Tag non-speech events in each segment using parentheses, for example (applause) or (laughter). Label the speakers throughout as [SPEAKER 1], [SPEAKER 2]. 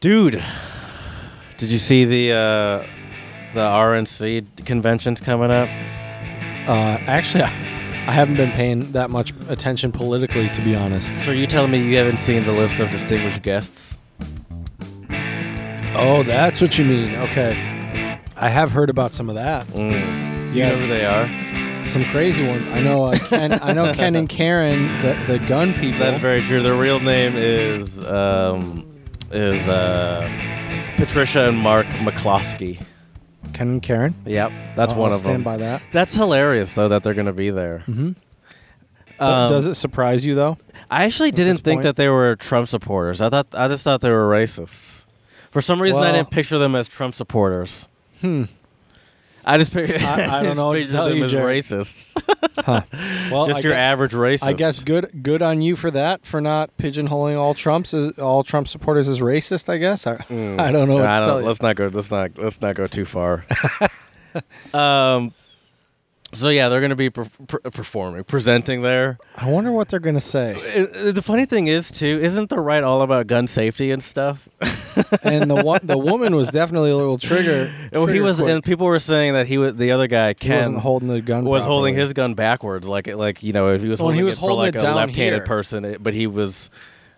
[SPEAKER 1] Dude, did you see the uh, the RNC conventions coming up?
[SPEAKER 2] Uh, actually, (laughs) I, I haven't been paying that much attention politically, to be honest.
[SPEAKER 1] So you telling me you haven't seen the list of distinguished guests?
[SPEAKER 2] Oh, that's what you mean. Okay. I have heard about some of that.
[SPEAKER 1] Mm. Do you know who they are?
[SPEAKER 2] Some crazy ones. I know. Uh, Ken,
[SPEAKER 1] (laughs)
[SPEAKER 2] I know Ken and Karen, the, the gun people.
[SPEAKER 1] That's very true. Their real name is um, is uh, Patricia and Mark McCloskey.
[SPEAKER 2] Ken and Karen.
[SPEAKER 1] Yep, that's
[SPEAKER 2] I'll-
[SPEAKER 1] one
[SPEAKER 2] I'll
[SPEAKER 1] of
[SPEAKER 2] Oh, stand
[SPEAKER 1] them.
[SPEAKER 2] by that.
[SPEAKER 1] That's hilarious though that they're gonna be there.
[SPEAKER 2] Mm-hmm.
[SPEAKER 1] Um,
[SPEAKER 2] does it surprise you though?
[SPEAKER 1] I actually didn't
[SPEAKER 2] this
[SPEAKER 1] think
[SPEAKER 2] point?
[SPEAKER 1] that they were Trump supporters. I thought I just thought they were racists. For some reason, I
[SPEAKER 2] Well-
[SPEAKER 1] didn't picture them as Trump supporters.
[SPEAKER 2] Hmm.
[SPEAKER 1] I just pictured,
[SPEAKER 2] I-
[SPEAKER 1] (laughs)
[SPEAKER 2] I don't know what to
[SPEAKER 1] pictured
[SPEAKER 2] tell
[SPEAKER 1] them
[SPEAKER 2] you,
[SPEAKER 1] as
[SPEAKER 2] Jared.
[SPEAKER 1] racists.
[SPEAKER 2] Well,
[SPEAKER 1] just
[SPEAKER 2] I
[SPEAKER 1] your
[SPEAKER 2] gue-
[SPEAKER 1] average racist.
[SPEAKER 2] I guess good good on you for that for not pigeonholing all Trumps as, all Trump supporters as racist. I guess I,
[SPEAKER 1] Mm.
[SPEAKER 2] (laughs) I don't know what
[SPEAKER 1] I
[SPEAKER 2] to
[SPEAKER 1] don't-
[SPEAKER 2] tell you.
[SPEAKER 1] Let's not go. Let's not. Let's not go too
[SPEAKER 2] (laughs)
[SPEAKER 1] far. um. So yeah, they're going to be per- per- performing, presenting there.
[SPEAKER 2] I wonder what they're gonna say.
[SPEAKER 1] Uh, uh, The funny thing is, too, isn't the right all about gun safety and stuff?
[SPEAKER 2] and the one the woman was definitely a little trigger.
[SPEAKER 1] (laughs) Well, Oh, he
[SPEAKER 2] trigger
[SPEAKER 1] was,
[SPEAKER 2] quick.
[SPEAKER 1] and people were saying that he was the other guy,
[SPEAKER 2] he
[SPEAKER 1] Ken,
[SPEAKER 2] wasn't holding the gun.
[SPEAKER 1] was holding
[SPEAKER 2] properly.
[SPEAKER 1] his gun backwards, like like you know, if he was
[SPEAKER 2] Well,
[SPEAKER 1] holding
[SPEAKER 2] he was
[SPEAKER 1] it
[SPEAKER 2] holding
[SPEAKER 1] for
[SPEAKER 2] it
[SPEAKER 1] like a
[SPEAKER 2] down
[SPEAKER 1] left-handed
[SPEAKER 2] here.
[SPEAKER 1] person, it- but he was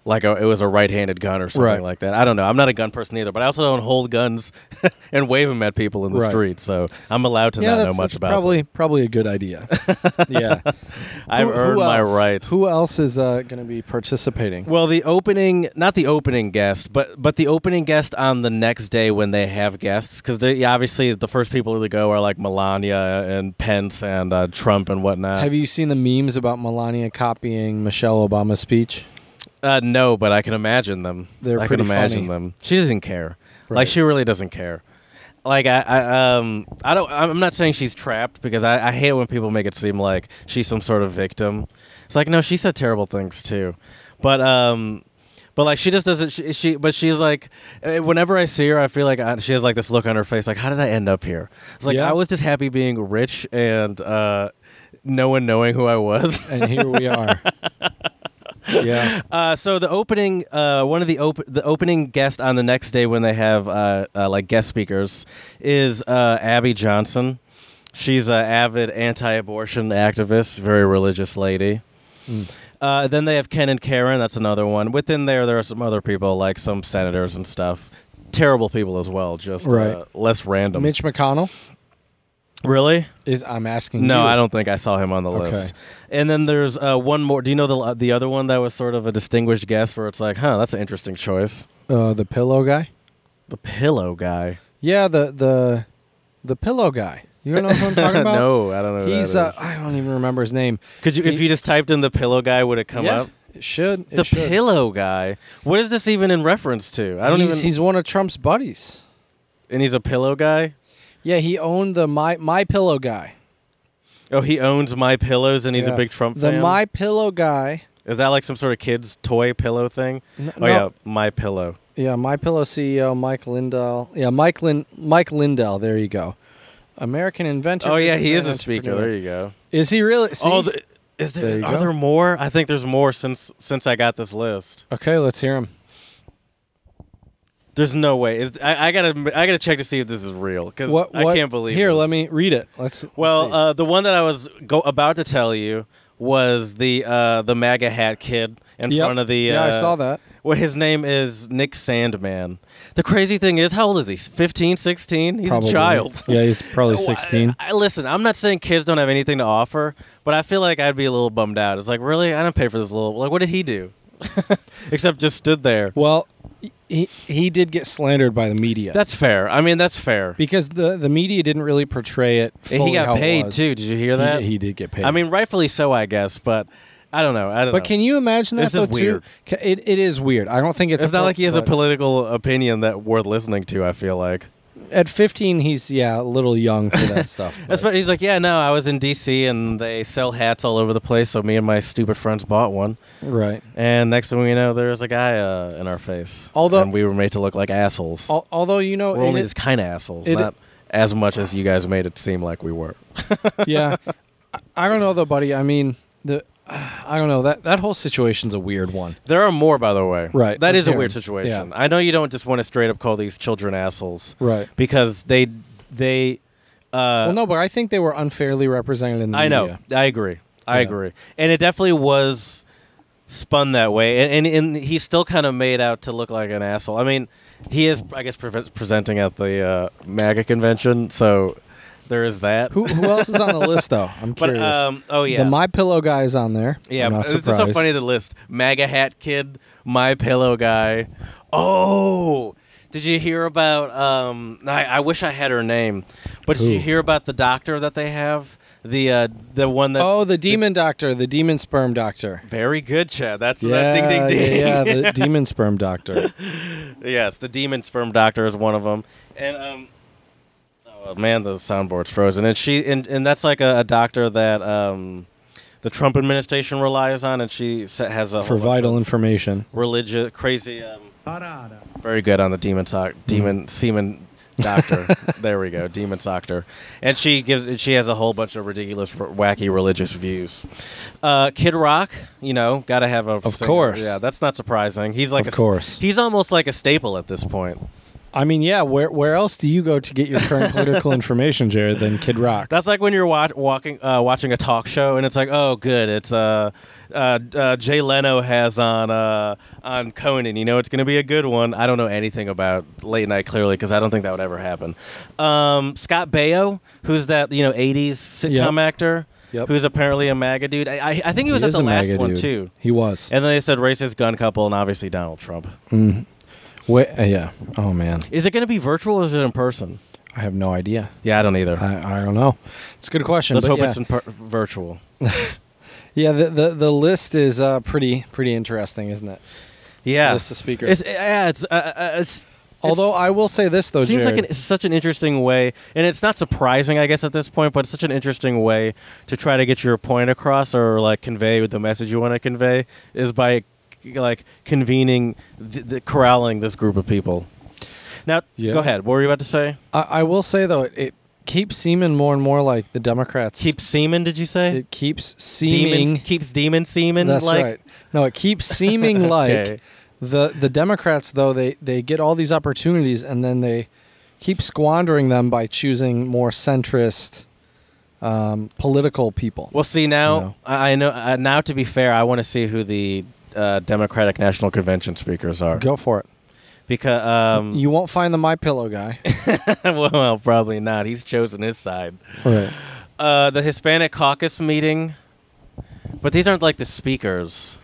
[SPEAKER 1] like a, it was a right-handed gun or something
[SPEAKER 2] Right.
[SPEAKER 1] like that. I don't know. I'm not a gun person either, but I also don't hold guns (laughs) and wave them at people in the
[SPEAKER 2] Right.
[SPEAKER 1] street, so I'm allowed to
[SPEAKER 2] Yeah,
[SPEAKER 1] not
[SPEAKER 2] that's,
[SPEAKER 1] know much
[SPEAKER 2] that's
[SPEAKER 1] about.
[SPEAKER 2] probably probably a
[SPEAKER 1] (laughs)
[SPEAKER 2] good idea. yeah,
[SPEAKER 1] them. I've
[SPEAKER 2] Who- who
[SPEAKER 1] earned my
[SPEAKER 2] else?
[SPEAKER 1] right.
[SPEAKER 2] Who else is uh, going to be participating?
[SPEAKER 1] Well, the opening, not the opening guest, but but the opening guest on the next day when they have guests, because they obviously the first people to go are like Melania and Pence and uh, Trump and whatnot.
[SPEAKER 2] Have you seen the memes about Melania copying Michelle Obama's speech?
[SPEAKER 1] Uh, no, but I can imagine them.
[SPEAKER 2] They're
[SPEAKER 1] I
[SPEAKER 2] pretty
[SPEAKER 1] can imagine
[SPEAKER 2] funny.
[SPEAKER 1] them. She doesn't care. Like
[SPEAKER 2] Right.
[SPEAKER 1] she really doesn't care. Like I, I, um, I don't. I'm not saying she's trapped because I, I hate it when people make it seem like she's some sort of victim. It's like no, she said terrible things too, but um, but like she just doesn't. She, she but she's like, eh, whenever I see her, I feel like I, she has like this look on her face, like how did I end up here? It's like
[SPEAKER 2] Yeah.
[SPEAKER 1] I was just happy being rich and uh, no one knowing who I was. (laughs)
[SPEAKER 2] And here we are. yeah,
[SPEAKER 1] Uh, so the opening, uh, one of the op- the opening guest on the next day when they have uh, uh, like guest speakers is uh, Abby Johnson. She's an avid anti-abortion activist, very religious lady.
[SPEAKER 2] Mm.
[SPEAKER 1] Uh, then they have Ken and Karen. That's another one. Within there, there are some other people like some senators and stuff. Terrible people as well, just
[SPEAKER 2] Right.
[SPEAKER 1] uh, less random.
[SPEAKER 2] Mitch McConnell
[SPEAKER 1] really?
[SPEAKER 2] is. I'm asking.
[SPEAKER 1] No,
[SPEAKER 2] you.
[SPEAKER 1] I don't think I saw him on the
[SPEAKER 2] Okay.
[SPEAKER 1] list. And then there's uh, one more. Do you know the the other one that was sort of a distinguished guest, where it's like, huh, that's an interesting choice.
[SPEAKER 2] Uh, the pillow guy.
[SPEAKER 1] The pillow guy.
[SPEAKER 2] Yeah, the the the pillow guy. You don't know what
[SPEAKER 1] (laughs)
[SPEAKER 2] I'm talking about?
[SPEAKER 1] no, I don't know. who
[SPEAKER 2] He's.
[SPEAKER 1] that
[SPEAKER 2] Uh,
[SPEAKER 1] is.
[SPEAKER 2] I don't even remember his name.
[SPEAKER 1] Could you, if
[SPEAKER 2] he-
[SPEAKER 1] you just typed in the pillow guy, would it come
[SPEAKER 2] yeah,
[SPEAKER 1] up?
[SPEAKER 2] It should. It
[SPEAKER 1] The
[SPEAKER 2] should.
[SPEAKER 1] pillow guy. What is this even in reference to? I don't
[SPEAKER 2] he's,
[SPEAKER 1] even.
[SPEAKER 2] He's one of Trump's buddies.
[SPEAKER 1] and he's a pillow guy.
[SPEAKER 2] Yeah, he owned the my my pillow guy.
[SPEAKER 1] Oh, he owns my pillows, and he's
[SPEAKER 2] Yeah.
[SPEAKER 1] a big Trump
[SPEAKER 2] The
[SPEAKER 1] fan.
[SPEAKER 2] my pillow guy.
[SPEAKER 1] is that like some sort of kids' toy pillow thing?
[SPEAKER 2] N-
[SPEAKER 1] Oh
[SPEAKER 2] no-
[SPEAKER 1] yeah, my pillow.
[SPEAKER 2] Yeah, my pillow CEO Mike Lindell. Yeah, Mike Lin Mike Lindell. There you go. American inventor.
[SPEAKER 1] Oh yeah, he is
[SPEAKER 2] businessman,
[SPEAKER 1] a speaker.
[SPEAKER 2] entrepreneur.
[SPEAKER 1] There you go.
[SPEAKER 2] Is he really? See?
[SPEAKER 1] Oh, the, is there,
[SPEAKER 2] There you
[SPEAKER 1] are
[SPEAKER 2] go.
[SPEAKER 1] there more? I think there's more since since I got this list.
[SPEAKER 2] okay, let's hear him.
[SPEAKER 1] There's no way. Is I, I gotta I gotta check to see if this is real because
[SPEAKER 2] What,
[SPEAKER 1] I
[SPEAKER 2] what-
[SPEAKER 1] can't believe.
[SPEAKER 2] Here,
[SPEAKER 1] this.
[SPEAKER 2] let me read it. Let's. let's
[SPEAKER 1] Well,
[SPEAKER 2] see.
[SPEAKER 1] uh, the one that I was go- about to tell you was the uh, the MAGA hat kid in
[SPEAKER 2] Yep.
[SPEAKER 1] front of the.
[SPEAKER 2] Yeah, I
[SPEAKER 1] uh,
[SPEAKER 2] saw that.
[SPEAKER 1] Well, his name is Nick Sandman. The crazy thing is, how old is he? 15, 16? He's
[SPEAKER 2] Probably.
[SPEAKER 1] a
[SPEAKER 2] (laughs)
[SPEAKER 1] child.
[SPEAKER 2] Yeah,
[SPEAKER 1] (laughs)
[SPEAKER 2] he's probably
[SPEAKER 1] Well, I-
[SPEAKER 2] sixteen.
[SPEAKER 1] I, listen, I'm not saying kids don't have anything to offer, but I feel like I'd be a little bummed out. It's like, really? I didn't pay for this little. Like, what did he do? (laughs) Except just stood there.
[SPEAKER 2] Well, he he did get slandered by the media.
[SPEAKER 1] That's fair. I mean, that's fair.
[SPEAKER 2] because the the media didn't really portray it.
[SPEAKER 1] And
[SPEAKER 2] Fully
[SPEAKER 1] he
[SPEAKER 2] how
[SPEAKER 1] got
[SPEAKER 2] it
[SPEAKER 1] paid
[SPEAKER 2] was.
[SPEAKER 1] too. Did you hear
[SPEAKER 2] He
[SPEAKER 1] that?
[SPEAKER 2] did, he did get paid.
[SPEAKER 1] I mean, rightfully so, I guess. But I don't know. I don't
[SPEAKER 2] but
[SPEAKER 1] know.
[SPEAKER 2] can you imagine that
[SPEAKER 1] This is
[SPEAKER 2] though
[SPEAKER 1] weird.
[SPEAKER 2] too? Ca- It, it is weird. I don't think it's.
[SPEAKER 1] It's not
[SPEAKER 2] appro-
[SPEAKER 1] like he has a
[SPEAKER 2] but
[SPEAKER 1] political opinion that worth listening to. I feel like.
[SPEAKER 2] At fifteen, he's yeah a little young for
[SPEAKER 1] (laughs)
[SPEAKER 2] that stuff.
[SPEAKER 1] That's
[SPEAKER 2] but-
[SPEAKER 1] what he's like. Yeah, no, I was in D.C. and they sell hats all over the place. So me and my stupid friends bought one,
[SPEAKER 2] right.
[SPEAKER 1] and next thing we know, there's a guy uh, in our face.
[SPEAKER 2] Although-
[SPEAKER 1] and we were made to look like assholes.
[SPEAKER 2] Al- although you know,
[SPEAKER 1] we're
[SPEAKER 2] it
[SPEAKER 1] only
[SPEAKER 2] is-
[SPEAKER 1] just kind of assholes,
[SPEAKER 2] it-
[SPEAKER 1] not as much as you guys made it seem like we were. (laughs)
[SPEAKER 2] yeah, I, I don't know though, buddy. I mean, the I don't know that that whole situation's a weird one.
[SPEAKER 1] There are more, by the way.
[SPEAKER 2] Right,
[SPEAKER 1] That
[SPEAKER 2] let's
[SPEAKER 1] is a
[SPEAKER 2] hear
[SPEAKER 1] weird
[SPEAKER 2] 'em.
[SPEAKER 1] situation.
[SPEAKER 2] Yeah.
[SPEAKER 1] I know you don't just want to straight up call these children assholes
[SPEAKER 2] Right.
[SPEAKER 1] because they they. Uh,
[SPEAKER 2] well, no, but I think they were unfairly represented in the
[SPEAKER 1] I know.
[SPEAKER 2] media.
[SPEAKER 1] I agree. I
[SPEAKER 2] Yeah.
[SPEAKER 1] agree. And it definitely was spun that way. And, and and he's still kind of made out to look like an asshole. I mean, he is, I guess, pre- presenting at the uh, MAGA convention, so there is that.
[SPEAKER 2] Who, who else is on the list though? I'm
[SPEAKER 1] (laughs) But
[SPEAKER 2] curious.
[SPEAKER 1] um, oh yeah,
[SPEAKER 2] The My Pillow guy is on there.
[SPEAKER 1] yeah.
[SPEAKER 2] I'm not
[SPEAKER 1] it's just so
[SPEAKER 2] surprised.
[SPEAKER 1] funny the list: MAGA hat kid, my pillow guy. Oh, did you hear about? Um, I, I wish I had her name, but did
[SPEAKER 2] Who?
[SPEAKER 1] you hear about the doctor that they have? The uh, the one that
[SPEAKER 2] Oh, the demon doctor, the demon sperm doctor.
[SPEAKER 1] Very good, Chad. That's that ding ding ding. (laughs)
[SPEAKER 2] Yeah, yeah, the demon sperm doctor.
[SPEAKER 1] yes, the demon sperm doctor is one of them, and um, oh man, the soundboard's frozen. And she and, and that's like a, a doctor that um, the Trump administration relies on, and she sa- has a
[SPEAKER 2] for vital information.
[SPEAKER 1] religious crazy. Um, very good on the demon sock demon semen
[SPEAKER 2] (laughs)
[SPEAKER 1] doctor. there we go, demon doctor. And she gives and she has a whole bunch of ridiculous, r- wacky religious views. Uh, Kid Rock, you know, got to have a
[SPEAKER 2] Of course.
[SPEAKER 1] Yeah, that's not surprising. He's like
[SPEAKER 2] Of
[SPEAKER 1] a s-
[SPEAKER 2] course.
[SPEAKER 1] he's almost like a staple at this point.
[SPEAKER 2] I mean, yeah, where where else do you go to get your
[SPEAKER 1] (laughs)
[SPEAKER 2] current political information, Jared, than Kid Rock?
[SPEAKER 1] That's like when you're wa- walking, uh, watching a talk show, and it's like, oh, good, it's uh, uh, uh, Jay Leno has on uh, on Conan. You know, it's going to be a good one. I don't know anything about late night clearly because I don't think that would ever happen. Um, Scott Baio, who's that you know '80s sitcom
[SPEAKER 2] Yep.
[SPEAKER 1] actor,
[SPEAKER 2] Yep.
[SPEAKER 1] who's apparently a MAGA dude. I, I, I think he was at
[SPEAKER 2] is
[SPEAKER 1] the
[SPEAKER 2] a
[SPEAKER 1] last
[SPEAKER 2] MAGA
[SPEAKER 1] one
[SPEAKER 2] dude.
[SPEAKER 1] too.
[SPEAKER 2] He was.
[SPEAKER 1] And then they said racist gun couple, and obviously Donald Trump.
[SPEAKER 2] Mm. Wait, uh, yeah. Oh man,
[SPEAKER 1] Is it going to be virtual or is it in person?
[SPEAKER 2] I have no idea.
[SPEAKER 1] Yeah, I don't either.
[SPEAKER 2] I, I don't know. It's a good question.
[SPEAKER 1] Let's
[SPEAKER 2] but
[SPEAKER 1] hope
[SPEAKER 2] yeah.
[SPEAKER 1] it's in per- virtual.
[SPEAKER 2] Yeah, the, the the list is uh, pretty pretty interesting, isn't it?
[SPEAKER 1] Yeah,
[SPEAKER 2] List of speakers.
[SPEAKER 1] It's, yeah, it's, uh, uh, it's
[SPEAKER 2] Although I will say this though,
[SPEAKER 1] it seems
[SPEAKER 2] Jared.
[SPEAKER 1] like an, it's such an interesting way, and it's not surprising, I guess, at this point, but it's such an interesting way to try to get your point across or like convey the message you want to convey is by like convening, the, the, corralling this group of people. Now,
[SPEAKER 2] Yeah.
[SPEAKER 1] go ahead. What were you about to say?
[SPEAKER 2] I, I will say though, it, it keeps seeming more and more like the Democrats.
[SPEAKER 1] Keeps semen? Did you say?
[SPEAKER 2] it keeps seeming.
[SPEAKER 1] Demons keeps demon semen.
[SPEAKER 2] That's
[SPEAKER 1] like,
[SPEAKER 2] right. No, it keeps seeming
[SPEAKER 1] (laughs) Okay.
[SPEAKER 2] like the the Democrats though they they get all these opportunities and then they keep squandering them by choosing more centrist um, political people.
[SPEAKER 1] Well, see now,
[SPEAKER 2] No.
[SPEAKER 1] I, I know. Uh, now, to be fair, I want to see who the uh, Democratic National Convention speakers are
[SPEAKER 2] Go for it.
[SPEAKER 1] because um,
[SPEAKER 2] You won't find the My Pillow guy.
[SPEAKER 1] (laughs) well, probably not. He's chosen his side.
[SPEAKER 2] right.
[SPEAKER 1] Uh, the Hispanic Caucus meeting, but these aren't like the speakers.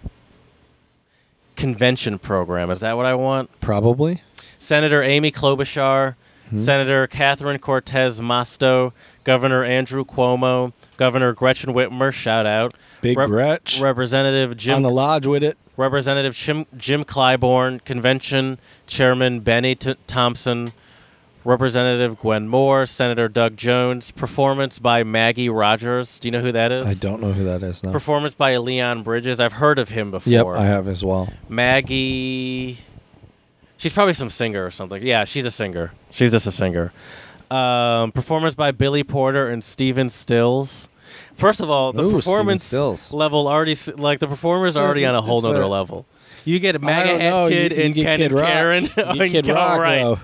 [SPEAKER 1] Convention program is that what I want?
[SPEAKER 2] Probably.
[SPEAKER 1] Senator Amy Klobuchar,
[SPEAKER 2] Hmm?
[SPEAKER 1] Senator Catherine Cortez Masto, Governor Andrew Cuomo, Governor Gretchen Whitmer. Shout out,
[SPEAKER 2] Big
[SPEAKER 1] Rep-
[SPEAKER 2] Gretch
[SPEAKER 1] Representative Jim
[SPEAKER 2] on the lodge with it.
[SPEAKER 1] Representative Jim, Jim Clyburn, Convention Chairman Benny T- Thompson, Representative Gwen Moore, Senator Doug Jones, performance by Maggie Rogers. Do you know who that is?
[SPEAKER 2] I don't know who that is now.
[SPEAKER 1] Performance by Leon Bridges. I've heard of him before.
[SPEAKER 2] Yep, I have as well.
[SPEAKER 1] Maggie. She's probably some singer or something. Yeah, she's a singer. She's just a singer. Um, performance by Billy Porter and Steven Stills. First of all, the
[SPEAKER 2] Ooh, Stephen
[SPEAKER 1] performance
[SPEAKER 2] Stills.
[SPEAKER 1] level already s- like the performer's
[SPEAKER 2] So
[SPEAKER 1] already on a whole
[SPEAKER 2] it's a-
[SPEAKER 1] nother level. You get a
[SPEAKER 2] I
[SPEAKER 1] MAGA
[SPEAKER 2] don't
[SPEAKER 1] hat
[SPEAKER 2] know,
[SPEAKER 1] kid
[SPEAKER 2] you, you
[SPEAKER 1] and
[SPEAKER 2] get
[SPEAKER 1] Ken
[SPEAKER 2] Kid
[SPEAKER 1] and
[SPEAKER 2] Rock.
[SPEAKER 1] Karen. (laughs)
[SPEAKER 2] You
[SPEAKER 1] on
[SPEAKER 2] get Kid
[SPEAKER 1] Go
[SPEAKER 2] Rock,
[SPEAKER 1] right.
[SPEAKER 2] though.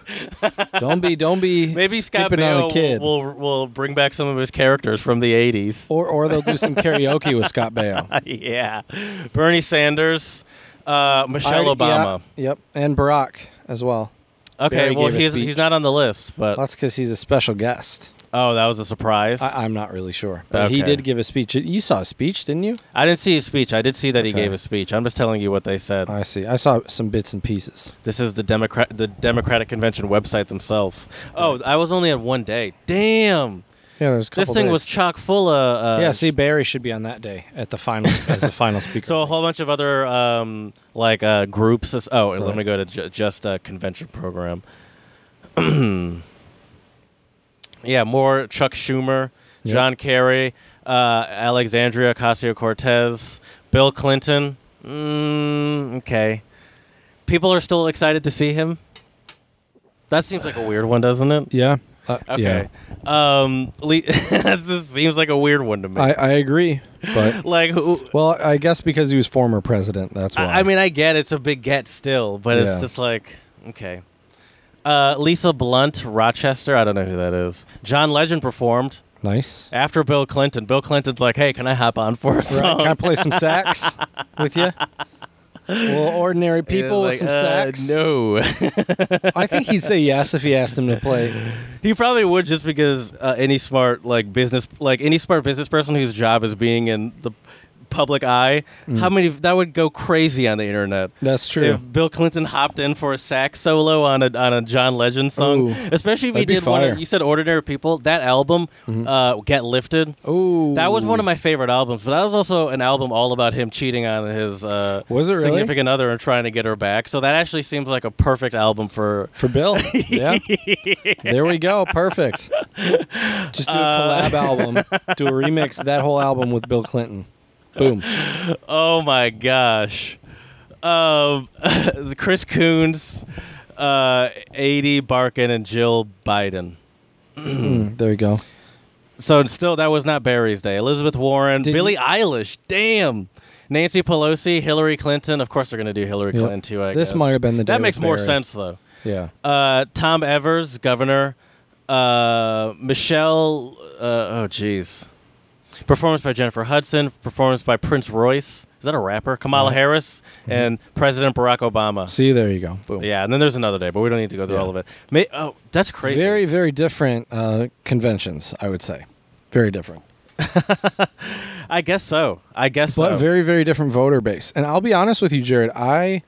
[SPEAKER 2] don't be, don't be.
[SPEAKER 1] (laughs) Maybe Scott
[SPEAKER 2] skipping on
[SPEAKER 1] Baio
[SPEAKER 2] a kid.
[SPEAKER 1] will, will will bring back some of his characters from the '80s.
[SPEAKER 2] Or, or they'll do some karaoke with
[SPEAKER 1] (laughs)
[SPEAKER 2] Scott Baio.
[SPEAKER 1] yeah, Bernie Sanders, uh, Michelle
[SPEAKER 2] I-
[SPEAKER 1] Obama.
[SPEAKER 2] yeah, yep, and Barack as well.
[SPEAKER 1] Okay,
[SPEAKER 2] Barry
[SPEAKER 1] well
[SPEAKER 2] gave a
[SPEAKER 1] he's
[SPEAKER 2] speech.
[SPEAKER 1] he's not on the list, but
[SPEAKER 2] That's because he's a special guest.
[SPEAKER 1] Oh, that was a surprise. I,
[SPEAKER 2] I, I'm not really sure, but he
[SPEAKER 1] Okay.
[SPEAKER 2] did give a speech. You saw a speech, didn't you?
[SPEAKER 1] didn't see his speech. I did see that he
[SPEAKER 2] Okay.
[SPEAKER 1] gave a speech. I'm just telling you what they said.
[SPEAKER 2] I see. I saw some bits and pieces.
[SPEAKER 1] This is the Democrat the Democratic Convention website themselves. Oh, I was only at one day. Damn,
[SPEAKER 2] Yeah, there's a couple
[SPEAKER 1] this thing
[SPEAKER 2] days.
[SPEAKER 1] was chock full of. Uh,
[SPEAKER 2] yeah, see, Barry should be on that day at the final as
[SPEAKER 1] (laughs)
[SPEAKER 2] the final speaker.
[SPEAKER 1] So a whole bunch of other um, like uh, groups. is- Oh, and let
[SPEAKER 2] Right.
[SPEAKER 1] me go to ju- just a convention program. (clears throat) yeah, more Chuck Schumer,
[SPEAKER 2] Yep.
[SPEAKER 1] John Kerry, uh, Alexandria Ocasio Cortez, Bill Clinton. Mm, okay, people are still excited to see him. That seems like a weird one, doesn't it?
[SPEAKER 2] yeah, Uh,
[SPEAKER 1] Okay. Um, le- (laughs) this seems like a weird one to me.
[SPEAKER 2] yeah. I, I agree, but
[SPEAKER 1] like, who,
[SPEAKER 2] well, I guess because he was former president, that's why.
[SPEAKER 1] I, I mean, I get it's a big get still, but
[SPEAKER 2] Yeah.
[SPEAKER 1] it's just like okay. Uh, Lisa Blunt, Rochester. I don't know who that is. John Legend performed (laughs)
[SPEAKER 2] nice.
[SPEAKER 1] after Bill Clinton. Bill Clinton's like, "Hey, can I hop on for a
[SPEAKER 2] Right,
[SPEAKER 1] song?"
[SPEAKER 2] can I play some sax with you? Well, ordinary
[SPEAKER 1] He was
[SPEAKER 2] (laughs) people with
[SPEAKER 1] like,
[SPEAKER 2] some
[SPEAKER 1] uh,
[SPEAKER 2] sax.
[SPEAKER 1] No, (laughs)
[SPEAKER 2] I think he'd say yes if he asked him to play.
[SPEAKER 1] he probably would just because uh, any smart like business, like any smart business person whose job is being in the public eye,
[SPEAKER 2] Mm.
[SPEAKER 1] how many that would go crazy on the internet.
[SPEAKER 2] That's true.
[SPEAKER 1] If Bill Clinton hopped in for a sax solo on a on a John Legend song,
[SPEAKER 2] Ooh,
[SPEAKER 1] especially if he
[SPEAKER 2] that'd be
[SPEAKER 1] did one,
[SPEAKER 2] fire. Mm-hmm.
[SPEAKER 1] of, you said "Ordinary People." That album, uh, "Get Lifted,"
[SPEAKER 2] Oh,
[SPEAKER 1] that was one of my favorite albums. But that was also an album all about him cheating on his uh,
[SPEAKER 2] Was it really?
[SPEAKER 1] significant other and trying to get her back. So that actually seems like a perfect album for.
[SPEAKER 2] (laughs) for Bill.
[SPEAKER 1] (laughs)
[SPEAKER 2] Yeah, there we go. Perfect. Just do a
[SPEAKER 1] Uh, (laughs)
[SPEAKER 2] collab album. Do a remix of that whole album with Bill Clinton.
[SPEAKER 1] (laughs)
[SPEAKER 2] Boom.
[SPEAKER 1] Oh my gosh, um, (laughs) Chris Coons, uh, AD Barkin, and Jill Biden.
[SPEAKER 2] Mm, there you go.
[SPEAKER 1] So it's still, that was not Barry's day. Elizabeth Warren,
[SPEAKER 2] Did
[SPEAKER 1] Billie
[SPEAKER 2] you-
[SPEAKER 1] Eilish, damn. Nancy Pelosi, Hillary Clinton. Of course, they're going to do Hillary
[SPEAKER 2] Yep.
[SPEAKER 1] Clinton too. I
[SPEAKER 2] This
[SPEAKER 1] guess.
[SPEAKER 2] might have been the day
[SPEAKER 1] that
[SPEAKER 2] with
[SPEAKER 1] makes more
[SPEAKER 2] Barry.
[SPEAKER 1] sense though.
[SPEAKER 2] Yeah.
[SPEAKER 1] Uh, Tom Evers, governor. Uh, Michelle. Uh, oh, jeez. Performance by Jennifer Hudson. Performance by Prince Royce. Is that a rapper?
[SPEAKER 2] Uh-huh.
[SPEAKER 1] Kamala Harris
[SPEAKER 2] Mm-hmm.
[SPEAKER 1] and President Barack Obama.
[SPEAKER 2] See, there you go. Boom.
[SPEAKER 1] Yeah, and then there's another day, but we don't need to go through
[SPEAKER 2] Yeah.
[SPEAKER 1] all of it. May- oh, that's crazy.
[SPEAKER 2] Very, very different uh, conventions, I would say. Very different.
[SPEAKER 1] I guess so. I guess
[SPEAKER 2] But
[SPEAKER 1] so.
[SPEAKER 2] very, very different voter base. And I'll be honest with you, Jared, I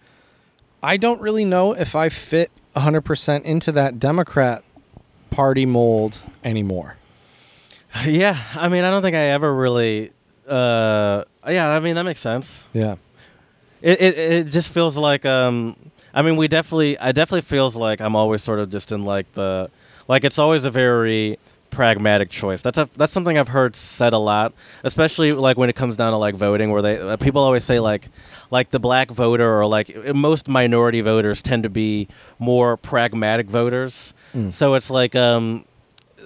[SPEAKER 2] I don't really know if I fit 100% into that Democrat party mold anymore.
[SPEAKER 1] Yeah, I mean, I don't think I ever really. Uh, yeah, I mean that makes sense.
[SPEAKER 2] Yeah.
[SPEAKER 1] It it, it just feels like um, I mean, we definitely, I definitely feels like I'm always sort of just in like the, like it's always a very pragmatic choice. That's a that's something I've heard said a lot, especially like when it comes down to like voting, where they uh, people always say like, like the black voter or like uh, most minority voters tend to be more pragmatic voters. So it's like um,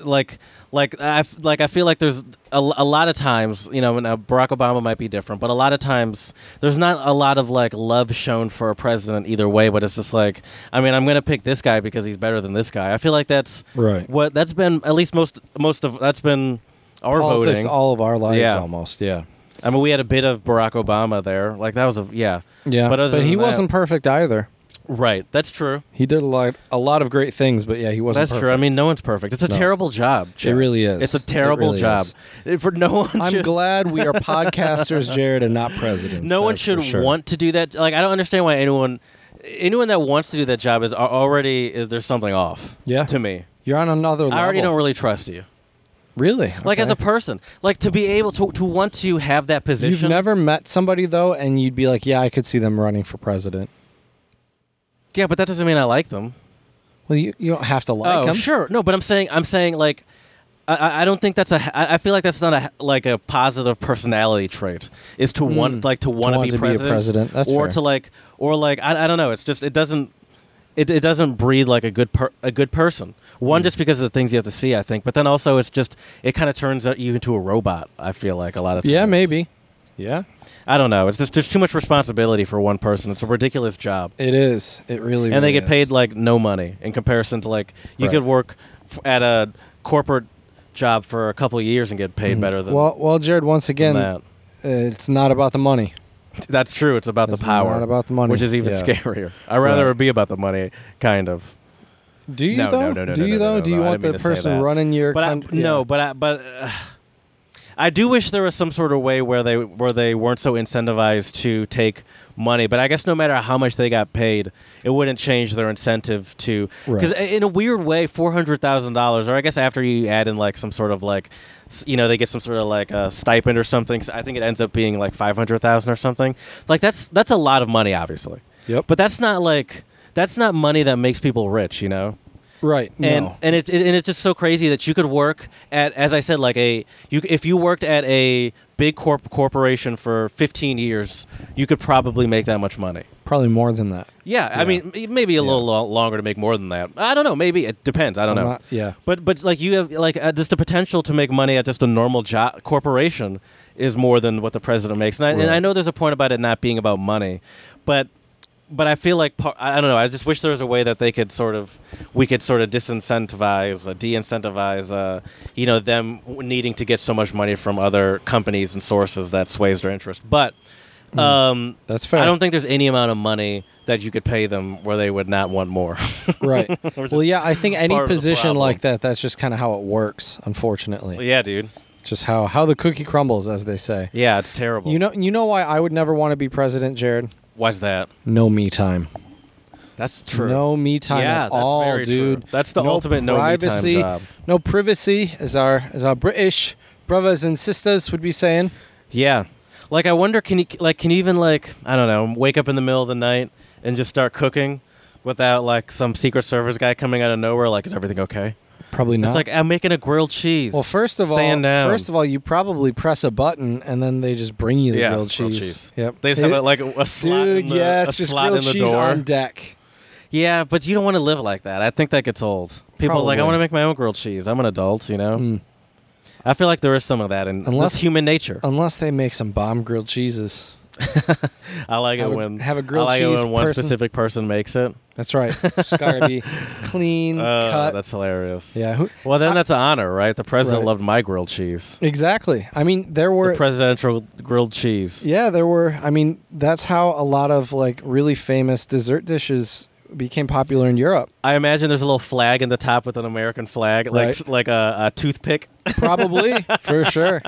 [SPEAKER 1] like like I f- like I feel like there's a, l- a lot of times you know now Barack Obama might be different, but a lot of times there's not a lot of like love shown for a president either way. But it's just like I mean I'm gonna pick this guy because he's better than this guy. I feel like that's
[SPEAKER 2] Right.
[SPEAKER 1] what that's been at least most most of that's been our
[SPEAKER 2] Politics
[SPEAKER 1] voting.
[SPEAKER 2] all of our lives
[SPEAKER 1] Yeah.
[SPEAKER 2] almost. Yeah.
[SPEAKER 1] I mean we had a bit of Barack Obama there, like that was a yeah
[SPEAKER 2] Yeah.
[SPEAKER 1] But
[SPEAKER 2] But,
[SPEAKER 1] other than
[SPEAKER 2] he
[SPEAKER 1] that-
[SPEAKER 2] wasn't perfect either.
[SPEAKER 1] right. That's true.
[SPEAKER 2] He did a lot, a lot of great things, but yeah, he wasn't
[SPEAKER 1] That's true. I
[SPEAKER 2] perfect.
[SPEAKER 1] mean no one's perfect. It's a
[SPEAKER 2] No.
[SPEAKER 1] terrible job. Chip.
[SPEAKER 2] really is.
[SPEAKER 1] It's a
[SPEAKER 2] It
[SPEAKER 1] terrible
[SPEAKER 2] really
[SPEAKER 1] job.
[SPEAKER 2] is.
[SPEAKER 1] It- For no one.
[SPEAKER 2] I'm
[SPEAKER 1] should-
[SPEAKER 2] glad
[SPEAKER 1] (laughs)
[SPEAKER 2] we are podcasters, Jared, and not presidents.
[SPEAKER 1] No one
[SPEAKER 2] that's for
[SPEAKER 1] should
[SPEAKER 2] sure.
[SPEAKER 1] want to do that. Like I don't understand why anyone, anyone that wants to do that job is al- already is there's something off.
[SPEAKER 2] Yeah.
[SPEAKER 1] To me,
[SPEAKER 2] You're on another level.
[SPEAKER 1] I already don't really trust you.
[SPEAKER 2] really
[SPEAKER 1] Like as a
[SPEAKER 2] Okay.
[SPEAKER 1] person, like to be able to to want to have that position.
[SPEAKER 2] You've never met somebody though, and you'd be like, "Yeah, I could see them running for president."
[SPEAKER 1] Yeah, but that doesn't mean I like them.
[SPEAKER 2] Well, you, you don't have to like
[SPEAKER 1] oh,
[SPEAKER 2] them.
[SPEAKER 1] sure. No, but I'm saying I'm saying like. I- I, I don't think that's a. I I feel like that's not a like a positive personality trait. Is to want like to want
[SPEAKER 2] want
[SPEAKER 1] be
[SPEAKER 2] Hmm. to be a
[SPEAKER 1] president,
[SPEAKER 2] president. That's
[SPEAKER 1] or
[SPEAKER 2] fair.
[SPEAKER 1] to like or like I, I don't know. It's just it doesn't it, it doesn't breed like a good per, a good person. One
[SPEAKER 2] Hmm.
[SPEAKER 1] just because of the things you have to see, I think, but then also it's just it kind of turns out you into a robot. I feel like a lot of times.
[SPEAKER 2] Yeah, maybe. Yeah,
[SPEAKER 1] I don't know. It's just there's too much responsibility for one person. It's a ridiculous job
[SPEAKER 2] it is. It really.
[SPEAKER 1] and they
[SPEAKER 2] really
[SPEAKER 1] get
[SPEAKER 2] is.
[SPEAKER 1] paid like no money in comparison to like you
[SPEAKER 2] Right.
[SPEAKER 1] could work f- at a corporate job for a couple of years and get paid better than,
[SPEAKER 2] Mm-hmm. Well, well, Jared. Once
[SPEAKER 1] than
[SPEAKER 2] again, uh,
[SPEAKER 1] that.
[SPEAKER 2] it's not about the money.
[SPEAKER 1] That's true. It's about
[SPEAKER 2] It's
[SPEAKER 1] the power,
[SPEAKER 2] not about the money.
[SPEAKER 1] which is even
[SPEAKER 2] Yeah.
[SPEAKER 1] scarier. I rather
[SPEAKER 2] Right.
[SPEAKER 1] it be about the money, kind of.
[SPEAKER 2] Do you
[SPEAKER 1] No, no,
[SPEAKER 2] though?
[SPEAKER 1] no, no,
[SPEAKER 2] Do
[SPEAKER 1] no,
[SPEAKER 2] you
[SPEAKER 1] no,
[SPEAKER 2] though?
[SPEAKER 1] no,
[SPEAKER 2] Do
[SPEAKER 1] no,
[SPEAKER 2] you
[SPEAKER 1] I
[SPEAKER 2] want
[SPEAKER 1] didn't mean
[SPEAKER 2] the
[SPEAKER 1] to say
[SPEAKER 2] person
[SPEAKER 1] that.
[SPEAKER 2] running your?
[SPEAKER 1] But I,
[SPEAKER 2] com-
[SPEAKER 1] no,
[SPEAKER 2] yeah.
[SPEAKER 1] but I, but uh, I do wish there was some sort of way where they where they weren't so incentivized to take money. But I guess no matter how much they got paid, it wouldn't change their incentive to because
[SPEAKER 2] Right.
[SPEAKER 1] in a weird way, four hundred thousand dollars, or I guess after you add in like some sort of like s- you know they get some sort of like a stipend or something. So I think it ends up being like five hundred thousand or something. Like that's that's a lot of money, obviously.
[SPEAKER 2] Yep.
[SPEAKER 1] But that's not like that's not money that makes people rich, you know
[SPEAKER 2] right.
[SPEAKER 1] and
[SPEAKER 2] no.
[SPEAKER 1] and it's it, and it's just so crazy that you could work at as I said like a you if you worked at a big corp corporation for 15 years you could probably make that much money
[SPEAKER 2] Probably more than that.
[SPEAKER 1] Yeah, I
[SPEAKER 2] Yeah.
[SPEAKER 1] mean, m- maybe a
[SPEAKER 2] Yeah.
[SPEAKER 1] little lo- longer to make more than that. I don't know. Maybe it depends. I don't
[SPEAKER 2] I'm
[SPEAKER 1] know.
[SPEAKER 2] not- yeah.
[SPEAKER 1] But but like you have like uh, just the potential to make money at just a normal job corporation is more than what the president makes. And I, and
[SPEAKER 2] Right.
[SPEAKER 1] I know there's a point about it not being about money, but but I feel like par- I I don't know. I just wish there was a way that they could sort of we could sort of disincentivize, uh, de-incentivize, uh, you know, them w- needing to get so much money from other companies and sources that sways their interest. But
[SPEAKER 2] Mm.
[SPEAKER 1] um,
[SPEAKER 2] That's fair.
[SPEAKER 1] I don't think (laughs) there's any amount of money that you could pay them where they would not want more.
[SPEAKER 2] right. well, yeah, I think any
[SPEAKER 1] part of the
[SPEAKER 2] position
[SPEAKER 1] problem.
[SPEAKER 2] like that, that's just kind of how it works,
[SPEAKER 1] (laughs)
[SPEAKER 2] unfortunately.
[SPEAKER 1] yeah, dude.
[SPEAKER 2] Just how how the cookie crumbles, as they say.
[SPEAKER 1] Yeah, it's terrible.
[SPEAKER 2] You know, you know why I would never want to be president, Jared?
[SPEAKER 1] why's that?
[SPEAKER 2] No me time.
[SPEAKER 1] That's true.
[SPEAKER 2] No me time
[SPEAKER 1] yeah,
[SPEAKER 2] at
[SPEAKER 1] that's
[SPEAKER 2] all,
[SPEAKER 1] very
[SPEAKER 2] dude.
[SPEAKER 1] True. That's the
[SPEAKER 2] No
[SPEAKER 1] ultimate no me time
[SPEAKER 2] privacy.
[SPEAKER 1] job.
[SPEAKER 2] No privacy, as our as our British brothers and sisters would be saying.
[SPEAKER 1] Yeah. Like I wonder can you like can you even like I don't know, wake up in the middle of the night and just start cooking without like some secret service guy coming out of nowhere like is everything okay?
[SPEAKER 2] Probably not.
[SPEAKER 1] It's like I'm making a grilled cheese.
[SPEAKER 2] well, first of all,
[SPEAKER 1] stand down.
[SPEAKER 2] first of all, you probably press a button and then they just bring you the
[SPEAKER 1] Yeah,
[SPEAKER 2] grilled cheese.
[SPEAKER 1] grilled cheese.
[SPEAKER 2] Yep.
[SPEAKER 1] they just have a, like a, a slot
[SPEAKER 2] Dude,
[SPEAKER 1] in the,
[SPEAKER 2] yeah,
[SPEAKER 1] a
[SPEAKER 2] it's just
[SPEAKER 1] slot in
[SPEAKER 2] grilled
[SPEAKER 1] the
[SPEAKER 2] cheese
[SPEAKER 1] door.
[SPEAKER 2] on deck.
[SPEAKER 1] Yeah, but you don't want to live like that. I think that gets old. People are like, I
[SPEAKER 2] Probably.
[SPEAKER 1] want to make my own grilled cheese. I'm an adult, you know.
[SPEAKER 2] Mm.
[SPEAKER 1] I feel like there is some of that in
[SPEAKER 2] Unless-
[SPEAKER 1] just human nature.
[SPEAKER 2] Unless they make some bomb grilled cheeses.
[SPEAKER 1] I like
[SPEAKER 2] have
[SPEAKER 1] it
[SPEAKER 2] a-
[SPEAKER 1] when
[SPEAKER 2] have a
[SPEAKER 1] I
[SPEAKER 2] grilled
[SPEAKER 1] like it
[SPEAKER 2] cheese
[SPEAKER 1] when one
[SPEAKER 2] person.
[SPEAKER 1] specific person makes it.
[SPEAKER 2] That's right. It's
[SPEAKER 1] (laughs)
[SPEAKER 2] gotta be clean
[SPEAKER 1] Uh,
[SPEAKER 2] cut.
[SPEAKER 1] That's hilarious.
[SPEAKER 2] Yeah. Who,
[SPEAKER 1] Well, then that's an honor, right? The president
[SPEAKER 2] Right.
[SPEAKER 1] loved my grilled cheese.
[SPEAKER 2] exactly. I mean, there
[SPEAKER 1] The
[SPEAKER 2] were
[SPEAKER 1] presidential grilled cheese.
[SPEAKER 2] Yeah, there were. I mean, that's how a lot of like really famous dessert dishes became popular in Europe.
[SPEAKER 1] I imagine there's a little flag in the top with an American flag, like
[SPEAKER 2] Right.
[SPEAKER 1] like a, a toothpick. (laughs)
[SPEAKER 2] Probably for sure.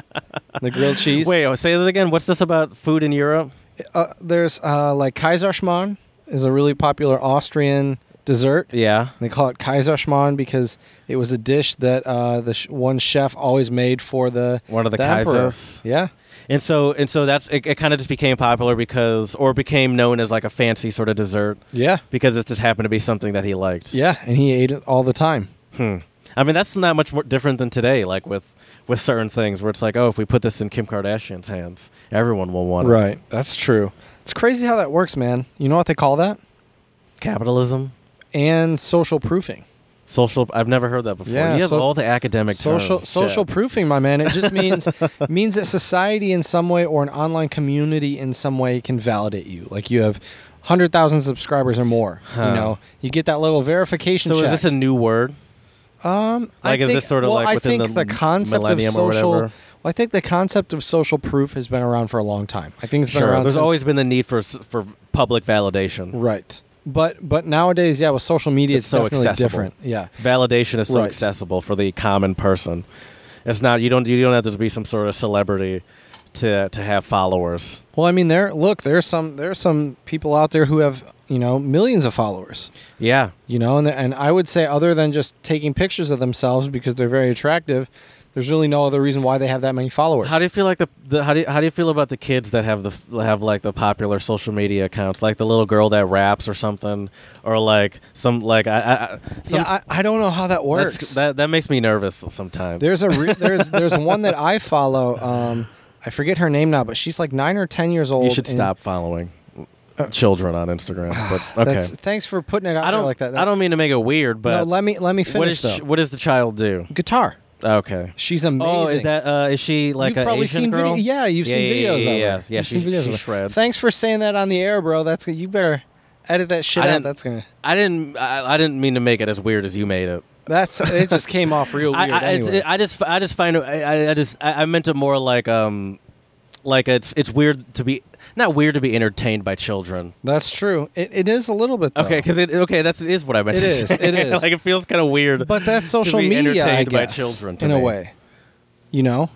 [SPEAKER 2] The grilled cheese.
[SPEAKER 1] Wait, oh, say that again. What's this about food in Europe?
[SPEAKER 2] uh, there's uh, like Kaiserschmarrn is a really popular Austrian dessert.
[SPEAKER 1] Yeah.
[SPEAKER 2] They call it Kaiserschmarrn because it was a dish that uh, the sh- one chef always made for the
[SPEAKER 1] One of the,
[SPEAKER 2] the emperor.
[SPEAKER 1] Kaisers.
[SPEAKER 2] Yeah,
[SPEAKER 1] And so and so that's it, it kind of just became popular because or became known as like a fancy sort of dessert
[SPEAKER 2] yeah,
[SPEAKER 1] because it just happened to be something that he liked.
[SPEAKER 2] yeah, and he ate it all the time.
[SPEAKER 1] Hmm. I mean that's not much more different than today like with with certain things where it's like oh if we put this in Kim Kardashian's hands everyone will want it.
[SPEAKER 2] Right, that's true. It's crazy how that works, man. You know what they call that?
[SPEAKER 1] Capitalism,
[SPEAKER 2] And social proofing.
[SPEAKER 1] social I've never heard that before.
[SPEAKER 2] Yeah,
[SPEAKER 1] you have
[SPEAKER 2] so-
[SPEAKER 1] all the academic
[SPEAKER 2] social
[SPEAKER 1] terms.
[SPEAKER 2] social
[SPEAKER 1] Yeah.
[SPEAKER 2] proofing my man
[SPEAKER 1] (laughs)
[SPEAKER 2] it just means means that society in some way or an online community in some way can validate you like you have 100,000 subscribers or more
[SPEAKER 1] Huh.
[SPEAKER 2] you know you get that little verification
[SPEAKER 1] So
[SPEAKER 2] check.
[SPEAKER 1] is this a new word?
[SPEAKER 2] um I
[SPEAKER 1] Like, is
[SPEAKER 2] think-
[SPEAKER 1] this sort of
[SPEAKER 2] well,
[SPEAKER 1] like
[SPEAKER 2] I
[SPEAKER 1] within
[SPEAKER 2] think
[SPEAKER 1] the
[SPEAKER 2] the concept of
[SPEAKER 1] millennium or
[SPEAKER 2] social
[SPEAKER 1] whatever?
[SPEAKER 2] well, I think the concept of social proof has been around for a long time I think it's been
[SPEAKER 1] Sure.
[SPEAKER 2] around
[SPEAKER 1] There's
[SPEAKER 2] since-
[SPEAKER 1] always been the need for s- for public validation.
[SPEAKER 2] right but but nowadays yeah with social media
[SPEAKER 1] It's
[SPEAKER 2] it's,
[SPEAKER 1] so
[SPEAKER 2] definitely
[SPEAKER 1] accessible.
[SPEAKER 2] different yeah
[SPEAKER 1] validation is so
[SPEAKER 2] Right.
[SPEAKER 1] accessible for the common person. It's not you don't you don't have to be some sort of celebrity to to have followers.
[SPEAKER 2] well I mean there look there's some there's some people out there who have you know millions of followers
[SPEAKER 1] Yeah.
[SPEAKER 2] you know and, and i would say other than just taking pictures of themselves because they're very attractive there's really no other reason why they have that many followers
[SPEAKER 1] How do you feel like the, the how do you, how do you feel about the kids that have the f- have like the popular social media accounts, like the little girl that raps or something, or like some like I, I, I some,
[SPEAKER 2] yeah I, I don't know how that
[SPEAKER 1] that's-
[SPEAKER 2] works
[SPEAKER 1] that that makes me nervous sometimes.
[SPEAKER 2] there's a
[SPEAKER 1] (laughs)
[SPEAKER 2] re- there's there's one that i follow um i forget her name now but she's like nine or ten years old
[SPEAKER 1] you should
[SPEAKER 2] and-
[SPEAKER 1] stop following children on Instagram. But okay,
[SPEAKER 2] Uh, (sighs) that's, thanks for putting it out
[SPEAKER 1] I don't
[SPEAKER 2] there like that,
[SPEAKER 1] I don't mean to make it weird,
[SPEAKER 2] no,
[SPEAKER 1] but
[SPEAKER 2] let me let me finish
[SPEAKER 1] what is
[SPEAKER 2] though
[SPEAKER 1] sh- what does the child do?
[SPEAKER 2] guitar
[SPEAKER 1] Okay,
[SPEAKER 2] she's amazing
[SPEAKER 1] Oh, is that uh, is she like
[SPEAKER 2] you've
[SPEAKER 1] a
[SPEAKER 2] probably
[SPEAKER 1] Asian
[SPEAKER 2] seen
[SPEAKER 1] girl?
[SPEAKER 2] video yeah you've
[SPEAKER 1] Yeah,
[SPEAKER 2] seen
[SPEAKER 1] yeah, yeah,
[SPEAKER 2] videos
[SPEAKER 1] yeah,
[SPEAKER 2] of
[SPEAKER 1] yeah.
[SPEAKER 2] her
[SPEAKER 1] Yeah,
[SPEAKER 2] You've seen
[SPEAKER 1] she-
[SPEAKER 2] videos
[SPEAKER 1] she
[SPEAKER 2] of her.
[SPEAKER 1] shreds.
[SPEAKER 2] thanks for saying that on the air bro that's you better edit that shit
[SPEAKER 1] I
[SPEAKER 2] out
[SPEAKER 1] didn't-
[SPEAKER 2] that's gonna
[SPEAKER 1] I didn't. I, I didn't mean to make it as weird as you made it.
[SPEAKER 2] That's it. Just came off real
[SPEAKER 1] (laughs) I,
[SPEAKER 2] weird.
[SPEAKER 1] I, it's,
[SPEAKER 2] anyways.
[SPEAKER 1] I just. I just find. it- I, I just. I, I meant it more like. Um, like it's. It's weird to be. Not weird to be entertained by children.
[SPEAKER 2] That's true. It, it is a little bit. Though.
[SPEAKER 1] Okay, because it. Okay, that's is what I meant.
[SPEAKER 2] Oh. It
[SPEAKER 1] to
[SPEAKER 2] is,
[SPEAKER 1] say.
[SPEAKER 2] it
[SPEAKER 1] (laughs)
[SPEAKER 2] is.
[SPEAKER 1] like it feels kind of weird.
[SPEAKER 2] (laughs) but that's social
[SPEAKER 1] be
[SPEAKER 2] media. I
[SPEAKER 1] entertained by
[SPEAKER 2] guess,
[SPEAKER 1] children, to
[SPEAKER 2] in a
[SPEAKER 1] me.
[SPEAKER 2] way. You know,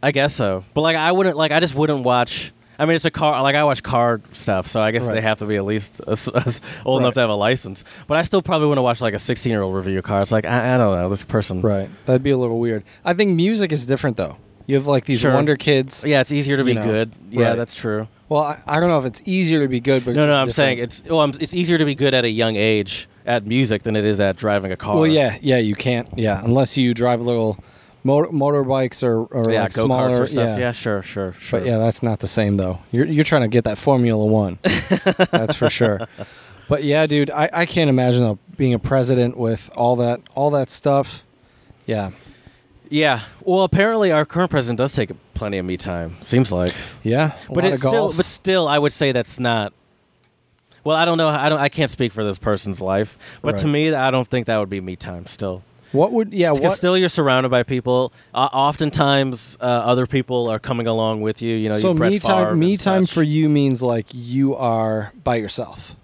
[SPEAKER 1] I guess so. But like I wouldn't. Like I just wouldn't watch. I mean, it's a car. Like I watch car stuff, so I guess
[SPEAKER 2] Right.
[SPEAKER 1] they have to be at least uh, s- uh, s- old
[SPEAKER 2] Right.
[SPEAKER 1] enough to have a license. But I still probably want to watch like a sixteen-year-old review a car. It's like I, I don't know. This person.
[SPEAKER 2] right? That'd be a little weird. I think music is different though. You have like these
[SPEAKER 1] Sure.
[SPEAKER 2] Wonder Kids.
[SPEAKER 1] Yeah, it's easier to be
[SPEAKER 2] You know,
[SPEAKER 1] good. Yeah,
[SPEAKER 2] right.
[SPEAKER 1] that's true.
[SPEAKER 2] Well, I, I don't know if it's easier to be good, but it's
[SPEAKER 1] No, no,
[SPEAKER 2] just
[SPEAKER 1] I'm
[SPEAKER 2] different.
[SPEAKER 1] saying it's well, I'm, it's easier to be good at a young age at music than it is at driving a car.
[SPEAKER 2] Well, yeah, yeah. You can't. Yeah, unless you drive a little Motor, motorbikes are, are
[SPEAKER 1] yeah,
[SPEAKER 2] like
[SPEAKER 1] go
[SPEAKER 2] smaller.
[SPEAKER 1] karts and stuff.
[SPEAKER 2] yeah.
[SPEAKER 1] Yeah. sure, sure, sure.
[SPEAKER 2] But yeah, that's not the same though. You're you're trying to get that
[SPEAKER 1] (laughs)
[SPEAKER 2] Formula One. that's for sure. But yeah, dude, I, I can't imagine a, being a president with all that all that stuff. Yeah,
[SPEAKER 1] Yeah. Well, apparently our current president does take plenty of me time. Seems like,
[SPEAKER 2] yeah. A
[SPEAKER 1] but
[SPEAKER 2] lot
[SPEAKER 1] it's
[SPEAKER 2] of
[SPEAKER 1] still,
[SPEAKER 2] golf.
[SPEAKER 1] but still, I would say that's not. Well, I don't know. I don't. I can't speak for this person's life, but to
[SPEAKER 2] Right.
[SPEAKER 1] me, I don't think that would be me time. Still,
[SPEAKER 2] what would yeah
[SPEAKER 1] Because
[SPEAKER 2] what
[SPEAKER 1] still, you're surrounded by people. Uh, oftentimes, uh, other people are coming along with you. You know,
[SPEAKER 2] so
[SPEAKER 1] you Brett
[SPEAKER 2] me
[SPEAKER 1] Favre
[SPEAKER 2] time
[SPEAKER 1] and
[SPEAKER 2] me time
[SPEAKER 1] such.
[SPEAKER 2] for you means like you are by yourself.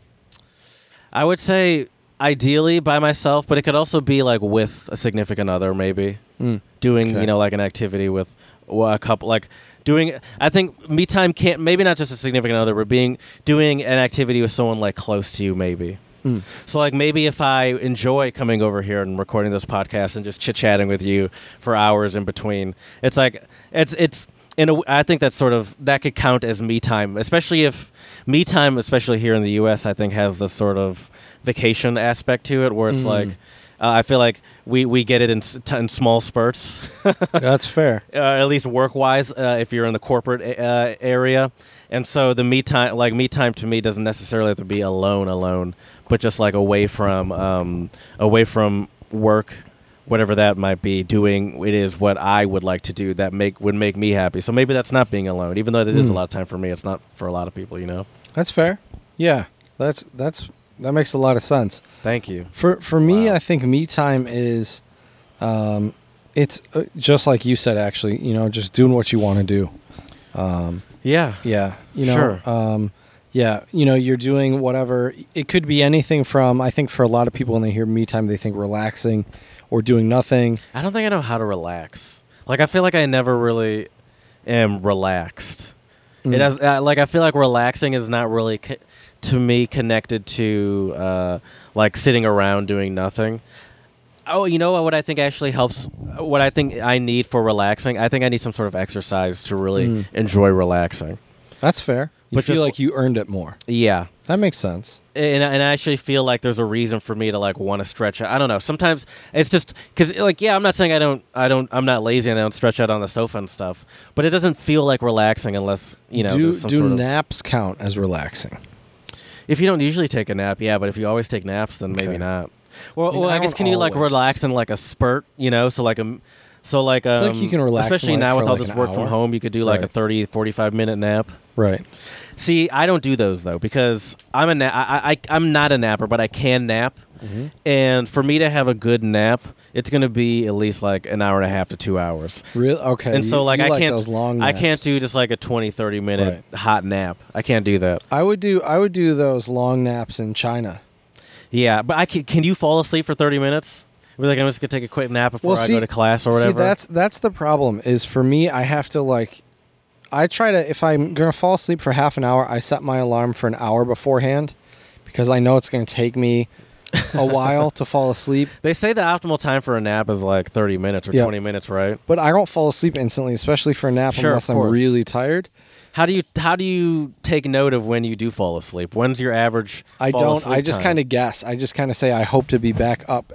[SPEAKER 1] I would say ideally by myself, but it could also be like with a significant other, maybe
[SPEAKER 2] Mm. Hmm.
[SPEAKER 1] (laughs) doing
[SPEAKER 2] Okay.
[SPEAKER 1] you know like an activity with well, a couple like doing i think me time can't maybe not just a significant other but being doing an activity with someone like close to you maybe
[SPEAKER 2] Mm.
[SPEAKER 1] so like maybe if i enjoy coming over here and recording this podcast and just chit-chatting with you for hours in between it's like it's it's in a, w- I think that's sort of that could count as me time, especially if me time, especially here in the U.S., I think has this sort of vacation aspect to it, where it's
[SPEAKER 2] Mm.
[SPEAKER 1] like uh, I feel like we, we get it in, s- t- in small spurts
[SPEAKER 2] that's fair.
[SPEAKER 1] uh, at least work wise, uh, if you're in the corporate uh, area. And so the me time, like me time, to me doesn't necessarily have to be alone, alone, but just like away from, um, away from work, whatever that might be. Doing it is what I would like to do that make would make me happy. So maybe that's not being alone, even though it is a
[SPEAKER 2] Mm.
[SPEAKER 1] lot of time for me. It's not for a lot of people, you know.
[SPEAKER 2] That's fair. Yeah, that's that's that makes a lot of sense.
[SPEAKER 1] Thank you.
[SPEAKER 2] For for me,
[SPEAKER 1] Wow.
[SPEAKER 2] I think me time is, um, it's uh, just like you said. Actually, you know, just doing what you want to do. Um,
[SPEAKER 1] Yeah.
[SPEAKER 2] yeah, you know,
[SPEAKER 1] Sure.
[SPEAKER 2] um, yeah, you know, you're doing whatever. It could be anything from. I think for a lot of people, when they hear me time, they think relaxing or doing nothing.
[SPEAKER 1] I don't think I know how to relax. Like I feel like I never really am relaxed.
[SPEAKER 2] Mm.
[SPEAKER 1] It has uh, like I feel like relaxing is not really co- to me connected to uh, like sitting around doing nothing. Oh, you know what? What I think actually helps. What I think I need for relaxing. I think I need some sort of exercise to really
[SPEAKER 2] Mm.
[SPEAKER 1] enjoy relaxing.
[SPEAKER 2] That's fair. You
[SPEAKER 1] But
[SPEAKER 2] feel
[SPEAKER 1] just-
[SPEAKER 2] like you earned it more.
[SPEAKER 1] Yeah,
[SPEAKER 2] That makes sense.
[SPEAKER 1] and and I actually feel like there's a reason for me to like want to stretch out. I don't know. Sometimes it's just because like yeah, I'm not saying I don't I don't I'm not lazy and I don't stretch out on the sofa and stuff, but it doesn't feel like relaxing unless you know
[SPEAKER 2] do
[SPEAKER 1] there's some
[SPEAKER 2] do
[SPEAKER 1] sort of-
[SPEAKER 2] naps count as relaxing?
[SPEAKER 1] If you don't usually take a nap, yeah, but if you always take naps, then
[SPEAKER 2] Okay.
[SPEAKER 1] maybe not.
[SPEAKER 2] I
[SPEAKER 1] Well,
[SPEAKER 2] mean,
[SPEAKER 1] well,
[SPEAKER 2] I
[SPEAKER 1] I guess
[SPEAKER 2] don't
[SPEAKER 1] can you like
[SPEAKER 2] always.
[SPEAKER 1] relax in like a spurt, you know? So like a, so like um,
[SPEAKER 2] feel like you can relax in,
[SPEAKER 1] especially
[SPEAKER 2] like,
[SPEAKER 1] now
[SPEAKER 2] for,
[SPEAKER 1] with all
[SPEAKER 2] like,
[SPEAKER 1] this
[SPEAKER 2] an
[SPEAKER 1] work from
[SPEAKER 2] hour.
[SPEAKER 1] home, you could do like a
[SPEAKER 2] Right.
[SPEAKER 1] 30, 45 minute nap.
[SPEAKER 2] Right.
[SPEAKER 1] See, I don't do those though because I'm a na- I, I I'm not a napper, but I can nap.
[SPEAKER 2] Mm-hmm.
[SPEAKER 1] And for me to have a good nap, it's going to be at least like an hour and a half to 2 hours.
[SPEAKER 2] Really? Okay.
[SPEAKER 1] And
[SPEAKER 2] you-
[SPEAKER 1] so like
[SPEAKER 2] you
[SPEAKER 1] I can't
[SPEAKER 2] those long
[SPEAKER 1] I can't
[SPEAKER 2] naps.
[SPEAKER 1] do just like a 20 30 minute hot nap. I can't do that.
[SPEAKER 2] I would do I would do those long naps in China.
[SPEAKER 1] Yeah, but I can, can you fall asleep for 30 minutes? We're like, I'm just going to take a quick nap before
[SPEAKER 2] Well,
[SPEAKER 1] I
[SPEAKER 2] see-
[SPEAKER 1] go to class or whatever.
[SPEAKER 2] See, that's that's the problem. Is for me, I have to like, I try to if I'm gonna fall asleep for half an hour, I set my alarm for an hour beforehand, because I know it's gonna take me
[SPEAKER 1] (laughs)
[SPEAKER 2] a while to fall asleep.
[SPEAKER 1] they say the optimal time for a nap is like 30 minutes or
[SPEAKER 2] Yeah.
[SPEAKER 1] 20 minutes, right?
[SPEAKER 2] But I don't fall asleep instantly, especially for a nap,
[SPEAKER 1] Sure, of
[SPEAKER 2] unless I'm
[SPEAKER 1] course.
[SPEAKER 2] really tired.
[SPEAKER 1] How do you how do you take note of when you do fall asleep? When's your average?
[SPEAKER 2] I
[SPEAKER 1] fall
[SPEAKER 2] don't.
[SPEAKER 1] asleep
[SPEAKER 2] I just
[SPEAKER 1] time?
[SPEAKER 2] kind of guess. I just kind of say I hope to be back up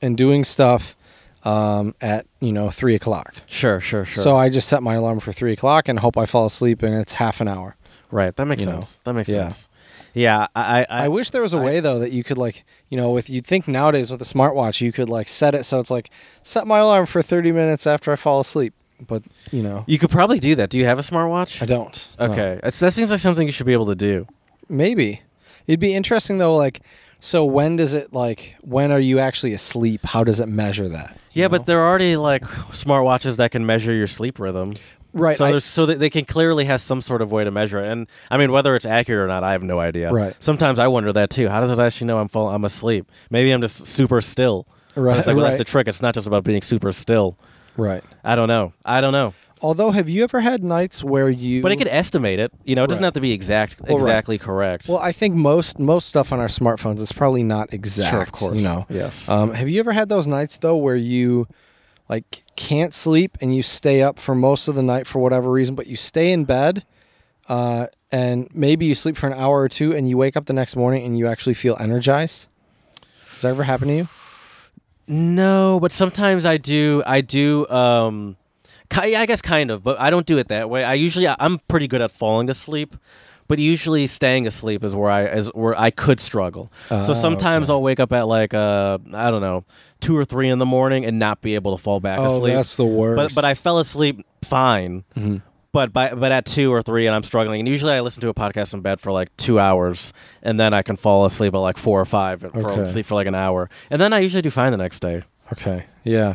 [SPEAKER 2] and doing stuff um, at you know three o'clock.
[SPEAKER 1] sure, sure, sure.
[SPEAKER 2] So I just set my alarm for three o'clock and hope I fall asleep, and it's half an hour.
[SPEAKER 1] right, that makes
[SPEAKER 2] you know,
[SPEAKER 1] sense. That makes
[SPEAKER 2] yeah.
[SPEAKER 1] sense. Yeah, I I,
[SPEAKER 2] I,
[SPEAKER 1] I
[SPEAKER 2] wish there was a
[SPEAKER 1] I-
[SPEAKER 2] way though that you could like, you know, with you'd think nowadays with a smartwatch you could like set it so it's like set my alarm for thirty minutes after I fall asleep. But you know,
[SPEAKER 1] you could probably do that. Do you have a smartwatch?
[SPEAKER 2] I don't. no.
[SPEAKER 1] Okay, It's- that seems like something you should be able to do.
[SPEAKER 2] maybe it'd be interesting though. Like, so when does it like when are you actually asleep? How does it measure that?
[SPEAKER 1] Yeah,
[SPEAKER 2] You know?
[SPEAKER 1] but there are already like smartwatches that can measure your sleep rhythm.
[SPEAKER 2] right.
[SPEAKER 1] So
[SPEAKER 2] I-
[SPEAKER 1] there's so that they can clearly has some sort of way to measure it, and I mean whether it's accurate or not, I have no idea.
[SPEAKER 2] Right.
[SPEAKER 1] Sometimes I wonder that too. How does it actually know I'm fall- I'm asleep? Maybe I'm just super still.
[SPEAKER 2] Right,
[SPEAKER 1] But It's like, well, that's the
[SPEAKER 2] right.
[SPEAKER 1] trick. It's not just about being super still.
[SPEAKER 2] right.
[SPEAKER 1] I don't know. I don't know.
[SPEAKER 2] Although, have you ever had nights where you?
[SPEAKER 1] But it could estimate it. You know, it doesn't
[SPEAKER 2] Right.
[SPEAKER 1] have to be exact
[SPEAKER 2] right.
[SPEAKER 1] exactly correct.
[SPEAKER 2] Well, I think most most stuff on our smartphones is probably not exact.
[SPEAKER 1] sure, of course.
[SPEAKER 2] You know.
[SPEAKER 1] Yes.
[SPEAKER 2] Um, have you ever had those nights though where you like can't sleep and you stay up for most of the night for whatever reason, but you stay in bed uh, and maybe you sleep for an hour or two and you wake up the next morning and you actually feel energized? Has that ever happened to you?
[SPEAKER 1] No, but sometimes I do. I do. Um, ki- yeah, I guess kind of, but I don't do it that way. I usually I- I'm pretty good at falling asleep, but usually staying asleep is where I is where I could struggle. so
[SPEAKER 2] Ah,
[SPEAKER 1] sometimes
[SPEAKER 2] okay.
[SPEAKER 1] I'll wake up at like uh I don't know two or three in the morning and not be able to fall back
[SPEAKER 2] Oh,
[SPEAKER 1] asleep.
[SPEAKER 2] that's the
[SPEAKER 1] But
[SPEAKER 2] worst.
[SPEAKER 1] but I fell asleep fine.
[SPEAKER 2] Mm-hmm.
[SPEAKER 1] But by but at two or three and I'm struggling. And usually I listen to a podcast in bed for like two hours, and then I can fall asleep at like four or five, and fall
[SPEAKER 2] Okay.
[SPEAKER 1] asleep for like an hour, and then I usually do fine the next day.
[SPEAKER 2] okay, yeah,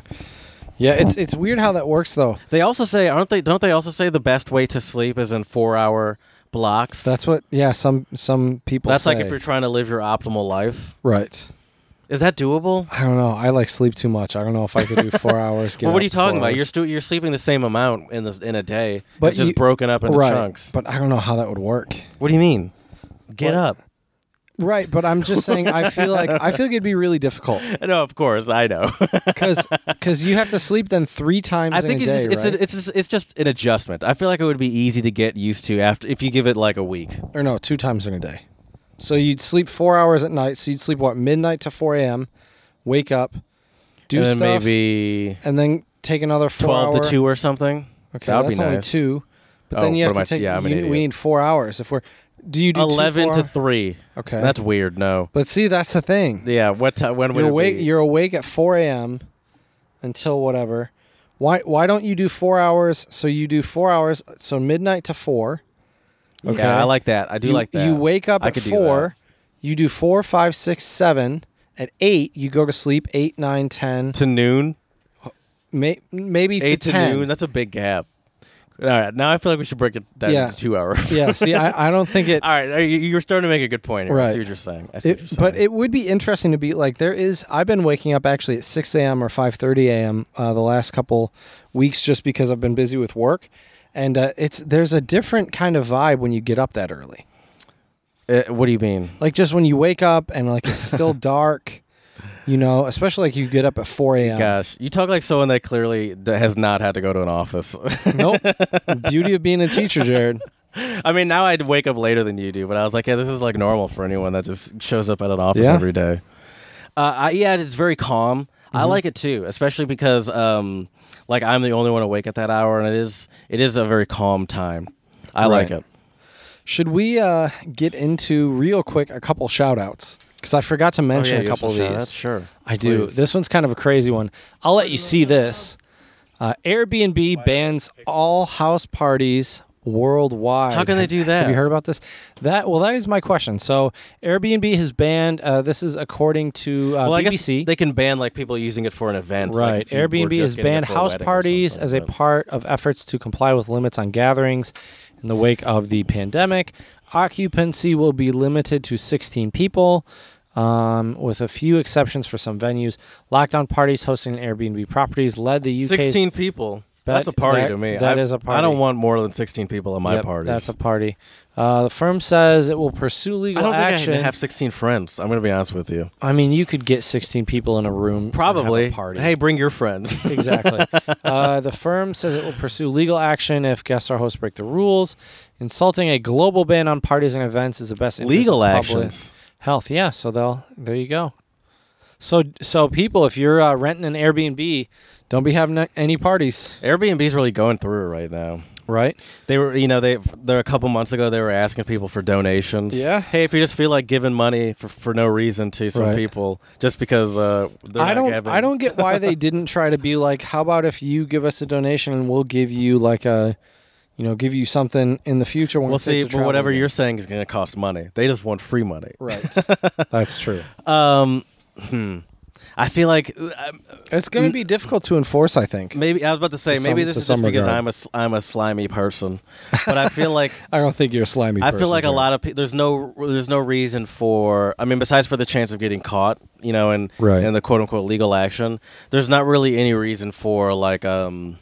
[SPEAKER 2] yeah. It's it's weird how that works though.
[SPEAKER 1] They also say, aren't they? Don't they also say the best way to sleep is in four hour blocks?
[SPEAKER 2] That's what yeah. Some some people.
[SPEAKER 1] that's like
[SPEAKER 2] say.
[SPEAKER 1] if you're trying to live your optimal life.
[SPEAKER 2] right.
[SPEAKER 1] Is that doable?
[SPEAKER 2] I don't know. I like sleep too much. I don't know if I could do four (laughs) hours. get
[SPEAKER 1] Well,
[SPEAKER 2] up
[SPEAKER 1] what are you talking
[SPEAKER 2] four
[SPEAKER 1] about? You're
[SPEAKER 2] hours.
[SPEAKER 1] stu- you're sleeping the same amount in this in a day,
[SPEAKER 2] But
[SPEAKER 1] but it's just
[SPEAKER 2] you-
[SPEAKER 1] broken up into
[SPEAKER 2] right,
[SPEAKER 1] chunks.
[SPEAKER 2] but I don't know how that would work.
[SPEAKER 1] What do you mean? Get
[SPEAKER 2] What?
[SPEAKER 1] up. (laughs)
[SPEAKER 2] Right, but I'm just saying. I feel like I feel like it'd be really difficult
[SPEAKER 1] No, of course I know.
[SPEAKER 2] because because you have to sleep then three times.
[SPEAKER 1] I think
[SPEAKER 2] in
[SPEAKER 1] it's
[SPEAKER 2] a day,
[SPEAKER 1] just, it's,
[SPEAKER 2] right?
[SPEAKER 1] a, it's just, it's just an adjustment. I feel like it would be easy to get used to after if you give it like a week.
[SPEAKER 2] or no, two times in a day. So you'd sleep four hours at night. So you'd sleep what midnight to four a.m. Wake up, do
[SPEAKER 1] and then
[SPEAKER 2] stuff,
[SPEAKER 1] maybe
[SPEAKER 2] and then take another four
[SPEAKER 1] twelve
[SPEAKER 2] hour-
[SPEAKER 1] to two or something.
[SPEAKER 2] Okay,
[SPEAKER 1] That would
[SPEAKER 2] that's
[SPEAKER 1] be
[SPEAKER 2] only
[SPEAKER 1] nice.
[SPEAKER 2] two. But
[SPEAKER 1] Oh,
[SPEAKER 2] then you have
[SPEAKER 1] what am
[SPEAKER 2] to
[SPEAKER 1] I-
[SPEAKER 2] take.
[SPEAKER 1] yeah, I'm an
[SPEAKER 2] you-
[SPEAKER 1] idiot.
[SPEAKER 2] we need four hours if we're. Do you do two
[SPEAKER 1] Eleven
[SPEAKER 2] four
[SPEAKER 1] to
[SPEAKER 2] hour-
[SPEAKER 1] three.
[SPEAKER 2] Okay,
[SPEAKER 1] That's weird. No.
[SPEAKER 2] But see, that's the thing.
[SPEAKER 1] Yeah. What time? When would
[SPEAKER 2] You're
[SPEAKER 1] it
[SPEAKER 2] awake.
[SPEAKER 1] be?
[SPEAKER 2] You're awake at 4 a.m. until whatever. Why? Why don't you do four hours? So you do four hours. So midnight to four. Okay.
[SPEAKER 1] Yeah, I like that. I do
[SPEAKER 2] you,
[SPEAKER 1] like that.
[SPEAKER 2] You wake up
[SPEAKER 1] I
[SPEAKER 2] at
[SPEAKER 1] could do
[SPEAKER 2] four. You do four, five, six, seven. At eight, you go to sleep. Eight, nine, ten.
[SPEAKER 1] to noon,
[SPEAKER 2] May, maybe
[SPEAKER 1] eight to,
[SPEAKER 2] ten.
[SPEAKER 1] noon. That's a big gap. All right, now I feel like we should break it down
[SPEAKER 2] Yeah.
[SPEAKER 1] into two hours. (laughs)
[SPEAKER 2] yeah. See, I, I don't think it.
[SPEAKER 1] All right, uh, you- you're starting to make a good point. Here. I
[SPEAKER 2] Right.
[SPEAKER 1] see what you're saying. I see what
[SPEAKER 2] It,
[SPEAKER 1] you're
[SPEAKER 2] but
[SPEAKER 1] saying.
[SPEAKER 2] it would be interesting to be like there is. I've been waking up actually at six a.m. or five thirty a.m. Uh, the last couple weeks just because I've been busy with work, and uh, it's there's a different kind of vibe when you get up that early.
[SPEAKER 1] But Uh, what do you mean?
[SPEAKER 2] Like just when you wake up and like it's
[SPEAKER 1] (laughs)
[SPEAKER 2] still dark, you know. Especially like you get up at four a.m.
[SPEAKER 1] Gosh, you talk like someone that clearly d- has not had to go to an office. (laughs)
[SPEAKER 2] Nope. Beauty of being a teacher, Jared.
[SPEAKER 1] I mean, now I'd wake up later than you do, but I was like, yeah, this is like normal for anyone that just shows up at an office
[SPEAKER 2] Yeah.
[SPEAKER 1] every day. Uh, I, yeah, it's very calm. I like it too, especially because um, like I'm the only one awake at that hour, and it is it is a very calm time. I like
[SPEAKER 2] Right.
[SPEAKER 1] it.
[SPEAKER 2] Should we uh, get into real quick a couple shout outs? Because I forgot to
[SPEAKER 1] Oh,
[SPEAKER 2] mention
[SPEAKER 1] yeah,
[SPEAKER 2] a
[SPEAKER 1] you have
[SPEAKER 2] couple of
[SPEAKER 1] some
[SPEAKER 2] these.
[SPEAKER 1] shout-outs? Sure.
[SPEAKER 2] I do.
[SPEAKER 1] Please.
[SPEAKER 2] This one's kind of a crazy one. I'll let you see this. Uh, Airbnb bans all house parties worldwide.
[SPEAKER 1] How can they do that?
[SPEAKER 2] Have you heard about this? That well, that is my question. So Airbnb has banned. Uh, this is according to uh,
[SPEAKER 1] well, I guess
[SPEAKER 2] BBC.
[SPEAKER 1] they can ban like people using it for an event. like,
[SPEAKER 2] Right.
[SPEAKER 1] if you were
[SPEAKER 2] Airbnb
[SPEAKER 1] just
[SPEAKER 2] has
[SPEAKER 1] getting it
[SPEAKER 2] banned
[SPEAKER 1] for a
[SPEAKER 2] house
[SPEAKER 1] wedding or
[SPEAKER 2] parties
[SPEAKER 1] something,
[SPEAKER 2] as a
[SPEAKER 1] but-
[SPEAKER 2] part of efforts to comply with limits on gatherings in the wake of the pandemic. Occupancy will be limited to 16 people, um, with a few exceptions for some venues. Lockdown parties hosting Airbnb properties led the UK. 's-
[SPEAKER 1] 16 people.
[SPEAKER 2] That-
[SPEAKER 1] that's a party
[SPEAKER 2] that-
[SPEAKER 1] to me.
[SPEAKER 2] that
[SPEAKER 1] I,
[SPEAKER 2] is a
[SPEAKER 1] I
[SPEAKER 2] party.
[SPEAKER 1] don't want more than 16 people at my
[SPEAKER 2] Yep,
[SPEAKER 1] parties.
[SPEAKER 2] That's a party. Uh, the firm says it will pursue
[SPEAKER 1] I
[SPEAKER 2] legal
[SPEAKER 1] don't
[SPEAKER 2] action.
[SPEAKER 1] think I have 16 friends. I'm going to be honest with you.
[SPEAKER 2] I mean, you could get 16 people in a room. and have a
[SPEAKER 1] Probably.
[SPEAKER 2] party.
[SPEAKER 1] Hey, bring your
[SPEAKER 2] (laughs)
[SPEAKER 1] friends. (laughs)
[SPEAKER 2] exactly. uh, the firm says it will pursue legal action if guests or hosts break the rules. Insulting a global ban on parties and events is the best interest
[SPEAKER 1] Legal
[SPEAKER 2] of public
[SPEAKER 1] actions.
[SPEAKER 2] Health, yeah. So they'll there you go. So so people, if you're uh, renting an Airbnb, don't be having any parties,
[SPEAKER 1] Airbnb's really going through it right now.
[SPEAKER 2] right?
[SPEAKER 1] They were, you know, they there a couple months ago they were asking people for donations.
[SPEAKER 2] Yeah.
[SPEAKER 1] Hey, if you just feel like giving money for, for no reason to some
[SPEAKER 2] Right.
[SPEAKER 1] people, just because uh, they're
[SPEAKER 2] I
[SPEAKER 1] not
[SPEAKER 2] don't
[SPEAKER 1] giving.
[SPEAKER 2] I don't get why they didn't try to be like, how about if you give us a donation and we'll give you like a, you know, give you something in the future when
[SPEAKER 1] We'll
[SPEAKER 2] it's safe
[SPEAKER 1] see.
[SPEAKER 2] to
[SPEAKER 1] But
[SPEAKER 2] travel
[SPEAKER 1] whatever
[SPEAKER 2] again."
[SPEAKER 1] you're saying is going to cost money. They just want free money. (laughs)
[SPEAKER 2] right. That's true.
[SPEAKER 1] Um, hmm. I feel like uh,
[SPEAKER 2] It's going to be difficult to enforce, I think.
[SPEAKER 1] maybe I was about to say
[SPEAKER 2] To
[SPEAKER 1] maybe
[SPEAKER 2] some-
[SPEAKER 1] this
[SPEAKER 2] to
[SPEAKER 1] is just
[SPEAKER 2] some
[SPEAKER 1] because
[SPEAKER 2] regard.
[SPEAKER 1] I'm a s- I'm a slimy person, but I feel like
[SPEAKER 2] I don't think you're a slimy.
[SPEAKER 1] I feel like a lot of people. There's no there's no reason for. I mean, besides for the chance of getting caught, you know, and
[SPEAKER 2] Right.
[SPEAKER 1] and the quote unquote legal action. There's not really any reason for like um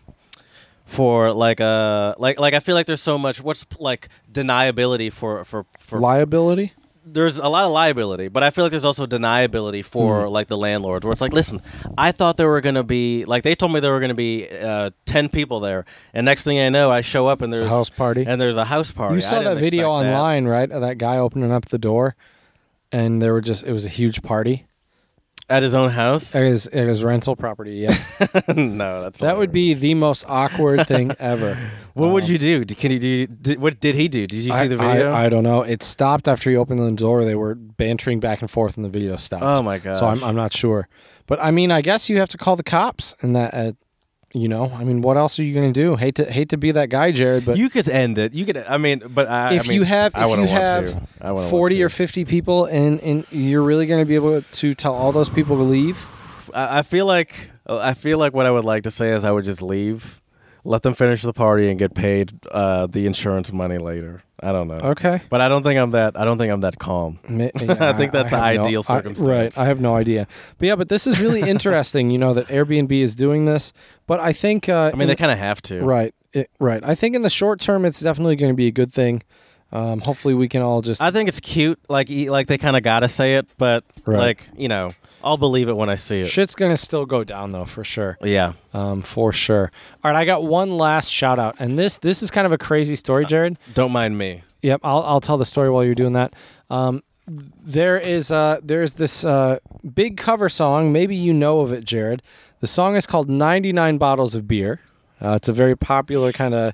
[SPEAKER 1] for like uh like like I feel like there's so much what's like deniability for for for
[SPEAKER 2] liability.
[SPEAKER 1] there's a lot of liability, but I feel like there's also deniability for
[SPEAKER 2] Mm-hmm.
[SPEAKER 1] like the landlords, where it's like, listen, I thought there were gonna be like they told me there were gonna be uh, ten people there, and next thing I know, I show up and
[SPEAKER 2] It's a
[SPEAKER 1] there's
[SPEAKER 2] house party.
[SPEAKER 1] and there's a house party.
[SPEAKER 2] You
[SPEAKER 1] I
[SPEAKER 2] saw that
[SPEAKER 1] didn't
[SPEAKER 2] video
[SPEAKER 1] expect that.
[SPEAKER 2] online, right? Of that guy opening up the door, and there were just it was a huge party.
[SPEAKER 1] at his own house?
[SPEAKER 2] It is it is rental property. Yeah,
[SPEAKER 1] (laughs) no, that's
[SPEAKER 2] that would be the most awkward thing ever.
[SPEAKER 1] (laughs) What would
[SPEAKER 2] Um,
[SPEAKER 1] you do? Did- Can you do? Did, what did he do? Did you see
[SPEAKER 2] I,
[SPEAKER 1] the video?
[SPEAKER 2] I, I don't know. It stopped after he opened the door. They were bantering back and forth, and the video stopped.
[SPEAKER 1] oh my god!
[SPEAKER 2] so I'm I'm not sure. But I mean, I guess you have to call the cops, and that uh, you know, I mean, what else are you going to do? Hate to hate to be that guy, Jared, but
[SPEAKER 1] you could end it. You could. I mean, but I,
[SPEAKER 2] if
[SPEAKER 1] I mean,
[SPEAKER 2] you have
[SPEAKER 1] I
[SPEAKER 2] if you
[SPEAKER 1] wouldn't want
[SPEAKER 2] have
[SPEAKER 1] to. I wouldn't want
[SPEAKER 2] 40 or
[SPEAKER 1] to.
[SPEAKER 2] 50 people and and you're really going to be able to tell all those people to leave
[SPEAKER 1] I I feel like I feel like what I would like to say is I would just leave, let them finish the party and get paid uh, the insurance money later. I don't know,
[SPEAKER 2] okay
[SPEAKER 1] but I don't think I'm that. I don't think I'm that calm. (laughs) I think that's
[SPEAKER 2] have
[SPEAKER 1] an
[SPEAKER 2] no-
[SPEAKER 1] ideal
[SPEAKER 2] I-
[SPEAKER 1] circumstance.
[SPEAKER 2] right i have no idea but yeah but this is
[SPEAKER 1] (laughs)
[SPEAKER 2] really interesting you know that airbnb is doing this but i think uh,
[SPEAKER 1] I mean,
[SPEAKER 2] in-
[SPEAKER 1] they kind of have to.
[SPEAKER 2] right it, right i think in the short term it's definitely going to be a good thing um, hopefully we can all just
[SPEAKER 1] I think it's cute. Like, e- like they kind of gotta say it, but
[SPEAKER 2] Right.
[SPEAKER 1] like you know, I'll believe it when I see it.
[SPEAKER 2] shit's going to still go down though for sure
[SPEAKER 1] Yeah.
[SPEAKER 2] um, for sure all right i got one last shout out and this this is kind of a crazy
[SPEAKER 1] Uh,
[SPEAKER 2] story jared
[SPEAKER 1] Don't mind me.
[SPEAKER 2] Yep, I'll, I'll tell the story while you're doing that. Um, there is uh, there's this uh, big cover song. Maybe you know of it, Jared. The song is called "99 Bottles of Beer." Uh, it's a very popular kind of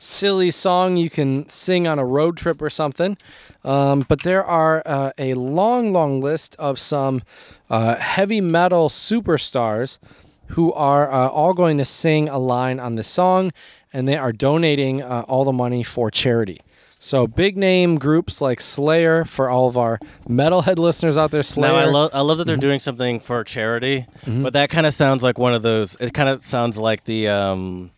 [SPEAKER 2] silly song you can sing on a road trip or something. Um, but there are uh, a long, long list of some uh, heavy metal superstars who are uh, all going to sing a line on this song, and they are donating uh, all the money for charity. So big name groups like Slayer for all of our metalhead listeners out there. Slayer.
[SPEAKER 1] Now I love I love that they're
[SPEAKER 2] Mm-hmm.
[SPEAKER 1] doing something for charity, but that kind of sounds like one of those. It kind of sounds like the um,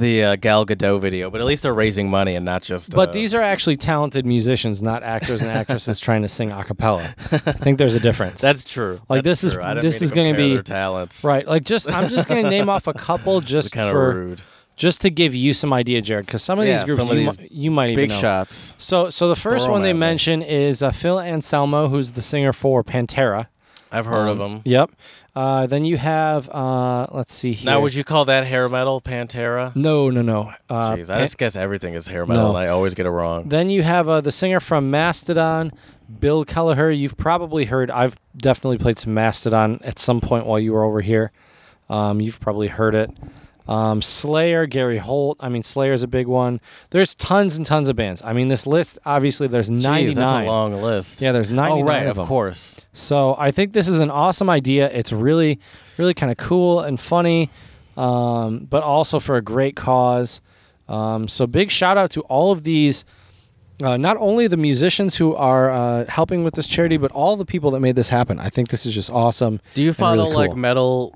[SPEAKER 1] the uh, Gal Gadot video, but at least they're raising money and not just.
[SPEAKER 2] But
[SPEAKER 1] uh,
[SPEAKER 2] these are actually talented musicians, not actors and actresses trying to sing a cappella. I think there's a
[SPEAKER 1] (laughs)
[SPEAKER 2] difference.
[SPEAKER 1] that's true.
[SPEAKER 2] Like,
[SPEAKER 1] That's
[SPEAKER 2] this is-
[SPEAKER 1] true. I didn't
[SPEAKER 2] this
[SPEAKER 1] mean to
[SPEAKER 2] is gonna
[SPEAKER 1] compare
[SPEAKER 2] be-
[SPEAKER 1] their talents.
[SPEAKER 2] right. Like just I'm just going to name off a couple
[SPEAKER 1] It's
[SPEAKER 2] just
[SPEAKER 1] kind of
[SPEAKER 2] for
[SPEAKER 1] rude.
[SPEAKER 2] just to give you some idea, Jared, because some of
[SPEAKER 1] Yeah,
[SPEAKER 2] these groups
[SPEAKER 1] some of
[SPEAKER 2] you,
[SPEAKER 1] these
[SPEAKER 2] mi- you might even
[SPEAKER 1] Big
[SPEAKER 2] know.
[SPEAKER 1] shots.
[SPEAKER 2] So so the first
[SPEAKER 1] Throw 'em
[SPEAKER 2] one they
[SPEAKER 1] at me.
[SPEAKER 2] mention is uh, Phil Anselmo, who's the singer for Pantera.
[SPEAKER 1] I've heard of
[SPEAKER 2] Um,
[SPEAKER 1] them.
[SPEAKER 2] Yep. Uh, then you have uh, let's see here.
[SPEAKER 1] Now, would you call that hair metal, Pantera?
[SPEAKER 2] No, no, no. Uh,
[SPEAKER 1] Jeez,
[SPEAKER 2] Pan-
[SPEAKER 1] I just guess everything is hair metal,
[SPEAKER 2] No.
[SPEAKER 1] and I always get it wrong.
[SPEAKER 2] Then you have uh, the singer from Mastodon, Bill Kelleher. You've probably heard. I've definitely played some Mastodon at some point while you were over here. Um, you've probably heard it. Um, Slayer, Gary Holt. I mean, Slayer's a big one. There's tons and tons of bands. I mean, this list obviously there's
[SPEAKER 1] Jeez,
[SPEAKER 2] 99.
[SPEAKER 1] that's a long list.
[SPEAKER 2] yeah, there's
[SPEAKER 1] Oh
[SPEAKER 2] 99
[SPEAKER 1] right,
[SPEAKER 2] of,
[SPEAKER 1] of
[SPEAKER 2] them.
[SPEAKER 1] course.
[SPEAKER 2] So I think this is an awesome idea. It's really, really kind of cool and funny, um, but also for a great cause. Um, so big shout out to all of these, uh, not only the musicians who are uh, helping with this charity, but all the people that made this happen. I think this is just awesome.
[SPEAKER 1] Do you
[SPEAKER 2] and
[SPEAKER 1] follow
[SPEAKER 2] really
[SPEAKER 1] like
[SPEAKER 2] cool.
[SPEAKER 1] metal,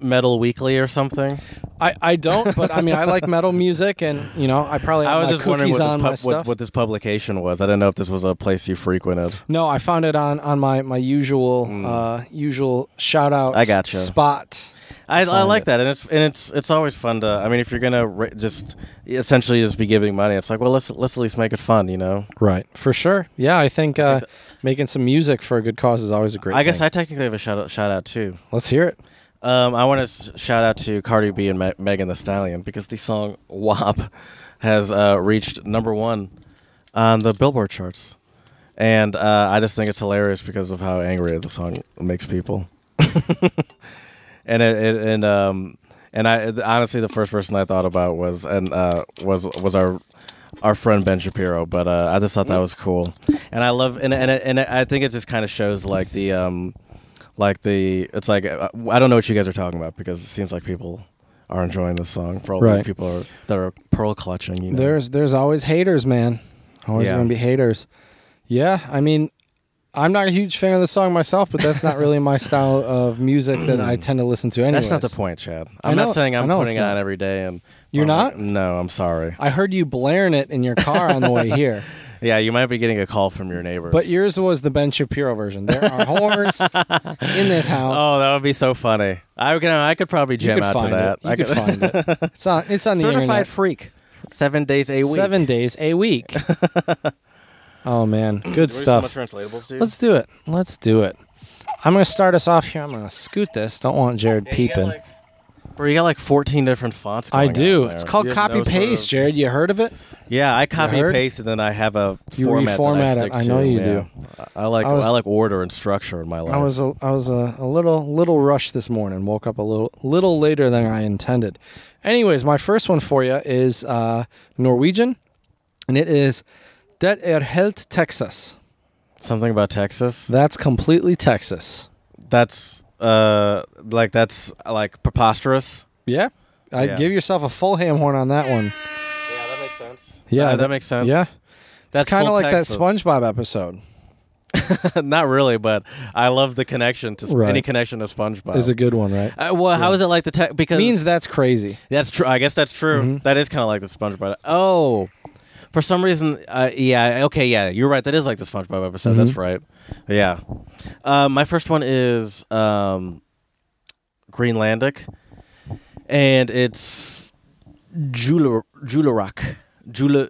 [SPEAKER 1] metal weekly or something?
[SPEAKER 2] I, I don't, but I mean I like metal music, and you know I
[SPEAKER 1] (laughs)
[SPEAKER 2] probably
[SPEAKER 1] I
[SPEAKER 2] have
[SPEAKER 1] was
[SPEAKER 2] my
[SPEAKER 1] just wondering
[SPEAKER 2] cookies
[SPEAKER 1] what this,
[SPEAKER 2] on
[SPEAKER 1] pub-
[SPEAKER 2] my stuff.
[SPEAKER 1] what, what this publication was. I didn't know if this was a place you frequented.
[SPEAKER 2] No, I found it on on my my usual
[SPEAKER 1] Mm.
[SPEAKER 2] uh, usual shout out.
[SPEAKER 1] I gotcha.
[SPEAKER 2] spot.
[SPEAKER 1] I, I
[SPEAKER 2] Find
[SPEAKER 1] like
[SPEAKER 2] it.
[SPEAKER 1] that, and it's and it's it's always fun to. I mean, if you're gonna ri just essentially just be giving money, it's like, well, let's let's at least make it fun, you know.
[SPEAKER 2] Right, for sure. Yeah, I think uh, making some music for a good cause is always a great.
[SPEAKER 1] I guess
[SPEAKER 2] thing.
[SPEAKER 1] I technically have a shout out, shout out too.
[SPEAKER 2] let's hear it.
[SPEAKER 1] Um, I want to shout out to Cardi B and Me- Megan The Stallion because the song "WAP" has uh, reached number one on the Billboard charts, and uh, I just think it's hilarious because of how angry the song makes people. (laughs) and it, it and um and I honestly the first person I thought about was and uh was was our our friend Ben Shapiro, but uh, I just thought that was cool, and I love and and and I think it just kind of shows like the um like the it's like uh, I don't know what you guys are talking about because it seems like people are enjoying this song for all the
[SPEAKER 2] Right.
[SPEAKER 1] people are, that are pearl clutching. You know?
[SPEAKER 2] There's there's always haters, man. Always
[SPEAKER 1] Yeah.
[SPEAKER 2] gonna be haters. Yeah, I mean, I'm not a huge fan of the song myself, but that's not really my style of music
[SPEAKER 1] (clears throat)
[SPEAKER 2] that I tend to listen to. Anyways.
[SPEAKER 1] that's not the point, Chad.
[SPEAKER 2] I
[SPEAKER 1] I'm
[SPEAKER 2] know-
[SPEAKER 1] not saying
[SPEAKER 2] I
[SPEAKER 1] I'm
[SPEAKER 2] know it's
[SPEAKER 1] putting it
[SPEAKER 2] not.
[SPEAKER 1] on every day and
[SPEAKER 2] You're
[SPEAKER 1] I'm
[SPEAKER 2] not?
[SPEAKER 1] No, I'm sorry.
[SPEAKER 2] I heard you blaring it in your car
[SPEAKER 1] (laughs)
[SPEAKER 2] on the way here,
[SPEAKER 1] Yeah, you might be getting a call from your neighbors.
[SPEAKER 2] but yours was the Ben Shapiro version. There
[SPEAKER 1] (laughs)
[SPEAKER 2] are horns in this house.
[SPEAKER 1] Oh, that would be so funny. I could, I could probably
[SPEAKER 2] you
[SPEAKER 1] jam
[SPEAKER 2] could
[SPEAKER 1] out
[SPEAKER 2] find
[SPEAKER 1] to that.
[SPEAKER 2] it. You
[SPEAKER 1] I
[SPEAKER 2] could find it.
[SPEAKER 1] (laughs)
[SPEAKER 2] It's on. It's on the
[SPEAKER 1] certified
[SPEAKER 2] internet.
[SPEAKER 1] freak. Seven days a week.
[SPEAKER 2] Seven days
[SPEAKER 1] (laughs)
[SPEAKER 2] a week. oh man, good stuff. Let's do it. Let's do it. I'm gonna start us off here. I'm gonna scoot this. Don't want Jared peeping.
[SPEAKER 1] Bro, you got like 14 different fonts.
[SPEAKER 2] I
[SPEAKER 1] going on
[SPEAKER 2] do.
[SPEAKER 1] there.
[SPEAKER 2] It's called
[SPEAKER 1] You have
[SPEAKER 2] copy
[SPEAKER 1] no sort of-
[SPEAKER 2] paste, Jared. You heard of it?
[SPEAKER 1] Yeah, I copy
[SPEAKER 2] heard?
[SPEAKER 1] paste and then I have a
[SPEAKER 2] You
[SPEAKER 1] format
[SPEAKER 2] reformat
[SPEAKER 1] that
[SPEAKER 2] it.
[SPEAKER 1] I stick
[SPEAKER 2] I know
[SPEAKER 1] to,
[SPEAKER 2] you
[SPEAKER 1] yeah.
[SPEAKER 2] do.
[SPEAKER 1] I I like
[SPEAKER 2] I
[SPEAKER 1] I,
[SPEAKER 2] was-
[SPEAKER 1] like order and structure in my life.
[SPEAKER 2] I was a, I was a, a little little rushed this morning. Woke up a little little later than I intended. Anyways, my first one for you is uh, Norwegian, and it is Det er helt Texas.
[SPEAKER 1] Something about Texas.
[SPEAKER 2] That's completely Texas.
[SPEAKER 1] That's uh like that's like preposterous.
[SPEAKER 2] Yeah, I
[SPEAKER 1] Yeah.
[SPEAKER 2] give yourself a full ham horn on that one.
[SPEAKER 1] Yeah, that makes sense.
[SPEAKER 2] Yeah,
[SPEAKER 1] Uh, that,
[SPEAKER 2] that-
[SPEAKER 1] makes sense.
[SPEAKER 2] yeah.
[SPEAKER 1] That's
[SPEAKER 2] it's kind of
[SPEAKER 1] full
[SPEAKER 2] like
[SPEAKER 1] Texas.
[SPEAKER 2] that SpongeBob episode.
[SPEAKER 1] (laughs) Not really, but I love the connection to sp-
[SPEAKER 2] Right.
[SPEAKER 1] any connection to SpongeBob.
[SPEAKER 2] Is a good one, right?
[SPEAKER 1] Uh, well, how is it like the te- because
[SPEAKER 2] Means that's crazy.
[SPEAKER 1] That's true. I guess that's true.
[SPEAKER 2] Mm-hmm.
[SPEAKER 1] That is kind of like the SpongeBob. Oh, for some reason, uh, yeah. Okay, yeah, you're right. That is like the SpongeBob episode. That's
[SPEAKER 2] Mm-hmm.
[SPEAKER 1] right. Yeah. Uh, my first one is um, Greenlandic, and it's Jula Jularock, Jula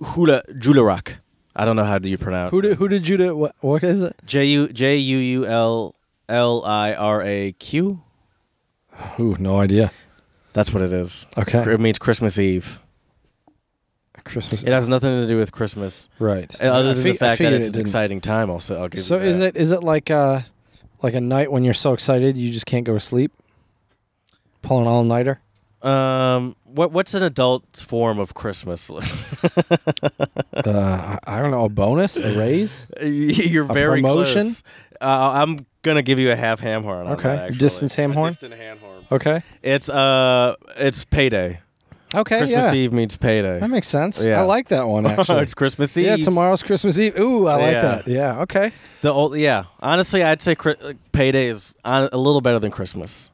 [SPEAKER 1] Hula Jularock. I don't know how do you pronounce
[SPEAKER 2] Who did who did you do? What, what is it?
[SPEAKER 1] J U J U U L L I R A Q.
[SPEAKER 2] Ooh, no idea.
[SPEAKER 1] That's what it is.
[SPEAKER 2] Okay,
[SPEAKER 1] It means Christmas Eve.
[SPEAKER 2] Christmas.
[SPEAKER 1] It has nothing to do with Christmas.
[SPEAKER 2] right.
[SPEAKER 1] uh, Other
[SPEAKER 2] I
[SPEAKER 1] than
[SPEAKER 2] fig-
[SPEAKER 1] the
[SPEAKER 2] I
[SPEAKER 1] fact that
[SPEAKER 2] figured
[SPEAKER 1] it's
[SPEAKER 2] it
[SPEAKER 1] an
[SPEAKER 2] didn't.
[SPEAKER 1] exciting time, also. I'll give
[SPEAKER 2] So
[SPEAKER 1] you
[SPEAKER 2] is
[SPEAKER 1] that.
[SPEAKER 2] it is it like uh like a night when you're so excited you just can't go to sleep? Pulling
[SPEAKER 1] (laughs)
[SPEAKER 2] all nighter?
[SPEAKER 1] Um, what what's an adult form of Christmas? (laughs)
[SPEAKER 2] uh, I- I don't know, a bonus, a
[SPEAKER 1] (laughs)
[SPEAKER 2] raise?
[SPEAKER 1] You're
[SPEAKER 2] A
[SPEAKER 1] very
[SPEAKER 2] promotion?
[SPEAKER 1] close. Uh, I'm gonna give you a half ham horn. on
[SPEAKER 2] Okay.
[SPEAKER 1] that, actually.
[SPEAKER 2] Distance ham
[SPEAKER 1] A
[SPEAKER 2] horn?
[SPEAKER 1] Distant ham horn.
[SPEAKER 2] Okay.
[SPEAKER 1] It's uh, it's payday.
[SPEAKER 2] Okay,
[SPEAKER 1] Christmas
[SPEAKER 2] yeah.
[SPEAKER 1] Eve means (laughs)
[SPEAKER 2] That
[SPEAKER 1] payday.
[SPEAKER 2] makes sense.
[SPEAKER 1] Yeah.
[SPEAKER 2] I like that
[SPEAKER 1] (laughs)
[SPEAKER 2] one actually.
[SPEAKER 1] it's Christmas Eve.
[SPEAKER 2] yeah, tomorrow's Christmas Eve. Ooh, I like
[SPEAKER 1] Yeah.
[SPEAKER 2] that. Yeah, okay.
[SPEAKER 1] The old, yeah. Honestly, I'd say Chri- like, payday is on, a little better than Christmas.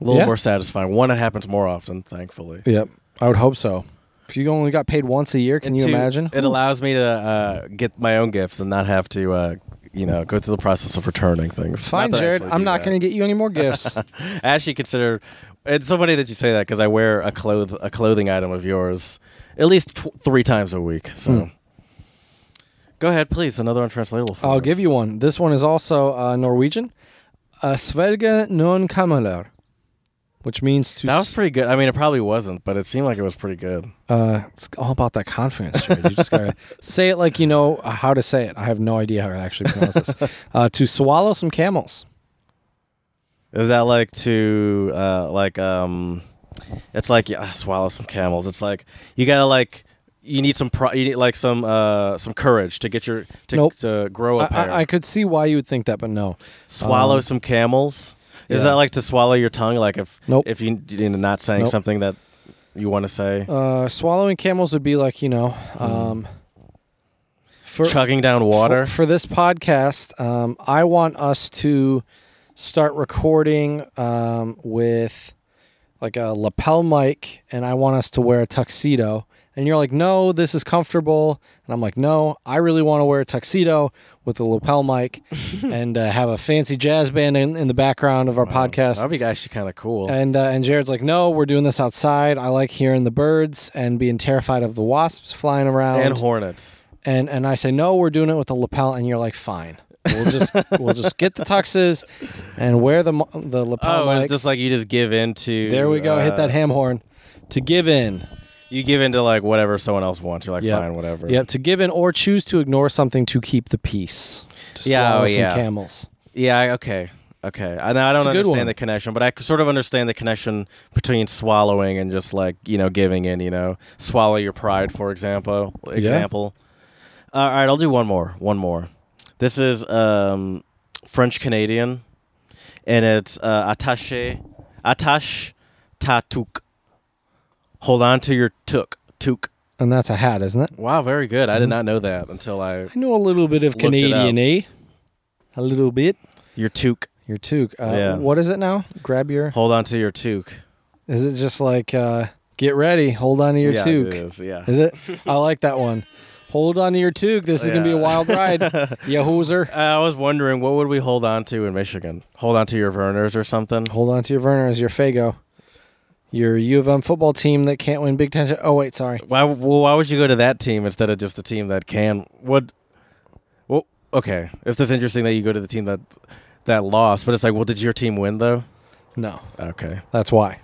[SPEAKER 1] A little
[SPEAKER 2] Yeah.
[SPEAKER 1] more satisfying. One, it happens more often, thankfully.
[SPEAKER 2] Yep. I would hope so. If you only got paid once a year, can
[SPEAKER 1] And
[SPEAKER 2] you
[SPEAKER 1] two,
[SPEAKER 2] imagine?
[SPEAKER 1] It allows me to uh, get my own gifts and not have to, uh, you know, go through the process of returning things.
[SPEAKER 2] Fine, Jared. I'm not going to get you
[SPEAKER 1] (laughs)
[SPEAKER 2] any more gifts.
[SPEAKER 1] to. I actually consider it's so funny that you say that because I wear a cloth a clothing item of yours at least tw- three times a week. So.
[SPEAKER 2] Hmm.
[SPEAKER 1] Go ahead, please. Another untranslatable. for
[SPEAKER 2] I'll
[SPEAKER 1] us.
[SPEAKER 2] give you one. This one is also uh, Norwegian. Uh, Svelge non kamaler, which means to
[SPEAKER 1] That was pretty good. I mean, it probably wasn't, but it seemed like it was pretty good.
[SPEAKER 2] Uh, it's all about that confidence, Jared. You
[SPEAKER 1] (laughs)
[SPEAKER 2] just gotta say it like you know uh, how to say it. I have no idea how to actually pronounce this. Uh, to swallow some camels.
[SPEAKER 1] Is that like to uh, like um, it's like yeah, (sighs) swallow some camels. It's like you gotta like you need some pro- you need like some uh some courage to get your to,
[SPEAKER 2] Nope.
[SPEAKER 1] to grow
[SPEAKER 2] I,
[SPEAKER 1] a pair.
[SPEAKER 2] I, I could see why you would think that, but no.
[SPEAKER 1] swallow
[SPEAKER 2] um,
[SPEAKER 1] some camels. Is
[SPEAKER 2] yeah.
[SPEAKER 1] that like to swallow your tongue? Like if
[SPEAKER 2] Nope.
[SPEAKER 1] if you you know, not saying
[SPEAKER 2] Nope.
[SPEAKER 1] something that you want to say,
[SPEAKER 2] Uh, swallowing camels would be like you know,
[SPEAKER 1] Mm.
[SPEAKER 2] um, for
[SPEAKER 1] chugging down water.
[SPEAKER 2] for, for this podcast. Um, I want us to start recording um, with like a lapel mic, and I want us to wear a tuxedo. And you're like, no, this is comfortable. And I'm like, no, I really want to wear a tuxedo with a
[SPEAKER 1] (laughs)
[SPEAKER 2] lapel mic and uh, have a fancy jazz band in, in the background of our podcast.
[SPEAKER 1] That'd be actually kind of cool.
[SPEAKER 2] And uh, and Jared's like, no, we're doing this outside. I like hearing the birds and being terrified of the wasps flying around
[SPEAKER 1] and hornets.
[SPEAKER 2] and and I say no, we're doing it with the lapel, and you're like, fine, we'll just we'll just get the tuxes and wear the mo- the lapel.
[SPEAKER 1] Oh,
[SPEAKER 2] mics.
[SPEAKER 1] it's just like you just give in to.
[SPEAKER 2] there we go, hit
[SPEAKER 1] uh,
[SPEAKER 2] that ham horn to give in.
[SPEAKER 1] You give in to like whatever someone else wants. You're like
[SPEAKER 2] Yep.
[SPEAKER 1] fine, whatever.
[SPEAKER 2] Yep, to give in or choose to ignore something to keep the peace. To
[SPEAKER 1] Yeah,
[SPEAKER 2] swallow
[SPEAKER 1] oh,
[SPEAKER 2] some
[SPEAKER 1] yeah.
[SPEAKER 2] camels.
[SPEAKER 1] Yeah. I- Okay. Okay. I, I
[SPEAKER 2] It's
[SPEAKER 1] don't
[SPEAKER 2] a good one.
[SPEAKER 1] understand the connection, but I c- sort of understand the connection between swallowing and just like you know giving in. You know, swallow your pride, for example. Example. Uh, all right, I'll do one more. One more. This is um, French Canadian, and it's uh, attaché, attache, tatouk. Hold on to your took, took.
[SPEAKER 2] And that's a hat, isn't it?
[SPEAKER 1] Wow, very good. I did not know that until I
[SPEAKER 2] I know a little bit of
[SPEAKER 1] Looked it up.
[SPEAKER 2] Canadian, eh? A little bit.
[SPEAKER 1] your toque.
[SPEAKER 2] Your toque. Uh,
[SPEAKER 1] Yeah.
[SPEAKER 2] What is it now? Grab your.
[SPEAKER 1] Hold on to your toque.
[SPEAKER 2] Is it just like uh, get ready? Hold on to your
[SPEAKER 1] yeah,
[SPEAKER 2] toque.
[SPEAKER 1] It is, yeah.
[SPEAKER 2] (laughs) Is it? I like that one. Hold on to your toque. This is gonna be a
[SPEAKER 1] Yeah.
[SPEAKER 2] wild
[SPEAKER 1] (laughs)
[SPEAKER 2] ride, you hooser.
[SPEAKER 1] Uh, I was wondering what would we hold on to in Michigan? Hold on to your Verners or something?
[SPEAKER 2] Hold on to your Verners, your Fago, your U of M football team that can't win Big Ten. cha- Oh wait, sorry.
[SPEAKER 1] Why? Well, why would you go to that team instead of just the team that can? What? Well, okay. It's just interesting that you go to the team that that lost, but it's like, well, did your team win though?
[SPEAKER 2] No,
[SPEAKER 1] Okay.
[SPEAKER 2] that's why.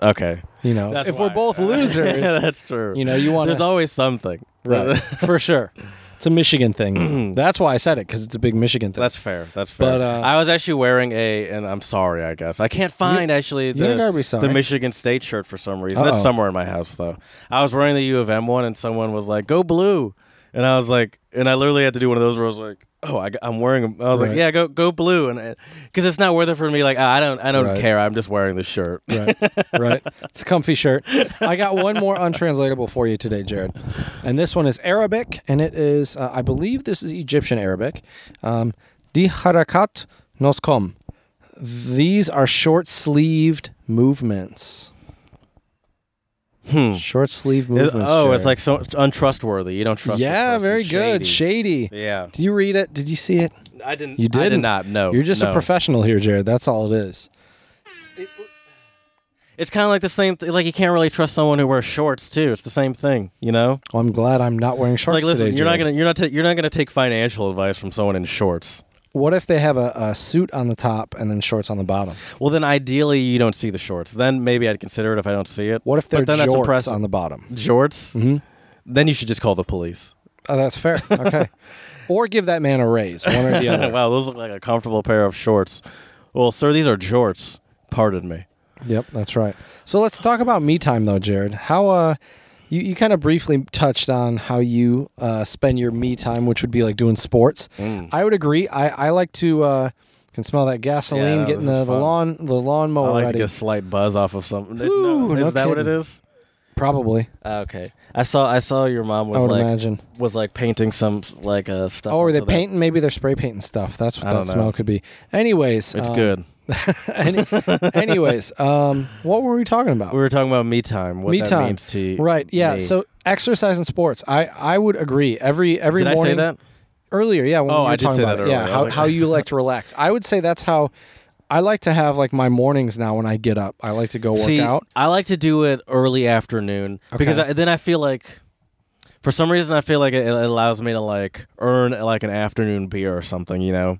[SPEAKER 1] Okay.
[SPEAKER 2] You know,
[SPEAKER 1] That's
[SPEAKER 2] if
[SPEAKER 1] why.
[SPEAKER 2] we're
[SPEAKER 1] (laughs)
[SPEAKER 2] both
[SPEAKER 1] yeah,
[SPEAKER 2] losers,
[SPEAKER 1] that's true.
[SPEAKER 2] you know, you want
[SPEAKER 1] There's
[SPEAKER 2] to
[SPEAKER 1] always something.
[SPEAKER 2] right for sure. It's a
[SPEAKER 1] (clears throat)
[SPEAKER 2] Michigan thing. that's why I said it because it's a big Michigan thing.
[SPEAKER 1] That's fair. That's fair.
[SPEAKER 2] But, uh,
[SPEAKER 1] I was actually wearing a, and I'm sorry, I guess. I can't find actually
[SPEAKER 2] you're
[SPEAKER 1] the,
[SPEAKER 2] gonna be sorry.
[SPEAKER 1] the Michigan State shirt for some reason. It's
[SPEAKER 2] Uh-oh.
[SPEAKER 1] somewhere in my house, though. I was wearing the U of M one, and someone was like, go blue. And I was like, and I literally had to do one of those where I was like, oh, I, am wearing 'em." I was
[SPEAKER 2] Right.
[SPEAKER 1] like, yeah, go go blue. And because it's not worth it for me. Like, I don't, I don't
[SPEAKER 2] Right.
[SPEAKER 1] care. I'm just wearing the shirt.
[SPEAKER 2] right, right. It's a comfy shirt. I got one more untranslatable for you today, Jared, and this one is Arabic, and it is, uh, I believe, this is Egyptian Arabic. Um, Di harakat noskom. These are short-sleeved movements.
[SPEAKER 1] Hmm. Is-
[SPEAKER 2] Short-sleeved movements.
[SPEAKER 1] oh, (laughs) it's
[SPEAKER 2] Jared.
[SPEAKER 1] like so untrustworthy. You don't trust. this
[SPEAKER 2] yeah,
[SPEAKER 1] person.
[SPEAKER 2] very good. Shady.
[SPEAKER 1] Yeah,
[SPEAKER 2] Did you read it? Did you see it?
[SPEAKER 1] I didn't.
[SPEAKER 2] You
[SPEAKER 1] I did
[SPEAKER 2] didn't.
[SPEAKER 1] not. No,
[SPEAKER 2] You're just a
[SPEAKER 1] no.
[SPEAKER 2] professional here, Jared. That's all it is.
[SPEAKER 1] It's kind of like the same. Th- like you can't really trust someone who wears shorts too. It's the same thing, you know.
[SPEAKER 2] Well, I'm glad I'm not wearing
[SPEAKER 1] It's
[SPEAKER 2] shorts
[SPEAKER 1] like listen,
[SPEAKER 2] today,
[SPEAKER 1] you're not
[SPEAKER 2] Jared.
[SPEAKER 1] gonna you're not ta- you're not gonna take financial advice from someone in shorts.
[SPEAKER 2] What if they have a, a suit on the top and then shorts on the bottom?
[SPEAKER 1] Well, then ideally you don't see the shorts. Then maybe I'd consider it if I don't see it.
[SPEAKER 2] What if they're
[SPEAKER 1] But then that's
[SPEAKER 2] jorts
[SPEAKER 1] impressive.
[SPEAKER 2] on the bottom?
[SPEAKER 1] Jorts.
[SPEAKER 2] Mhm.
[SPEAKER 1] Then you should just call the police.
[SPEAKER 2] Oh, that's fair.
[SPEAKER 1] (laughs)
[SPEAKER 2] Okay. or give that man a raise, one or the other.
[SPEAKER 1] wow, those look like a comfortable pair of shorts. Well, sir, these are jorts. Pardon me.
[SPEAKER 2] yep, that's right. So let's talk about me time though, Jared. How uh you, you kind of briefly touched on how you uh, spend your me time, which would be like doing sports. I would agree. I, I like to uh, can smell that gasoline
[SPEAKER 1] no,
[SPEAKER 2] getting
[SPEAKER 1] this
[SPEAKER 2] the,
[SPEAKER 1] is
[SPEAKER 2] the
[SPEAKER 1] fun.
[SPEAKER 2] lawn the lawnmower
[SPEAKER 1] I like to
[SPEAKER 2] ready.
[SPEAKER 1] get a slight buzz off of something.
[SPEAKER 2] Ooh,
[SPEAKER 1] no, is
[SPEAKER 2] no
[SPEAKER 1] that what it
[SPEAKER 2] kidding.
[SPEAKER 1] is?
[SPEAKER 2] Probably,
[SPEAKER 1] Ah, okay. I saw I saw your mom
[SPEAKER 2] I
[SPEAKER 1] was
[SPEAKER 2] would
[SPEAKER 1] like
[SPEAKER 2] imagine.
[SPEAKER 1] was like painting some like uh, stuff.
[SPEAKER 2] Oh, or they're
[SPEAKER 1] onto that.
[SPEAKER 2] painting. Maybe they're spray painting stuff. That's what
[SPEAKER 1] I
[SPEAKER 2] that
[SPEAKER 1] don't know.
[SPEAKER 2] smell could be. Anyways,
[SPEAKER 1] It's
[SPEAKER 2] um, (laughs)
[SPEAKER 1] good. (laughs)
[SPEAKER 2] any, anyways, um, what were we talking about?
[SPEAKER 1] We were talking about me time. What
[SPEAKER 2] me
[SPEAKER 1] that
[SPEAKER 2] time.
[SPEAKER 1] means to you.
[SPEAKER 2] right? Yeah.
[SPEAKER 1] me.
[SPEAKER 2] So exercise and sports. I I would agree. Every every
[SPEAKER 1] did I
[SPEAKER 2] morning
[SPEAKER 1] say that?
[SPEAKER 2] earlier. Yeah. When
[SPEAKER 1] Oh,
[SPEAKER 2] we were
[SPEAKER 1] I did
[SPEAKER 2] talking
[SPEAKER 1] say
[SPEAKER 2] about
[SPEAKER 1] that
[SPEAKER 2] it. Yeah.
[SPEAKER 1] earlier. I
[SPEAKER 2] How,
[SPEAKER 1] was like-
[SPEAKER 2] how
[SPEAKER 1] (laughs)
[SPEAKER 2] you like to relax? I would say that's how I like to have like my mornings now. When I get up, I like to go work
[SPEAKER 1] See,
[SPEAKER 2] out.
[SPEAKER 1] I like to do it early afternoon because
[SPEAKER 2] Okay.
[SPEAKER 1] I, then I feel like, for some reason, I feel like it, it allows me to like earn like an afternoon beer or something, you know,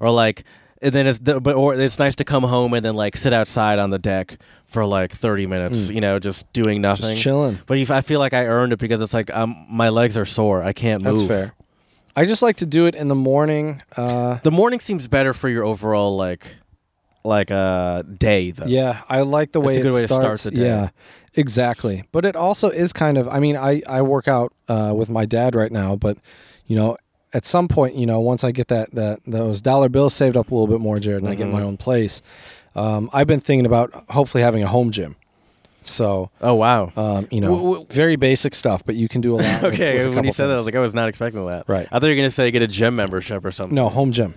[SPEAKER 1] or like. And then it's the, but or it's nice to come home and then like sit outside on the deck for like thirty minutes, you know, just doing nothing,
[SPEAKER 2] Mm. Just chilling.
[SPEAKER 1] But if I feel like I earned it because it's like um, my legs are sore, I can't move.
[SPEAKER 2] That's fair. I just like to do it in the morning. Uh,
[SPEAKER 1] The morning seems better for your overall like, like uh day though.
[SPEAKER 2] Yeah, I like the
[SPEAKER 1] That's
[SPEAKER 2] way
[SPEAKER 1] a good
[SPEAKER 2] it
[SPEAKER 1] way to start
[SPEAKER 2] starts.
[SPEAKER 1] the day.
[SPEAKER 2] Yeah, exactly. But it also is kind of. I mean, I I work out uh, with my dad right now, but you know, at some point, you know, once I get that that those dollar bills saved up a little bit more, Jared, and I
[SPEAKER 1] Mm-hmm.
[SPEAKER 2] get my own place, um, I've been thinking about hopefully having a home gym. So.
[SPEAKER 1] Oh wow.
[SPEAKER 2] Um, you know,
[SPEAKER 1] W- w-
[SPEAKER 2] very basic stuff, but you can do
[SPEAKER 1] (laughs)
[SPEAKER 2] a lot. with-
[SPEAKER 1] okay.
[SPEAKER 2] with a
[SPEAKER 1] when you
[SPEAKER 2] couple
[SPEAKER 1] said that, I was
[SPEAKER 2] things.
[SPEAKER 1] like, I was not expecting that.
[SPEAKER 2] Right.
[SPEAKER 1] I thought you were gonna say get a gym membership or something.
[SPEAKER 2] no home gym.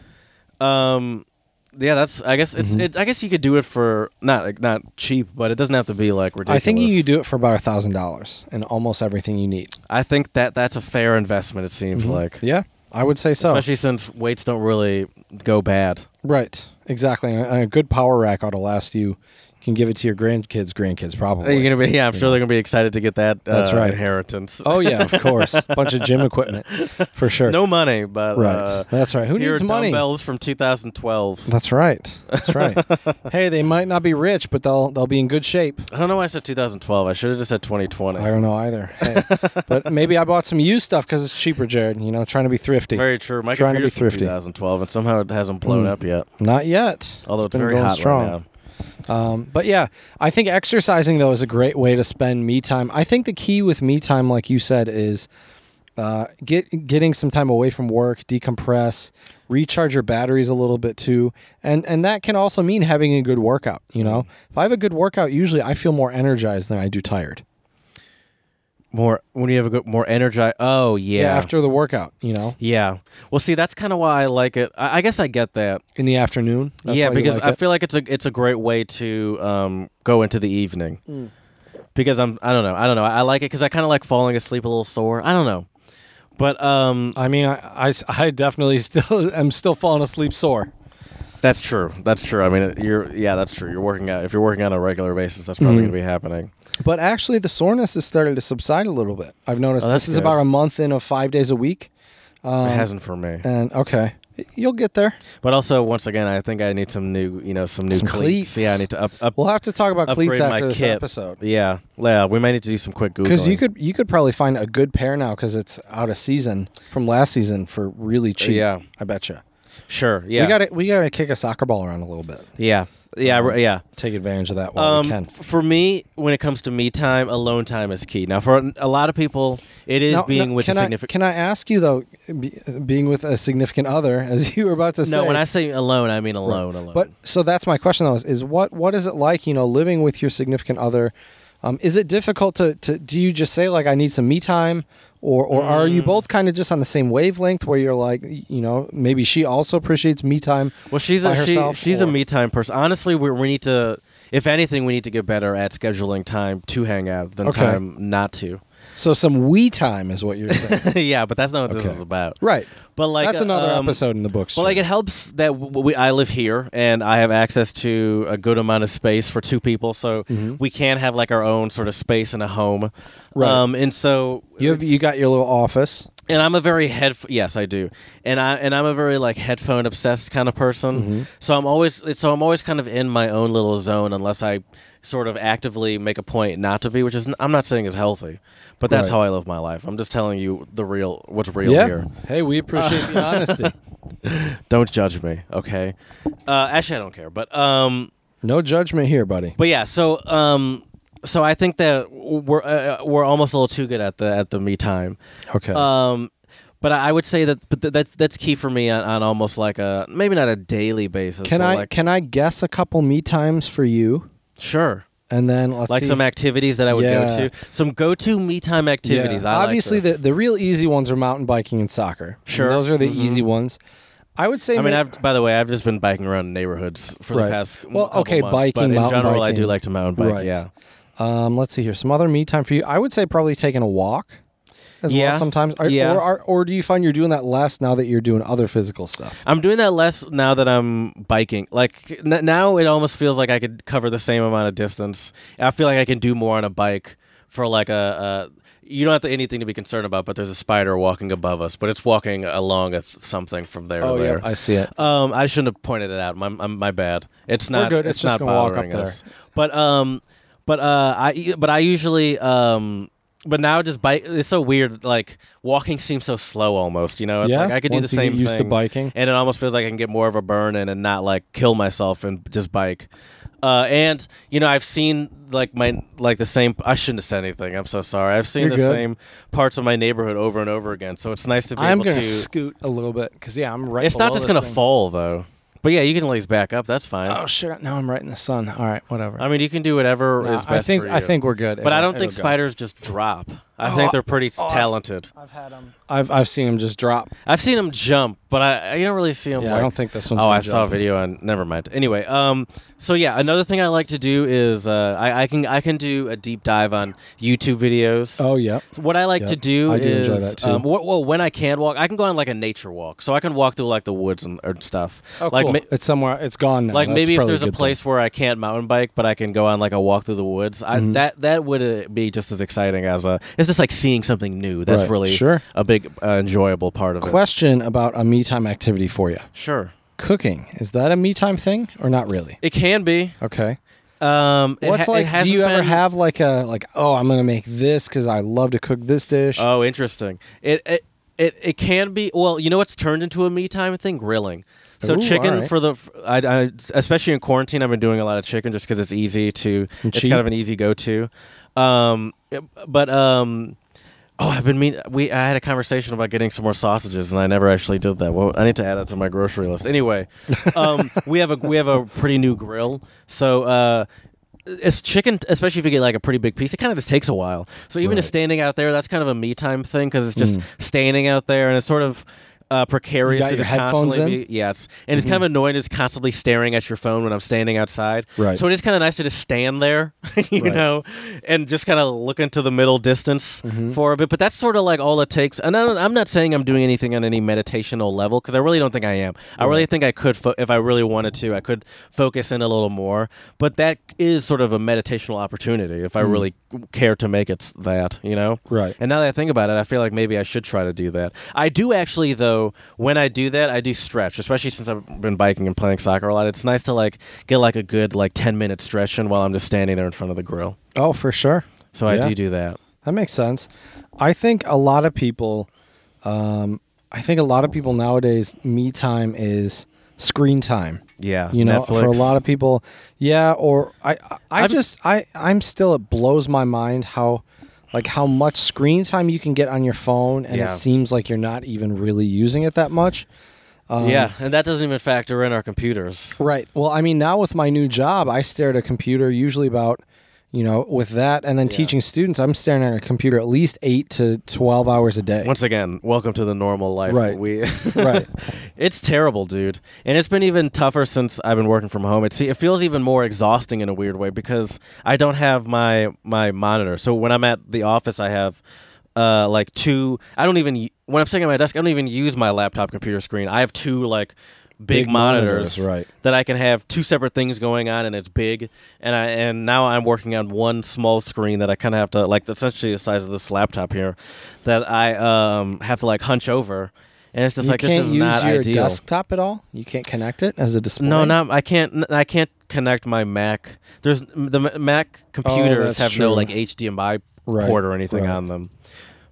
[SPEAKER 1] Um. Yeah, that's. I guess
[SPEAKER 2] Mm-hmm.
[SPEAKER 1] it's. It, I guess you could do it for not like, not cheap, but it doesn't have to be like ridiculous.
[SPEAKER 2] I think you could do it for about a thousand dollars and almost everything you need. Mm-hmm.
[SPEAKER 1] I think that that's a fair investment. It seems like,
[SPEAKER 2] Yeah, I would say so.
[SPEAKER 1] especially since weights don't really go bad.
[SPEAKER 2] Right. Exactly. And A, a good power rack ought to last you. You can give it to your grandkids, grandkids probably.
[SPEAKER 1] You're gonna be. Yeah, I'm sure they're gonna be excited to get that.
[SPEAKER 2] That's
[SPEAKER 1] uh,
[SPEAKER 2] right.
[SPEAKER 1] Inheritance.
[SPEAKER 2] (laughs) oh yeah,
[SPEAKER 1] (laughs)
[SPEAKER 2] of course. Bunch of gym equipment for sure.
[SPEAKER 1] No money, but
[SPEAKER 2] right.
[SPEAKER 1] uh,
[SPEAKER 2] That's right. Who
[SPEAKER 1] here
[SPEAKER 2] needs
[SPEAKER 1] are
[SPEAKER 2] money?
[SPEAKER 1] Dumbbells from 2012.
[SPEAKER 2] That's right. That's
[SPEAKER 1] (laughs)
[SPEAKER 2] right. hey, they might not be rich, but they'll they'll be in good shape.
[SPEAKER 1] I don't know why I said 2012. I should have just said 2020.
[SPEAKER 2] I don't know either.
[SPEAKER 1] (laughs)
[SPEAKER 2] Hey, but maybe I bought some used stuff because it's cheaper, Jared. You know, trying to be thrifty.
[SPEAKER 1] Very true. My
[SPEAKER 2] Trying to be
[SPEAKER 1] computer's from
[SPEAKER 2] thrifty.
[SPEAKER 1] 2012, and somehow it hasn't blown
[SPEAKER 2] Mm.
[SPEAKER 1] up yet.
[SPEAKER 2] Not yet.
[SPEAKER 1] Although it's,
[SPEAKER 2] been
[SPEAKER 1] very
[SPEAKER 2] going
[SPEAKER 1] hot
[SPEAKER 2] strong.
[SPEAKER 1] right now.
[SPEAKER 2] Um, but yeah, I think exercising though is a great way to spend me time. I think the key with me time, like you said, is uh, get getting some time away from work, decompress, recharge your batteries a little bit too, and and that can also mean having a good workout. You know,
[SPEAKER 1] Mm-hmm.
[SPEAKER 2] if I have a good workout, usually I feel more energized than I do tired.
[SPEAKER 1] More when you have a good, more energized. Oh yeah. Yeah.
[SPEAKER 2] after the workout, you know,
[SPEAKER 1] Well, see, that's kind of why I like it. I, I guess I get that.
[SPEAKER 2] in the afternoon. That's
[SPEAKER 1] yeah,
[SPEAKER 2] why you
[SPEAKER 1] because
[SPEAKER 2] like
[SPEAKER 1] I
[SPEAKER 2] it.
[SPEAKER 1] feel like it's a it's a great way to um, go into the evening.
[SPEAKER 2] Mm.
[SPEAKER 1] Because I'm I don't know I don't know I, I like it because I kind of like falling asleep a little sore. I don't know, but um,
[SPEAKER 2] I mean, I, I s- I definitely (laughs) still am still falling asleep sore.
[SPEAKER 1] That's true. That's true. I mean, it- you're yeah, that's true. You're working out. If you're working on a regular basis, that's probably
[SPEAKER 2] Mhm.
[SPEAKER 1] going to be happening.
[SPEAKER 2] But actually, the soreness has started to subside a little bit. I've noticed
[SPEAKER 1] Oh,
[SPEAKER 2] this
[SPEAKER 1] that's
[SPEAKER 2] is
[SPEAKER 1] good.
[SPEAKER 2] about a month in of five days a week. Um,
[SPEAKER 1] it hasn't for me.
[SPEAKER 2] And okay, You'll get there.
[SPEAKER 1] But also, once again, I think I need some new, you know, some new
[SPEAKER 2] Some
[SPEAKER 1] cleats.
[SPEAKER 2] cleats.
[SPEAKER 1] Yeah, I need to up up.
[SPEAKER 2] We'll have to talk about
[SPEAKER 1] Upgrade
[SPEAKER 2] cleats
[SPEAKER 1] my
[SPEAKER 2] after this
[SPEAKER 1] kit.
[SPEAKER 2] episode.
[SPEAKER 1] yeah, yeah, we might need to do some quick googling.
[SPEAKER 2] Because you could you could probably find a good pair now because it's out of season from last season for really cheap.
[SPEAKER 1] Uh, Yeah.
[SPEAKER 2] I bet you.
[SPEAKER 1] sure, yeah,
[SPEAKER 2] We got to we got to kick a soccer ball around a little bit.
[SPEAKER 1] yeah, yeah, r- yeah.
[SPEAKER 2] Take advantage of that while
[SPEAKER 1] Um,
[SPEAKER 2] Um, we
[SPEAKER 1] f-
[SPEAKER 2] can.
[SPEAKER 1] for me, when it comes to me time, alone time is key. Now, for a lot of people, it is
[SPEAKER 2] Now-
[SPEAKER 1] being
[SPEAKER 2] now,
[SPEAKER 1] with a
[SPEAKER 2] can
[SPEAKER 1] significant.
[SPEAKER 2] I, can I ask you though, be, being with a significant other, (laughs) as you were about to say?
[SPEAKER 1] no, when I say alone, I mean alone, alone.
[SPEAKER 2] But so that's my question though: is, is what what is it like? You know, living with your significant other. Um, is it difficult to, to do you just say like I need some me time, or or are
[SPEAKER 1] Mm.
[SPEAKER 2] you both kind of just on the same wavelength where you're like y- you know maybe she also appreciates me time?
[SPEAKER 1] Well, she's
[SPEAKER 2] by
[SPEAKER 1] a, she,
[SPEAKER 2] herself,
[SPEAKER 1] she's
[SPEAKER 2] or-
[SPEAKER 1] a me time person. Honestly, we we need to, if anything, we need to get better at scheduling time to hang out than
[SPEAKER 2] Okay.
[SPEAKER 1] time not to. (laughs)
[SPEAKER 2] So some we time is what you're saying,
[SPEAKER 1] yeah, but that's not what this
[SPEAKER 2] Okay.
[SPEAKER 1] is about.
[SPEAKER 2] right?
[SPEAKER 1] But like
[SPEAKER 2] that's another
[SPEAKER 1] um,
[SPEAKER 2] episode in the books.
[SPEAKER 1] Well, like it helps that w- we I live here and I have access to a good amount of space for two people, so we can have like our own sort of space in a home.
[SPEAKER 2] Mm-hmm. Right.
[SPEAKER 1] Um, and so
[SPEAKER 2] you have, you got your little office.
[SPEAKER 1] and I'm a very head yes I do and I and I'm a very like headphone obsessed kind of person so I'm always so I'm always kind of in my own little zone unless I sort of actively make a point not to be which is I'm not saying is healthy but that's
[SPEAKER 2] Right.
[SPEAKER 1] how I live my life I'm just telling you the real what's real here
[SPEAKER 2] Hey, we appreciate
[SPEAKER 1] (laughs)
[SPEAKER 2] the honesty.
[SPEAKER 1] don't judge me okay uh, actually I don't care but um
[SPEAKER 2] No judgment here, buddy.
[SPEAKER 1] But yeah, so um, so I think that we're uh, we're almost a little too good at the at the me time.
[SPEAKER 2] Okay.
[SPEAKER 1] Um, but I I would say that but th- that's that's key for me on, on almost like a maybe not a daily basis.
[SPEAKER 2] can
[SPEAKER 1] but
[SPEAKER 2] I
[SPEAKER 1] like,
[SPEAKER 2] can I guess a couple me times for you,
[SPEAKER 1] sure
[SPEAKER 2] and then let's
[SPEAKER 1] like
[SPEAKER 2] see.
[SPEAKER 1] some activities that I would
[SPEAKER 2] Yeah.
[SPEAKER 1] go to some go to me time activities. I like
[SPEAKER 2] Obviously,
[SPEAKER 1] this.
[SPEAKER 2] the the real easy ones are mountain biking and soccer. And
[SPEAKER 1] Sure. Mm-hmm.
[SPEAKER 2] those are the easy ones. I would say.
[SPEAKER 1] I mean,
[SPEAKER 2] ma-
[SPEAKER 1] I've, by the way, I've just been biking around neighborhoods for
[SPEAKER 2] Right.
[SPEAKER 1] the past m-
[SPEAKER 2] Well,
[SPEAKER 1] couple
[SPEAKER 2] okay,
[SPEAKER 1] months,
[SPEAKER 2] biking,
[SPEAKER 1] But in
[SPEAKER 2] mountain
[SPEAKER 1] general, I do
[SPEAKER 2] biking.
[SPEAKER 1] like to mountain bike.
[SPEAKER 2] Right.
[SPEAKER 1] Yeah,
[SPEAKER 2] um, let's see here. Some other me time for you. I would say probably taking a walk. As
[SPEAKER 1] Yeah.
[SPEAKER 2] well, sometimes, Are-
[SPEAKER 1] Yeah.
[SPEAKER 2] or, are or do you find you're doing that less now that you're doing other physical stuff?
[SPEAKER 1] I'm doing that less now that I'm biking. Like n- now, it almost feels like I could cover the same amount of distance. I feel like I can do more on a bike for like a. a you don't have to, anything to be concerned about, but there's a spider walking above us, but it's walking along a th- something from there
[SPEAKER 2] oh
[SPEAKER 1] to there.
[SPEAKER 2] yeah, I see it.
[SPEAKER 1] Um, I shouldn't have pointed it out. My, my, my bad. It's
[SPEAKER 2] We're
[SPEAKER 1] not.
[SPEAKER 2] good.
[SPEAKER 1] It's,
[SPEAKER 2] It's
[SPEAKER 1] not
[SPEAKER 2] just gonna walk
[SPEAKER 1] bothering
[SPEAKER 2] up there.
[SPEAKER 1] us. But um, but uh, I but I usually um, but now just bike. It's so weird. Like walking seems so slow almost. You know, it's
[SPEAKER 2] Yeah?
[SPEAKER 1] like I could do the
[SPEAKER 2] Once you get
[SPEAKER 1] same
[SPEAKER 2] used to
[SPEAKER 1] thing,
[SPEAKER 2] biking.
[SPEAKER 1] and it almost feels like I can get more of a burn in and not like kill myself and just bike. Uh, and you know, I've seen like my like the same. I shouldn't have said anything. I'm so sorry. I've seen
[SPEAKER 2] You're
[SPEAKER 1] the
[SPEAKER 2] good.
[SPEAKER 1] same parts of my neighborhood over and over again. So it's nice to be
[SPEAKER 2] I'm
[SPEAKER 1] able
[SPEAKER 2] gonna
[SPEAKER 1] to
[SPEAKER 2] scoot a little bit because yeah, I'm right.
[SPEAKER 1] it's not
[SPEAKER 2] below
[SPEAKER 1] just
[SPEAKER 2] this
[SPEAKER 1] gonna
[SPEAKER 2] thing.
[SPEAKER 1] fall though. But yeah, you can at least back up. That's fine.
[SPEAKER 2] Oh shit! Now I'm right in the sun. All right, whatever.
[SPEAKER 1] I mean, you can do whatever
[SPEAKER 2] Nah,
[SPEAKER 1] is best
[SPEAKER 2] I think
[SPEAKER 1] for
[SPEAKER 2] I
[SPEAKER 1] you.
[SPEAKER 2] think we're good.
[SPEAKER 1] but I
[SPEAKER 2] It'll-
[SPEAKER 1] don't think
[SPEAKER 2] it'll go.
[SPEAKER 1] spiders just drop. I
[SPEAKER 2] Oh,
[SPEAKER 1] think they're pretty s
[SPEAKER 2] oh, I've-
[SPEAKER 1] talented.
[SPEAKER 2] I've had them. I've I've seen them just drop.
[SPEAKER 1] I've seen them jump, but I you don't really see them.
[SPEAKER 2] yeah,
[SPEAKER 1] like,
[SPEAKER 2] I don't think this one's.
[SPEAKER 1] Oh,
[SPEAKER 2] gonna
[SPEAKER 1] I saw a
[SPEAKER 2] jump.
[SPEAKER 1] video on. Never mind. Anyway, um, so yeah, another thing I like to do is uh, I, I can I can do a deep dive on YouTube videos.
[SPEAKER 2] Oh yeah.
[SPEAKER 1] What I like
[SPEAKER 2] Yep.
[SPEAKER 1] to do
[SPEAKER 2] I do
[SPEAKER 1] is,
[SPEAKER 2] enjoy that, too.
[SPEAKER 1] um, wh- well, when I can walk, I can go on like a nature walk, so I can walk through like the woods and or stuff.
[SPEAKER 2] Oh,
[SPEAKER 1] like
[SPEAKER 2] cool.
[SPEAKER 1] ma-
[SPEAKER 2] it's somewhere. It's gone now.
[SPEAKER 1] like
[SPEAKER 2] That's
[SPEAKER 1] maybe if
[SPEAKER 2] probably
[SPEAKER 1] there's a
[SPEAKER 2] good
[SPEAKER 1] place
[SPEAKER 2] thing.
[SPEAKER 1] where I can't mountain bike, but I can go on like a walk through the woods. I,
[SPEAKER 2] Mhm.
[SPEAKER 1] That that would uh, be just as exciting as a. It's just like seeing something new. That's
[SPEAKER 2] Right.
[SPEAKER 1] really
[SPEAKER 2] sure.
[SPEAKER 1] a big uh, enjoyable part of it.
[SPEAKER 2] Question about a me time activity for you.
[SPEAKER 1] Sure,
[SPEAKER 2] Cooking is that a me time thing or not really?
[SPEAKER 1] it can be.
[SPEAKER 2] Okay.
[SPEAKER 1] Um, it
[SPEAKER 2] What's
[SPEAKER 1] ha- it
[SPEAKER 2] like? Do
[SPEAKER 1] hasn't
[SPEAKER 2] you ever
[SPEAKER 1] been-
[SPEAKER 2] have like a like? Oh, I'm gonna make this because I love to cook this dish.
[SPEAKER 1] Oh, interesting. It it it, it can be. Well, you know what's turned into a me time thing? Grilling. So
[SPEAKER 2] Ooh,
[SPEAKER 1] chicken
[SPEAKER 2] alright.
[SPEAKER 1] for the f- I, I- especially in quarantine, I've been doing a lot of chicken just because it's easy to.
[SPEAKER 2] And
[SPEAKER 1] it's
[SPEAKER 2] cheap.
[SPEAKER 1] kind of an easy go to. Um, but um. Oh, I've been mean. We I had a conversation about getting some more sausages, and I never actually did that. Well, I need to add that to my grocery list. Anyway,
[SPEAKER 2] (laughs)
[SPEAKER 1] um, we have a we have a pretty new grill, so uh, it's chicken, especially if you get like a pretty big piece. It kind of just takes a while. So even if
[SPEAKER 2] Right. Mm.
[SPEAKER 1] standing out there, that's kind of a me time thing because it's just standing out there, and it's sort of. Uh, precarious
[SPEAKER 2] got
[SPEAKER 1] to
[SPEAKER 2] your
[SPEAKER 1] just
[SPEAKER 2] headphones
[SPEAKER 1] constantly
[SPEAKER 2] in?
[SPEAKER 1] be yes, and
[SPEAKER 2] Mm-hmm.
[SPEAKER 1] it's kind of annoying just constantly staring at your phone when I'm standing outside.
[SPEAKER 2] Right.
[SPEAKER 1] So it is kind of nice to just stand there, (laughs) you
[SPEAKER 2] Right.
[SPEAKER 1] know, and just kind of look into the middle distance
[SPEAKER 2] Mm-hmm.
[SPEAKER 1] for a bit. But that's sort of like all it takes. And I don't, I'm not saying I'm doing anything on any meditational level because I really don't think I am. I really think I could, fo- if I really wanted to, I could focus in a little more. But that is sort of a meditational opportunity
[SPEAKER 2] Mm-hmm.
[SPEAKER 1] if I really care to make it s- that, you know?
[SPEAKER 2] Right.
[SPEAKER 1] And now that I think about it, I feel like maybe I should try to do that. I do actually, though, so when I do that, I do stretch, especially since I've been biking and playing soccer a lot. It's nice to like get like a good like ten minute stretch in while I'm just standing there in front of the grill.
[SPEAKER 2] Oh, for sure.
[SPEAKER 1] So I
[SPEAKER 2] Yeah.
[SPEAKER 1] do do that.
[SPEAKER 2] That makes sense. I think a lot of people, um, I think a lot of people nowadays, me time is screen time.
[SPEAKER 1] Yeah,
[SPEAKER 2] You know, for a
[SPEAKER 1] Netflix.
[SPEAKER 2] lot of people, yeah. Or I, I, I
[SPEAKER 1] I've-
[SPEAKER 2] just, I, I'm still. It blows my mind how, like, how much screen time you can get on your phone, and
[SPEAKER 1] Yeah.
[SPEAKER 2] it seems like you're not even really using it that much. Um,
[SPEAKER 1] yeah, and that doesn't even factor in our computers.
[SPEAKER 2] Right. Well, I mean, now with my new job, I stare at a computer usually about, you know, with that and then teaching students, I'm staring at a computer at least eight to 12 hours a day.
[SPEAKER 1] Once again, welcome to the normal life.
[SPEAKER 2] Right.
[SPEAKER 1] We
[SPEAKER 2] (laughs) right.
[SPEAKER 1] (laughs) It's terrible, dude. And it's been even tougher since I've been working from home. It see, it feels even more exhausting in a weird way because I don't have my my monitor. So when I'm at the office, I have uh like two. I don't even when I'm sitting at my desk, I don't even use my laptop computer screen. I have two like big,
[SPEAKER 2] Big monitors,
[SPEAKER 1] monitors,
[SPEAKER 2] right.
[SPEAKER 1] that I can have two separate things going on, and it's big. And I and now I'm working on one small screen that I kind of have to like essentially the size of this laptop here that I um have to like hunch over. And it's just
[SPEAKER 2] you
[SPEAKER 1] like
[SPEAKER 2] can't
[SPEAKER 1] this is
[SPEAKER 2] use
[SPEAKER 1] not
[SPEAKER 2] your
[SPEAKER 1] ideal.
[SPEAKER 2] desktop at all. You can't connect it as a display.
[SPEAKER 1] No, not I can't. n- I can't connect my Mac. There's the M- Mac computers
[SPEAKER 2] that's
[SPEAKER 1] have
[SPEAKER 2] true.
[SPEAKER 1] no like HDMI
[SPEAKER 2] Right,
[SPEAKER 1] port or anything
[SPEAKER 2] right.
[SPEAKER 1] on them.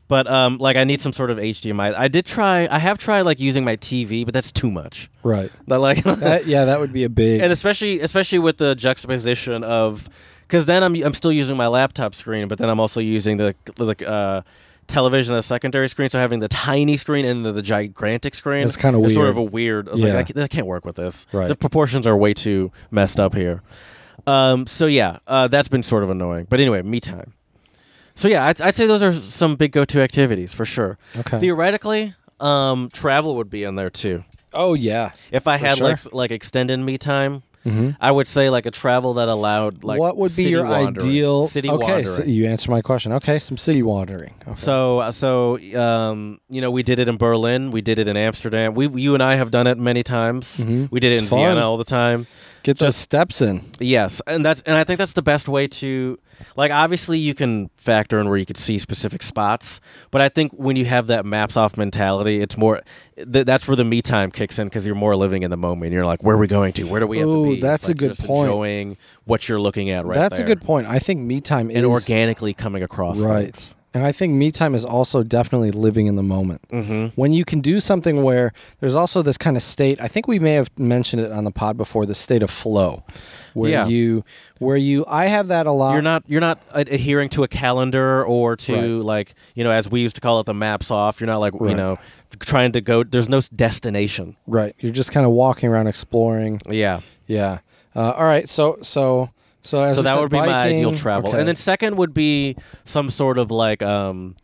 [SPEAKER 1] But um, like I need some sort of HDMI. I did try. I have tried like using my TV, but that's too much.
[SPEAKER 2] right.
[SPEAKER 1] That like, (laughs)
[SPEAKER 2] That, yeah, that would be a big.
[SPEAKER 1] and especially especially with the juxtaposition of, because then I'm I'm still using my laptop screen, but then I'm also using the the uh, television as a secondary screen. So having the tiny screen and the, the gigantic screen,
[SPEAKER 2] That's kinda
[SPEAKER 1] It's sort of
[SPEAKER 2] weird.
[SPEAKER 1] a weird. I was
[SPEAKER 2] Yeah.
[SPEAKER 1] like, I can't, I can't work with this.
[SPEAKER 2] Right.
[SPEAKER 1] The proportions are way too messed up here. Um, so yeah, uh, that's been sort of annoying. But anyway, me time. So yeah, I'd, I'd say those are some big go-to activities for sure.
[SPEAKER 2] Okay.
[SPEAKER 1] Theoretically, um, travel would be in there too.
[SPEAKER 2] oh, yeah.
[SPEAKER 1] If I
[SPEAKER 2] For
[SPEAKER 1] had
[SPEAKER 2] sure.
[SPEAKER 1] like s- like extended me time,
[SPEAKER 2] Mhm.
[SPEAKER 1] I would say like a travel that allowed like
[SPEAKER 2] what would be
[SPEAKER 1] city
[SPEAKER 2] your
[SPEAKER 1] wandering.
[SPEAKER 2] ideal
[SPEAKER 1] city
[SPEAKER 2] okay
[SPEAKER 1] wandering.
[SPEAKER 2] so you answered my question okay some city wandering okay.
[SPEAKER 1] so uh, so um, you know we did it in Berlin, we did it in Amsterdam. We you and I have done it many times.
[SPEAKER 2] Mhm.
[SPEAKER 1] We did it
[SPEAKER 2] It's
[SPEAKER 1] in
[SPEAKER 2] fun.
[SPEAKER 1] Vienna all the time.
[SPEAKER 2] get those steps in
[SPEAKER 1] Yes, and that's and I think that's the best way to like obviously you can factor in where you could see specific spots, but I think when you have that maps off mentality, it's more th- that's where the me time kicks in because you're more living in the moment. You're like, where are we going to? Where do we have
[SPEAKER 2] Ooh,
[SPEAKER 1] to be? It's
[SPEAKER 2] that's a
[SPEAKER 1] like you're
[SPEAKER 2] good
[SPEAKER 1] just
[SPEAKER 2] point.
[SPEAKER 1] Enjoying what you're looking at right.
[SPEAKER 2] that's
[SPEAKER 1] there
[SPEAKER 2] a good point i think me time is
[SPEAKER 1] And organically coming across
[SPEAKER 2] right
[SPEAKER 1] things.
[SPEAKER 2] and i think me time is also definitely living in the moment
[SPEAKER 1] Mm-hmm.
[SPEAKER 2] when you can do something where there's also this kind of state i think we may have mentioned it on the pod before the state of flow where
[SPEAKER 1] Yeah.
[SPEAKER 2] you where you i have that a lot
[SPEAKER 1] You're not you're not ad- adhering to a calendar or to
[SPEAKER 2] Right.
[SPEAKER 1] like you know as we used to call it the maps off. You're not like
[SPEAKER 2] Right.
[SPEAKER 1] you know trying to go. There's no s- destination.
[SPEAKER 2] right you're just kind of walking around exploring
[SPEAKER 1] Yeah.
[SPEAKER 2] yeah uh, all right so so so, as
[SPEAKER 1] so
[SPEAKER 2] we
[SPEAKER 1] that
[SPEAKER 2] said,
[SPEAKER 1] would be my
[SPEAKER 2] biking,
[SPEAKER 1] ideal travel
[SPEAKER 2] okay.
[SPEAKER 1] and then second would be some sort of like um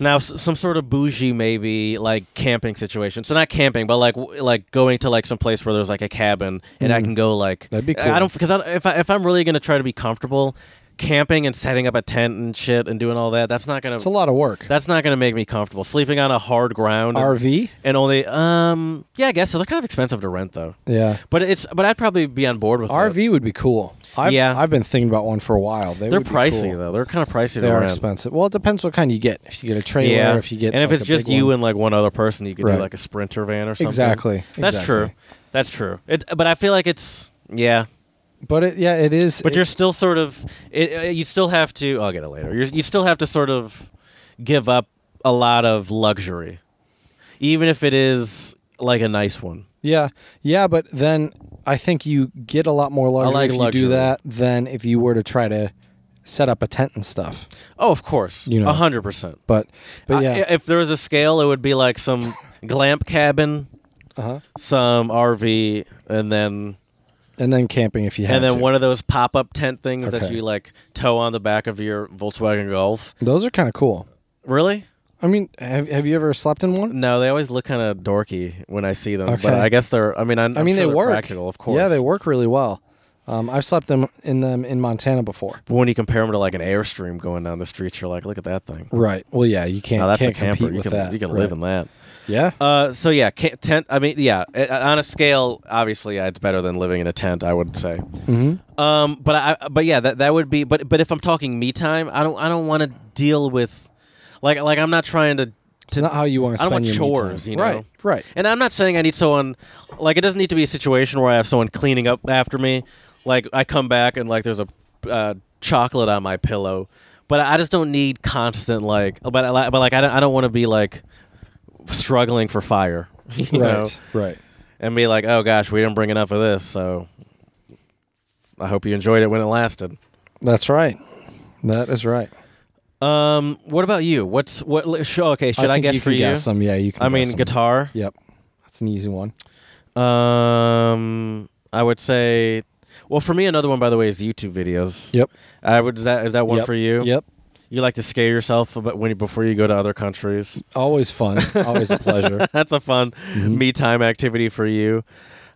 [SPEAKER 1] now s- some sort of bougie maybe like camping situation so not camping but like w- like going to like some place where there's like a cabin and i can go like
[SPEAKER 2] Mm-hmm. That'd be
[SPEAKER 1] I- i
[SPEAKER 2] cool.
[SPEAKER 1] don't because I, if, I, if i'm really gonna try to be comfortable camping and setting up a tent and shit and doing all that that's not gonna
[SPEAKER 2] it's a lot of work
[SPEAKER 1] that's not gonna make me comfortable sleeping on a hard ground and-
[SPEAKER 2] rv
[SPEAKER 1] and only um yeah i guess so they're kind of expensive to rent though
[SPEAKER 2] yeah
[SPEAKER 1] but it's but i'd probably be on board with it.
[SPEAKER 2] RV would be cool. I've,
[SPEAKER 1] Yeah.
[SPEAKER 2] I've been thinking about one for a while. They
[SPEAKER 1] They're
[SPEAKER 2] would be
[SPEAKER 1] pricey
[SPEAKER 2] cool.
[SPEAKER 1] though. They're kind of pricey.
[SPEAKER 2] They
[SPEAKER 1] to
[SPEAKER 2] are
[SPEAKER 1] rent.
[SPEAKER 2] expensive. Well, it depends what kind you get. If you get a trailer,
[SPEAKER 1] Yeah.
[SPEAKER 2] if you get
[SPEAKER 1] and if
[SPEAKER 2] like,
[SPEAKER 1] it's
[SPEAKER 2] a
[SPEAKER 1] just
[SPEAKER 2] big
[SPEAKER 1] you
[SPEAKER 2] one.
[SPEAKER 1] and like one other person, you could
[SPEAKER 2] Right.
[SPEAKER 1] do like a sprinter van or something.
[SPEAKER 2] exactly,
[SPEAKER 1] That's
[SPEAKER 2] exactly.
[SPEAKER 1] true. That's true. It, but I feel like it's yeah.
[SPEAKER 2] But it, yeah, it is.
[SPEAKER 1] But
[SPEAKER 2] it-
[SPEAKER 1] you're still sort of it, uh, you still have to. I'll get it later. You're, you still have to sort of give up a lot of luxury, even if it is like a nice one.
[SPEAKER 2] yeah, yeah. But then I think you get a lot more luxury
[SPEAKER 1] like
[SPEAKER 2] if you
[SPEAKER 1] luxury.
[SPEAKER 2] do that than if you were to try to set up a tent and stuff.
[SPEAKER 1] Oh, of course,
[SPEAKER 2] You know.
[SPEAKER 1] a hundred percent.
[SPEAKER 2] But but yeah,
[SPEAKER 1] I- if there was a scale, it would be like
[SPEAKER 2] (laughs)
[SPEAKER 1] some glamp cabin,
[SPEAKER 2] uh-huh.
[SPEAKER 1] some RV, and then
[SPEAKER 2] and then camping if you had
[SPEAKER 1] and then
[SPEAKER 2] to.
[SPEAKER 1] one of those pop-up tent things that
[SPEAKER 2] Okay.
[SPEAKER 1] you like tow on the back of your Volkswagen Golf.
[SPEAKER 2] Those are kind of cool.
[SPEAKER 1] Really?
[SPEAKER 2] I mean, have, have you ever slept in one?
[SPEAKER 1] No, they always look kind of dorky when I see them.
[SPEAKER 2] Okay.
[SPEAKER 1] But I guess they're. I mean, i
[SPEAKER 2] I mean, they work.
[SPEAKER 1] practical, of course.
[SPEAKER 2] Yeah, they work really well. Um, I've slept in, in them in Montana before.
[SPEAKER 1] But when you compare them to like an Airstream going down the street, you're like, look at that thing.
[SPEAKER 2] Right. Well, yeah, you can't.
[SPEAKER 1] Now that's a
[SPEAKER 2] can't
[SPEAKER 1] camper.
[SPEAKER 2] compete
[SPEAKER 1] You
[SPEAKER 2] with
[SPEAKER 1] can
[SPEAKER 2] that.
[SPEAKER 1] you can
[SPEAKER 2] right.
[SPEAKER 1] live in that.
[SPEAKER 2] Yeah.
[SPEAKER 1] Uh, so yeah, can tent. I mean, yeah, uh, on a scale, obviously, yeah, it's better than living in a tent. I would say.
[SPEAKER 2] Mm-hmm.
[SPEAKER 1] Um, but I, but yeah, that that would be. But but if I'm talking me time, I don't I don't want to deal with, like like I'm not trying to
[SPEAKER 2] It's not how you want to
[SPEAKER 1] I
[SPEAKER 2] spend
[SPEAKER 1] don't want
[SPEAKER 2] your me
[SPEAKER 1] chores,
[SPEAKER 2] time.
[SPEAKER 1] you know?
[SPEAKER 2] Right, right.
[SPEAKER 1] And I'm not saying I need someone like it doesn't need to be a situation where I have someone cleaning up after me. Like I come back and like there's a uh, chocolate on my pillow, but I just don't need constant like. But I- but like I don't I don't want to be like struggling for fire, (laughs) (laughs) you know,
[SPEAKER 2] Right, right.
[SPEAKER 1] and be like, oh gosh, we didn't bring enough of this, so I hope you enjoyed it when it lasted.
[SPEAKER 2] That's right. That is right.
[SPEAKER 1] Um, what about you? What's what? Sh- okay, should I,
[SPEAKER 2] think
[SPEAKER 1] guess
[SPEAKER 2] you
[SPEAKER 1] for
[SPEAKER 2] can
[SPEAKER 1] you?
[SPEAKER 2] Guess them. Yeah, you can.
[SPEAKER 1] I
[SPEAKER 2] guess
[SPEAKER 1] mean,
[SPEAKER 2] them.
[SPEAKER 1] guitar.
[SPEAKER 2] Yep, that's an easy one.
[SPEAKER 1] Um, I would say, well, for me, another one by the way is YouTube videos.
[SPEAKER 2] Yep.
[SPEAKER 1] I would is that is that one
[SPEAKER 2] Yep.
[SPEAKER 1] for you?
[SPEAKER 2] Yep.
[SPEAKER 1] You like to scare yourself about when you, before you go to other countries. (laughs)
[SPEAKER 2] Always fun. Always a pleasure.
[SPEAKER 1] That's a fun
[SPEAKER 2] Mm-hmm.
[SPEAKER 1] me time activity for you.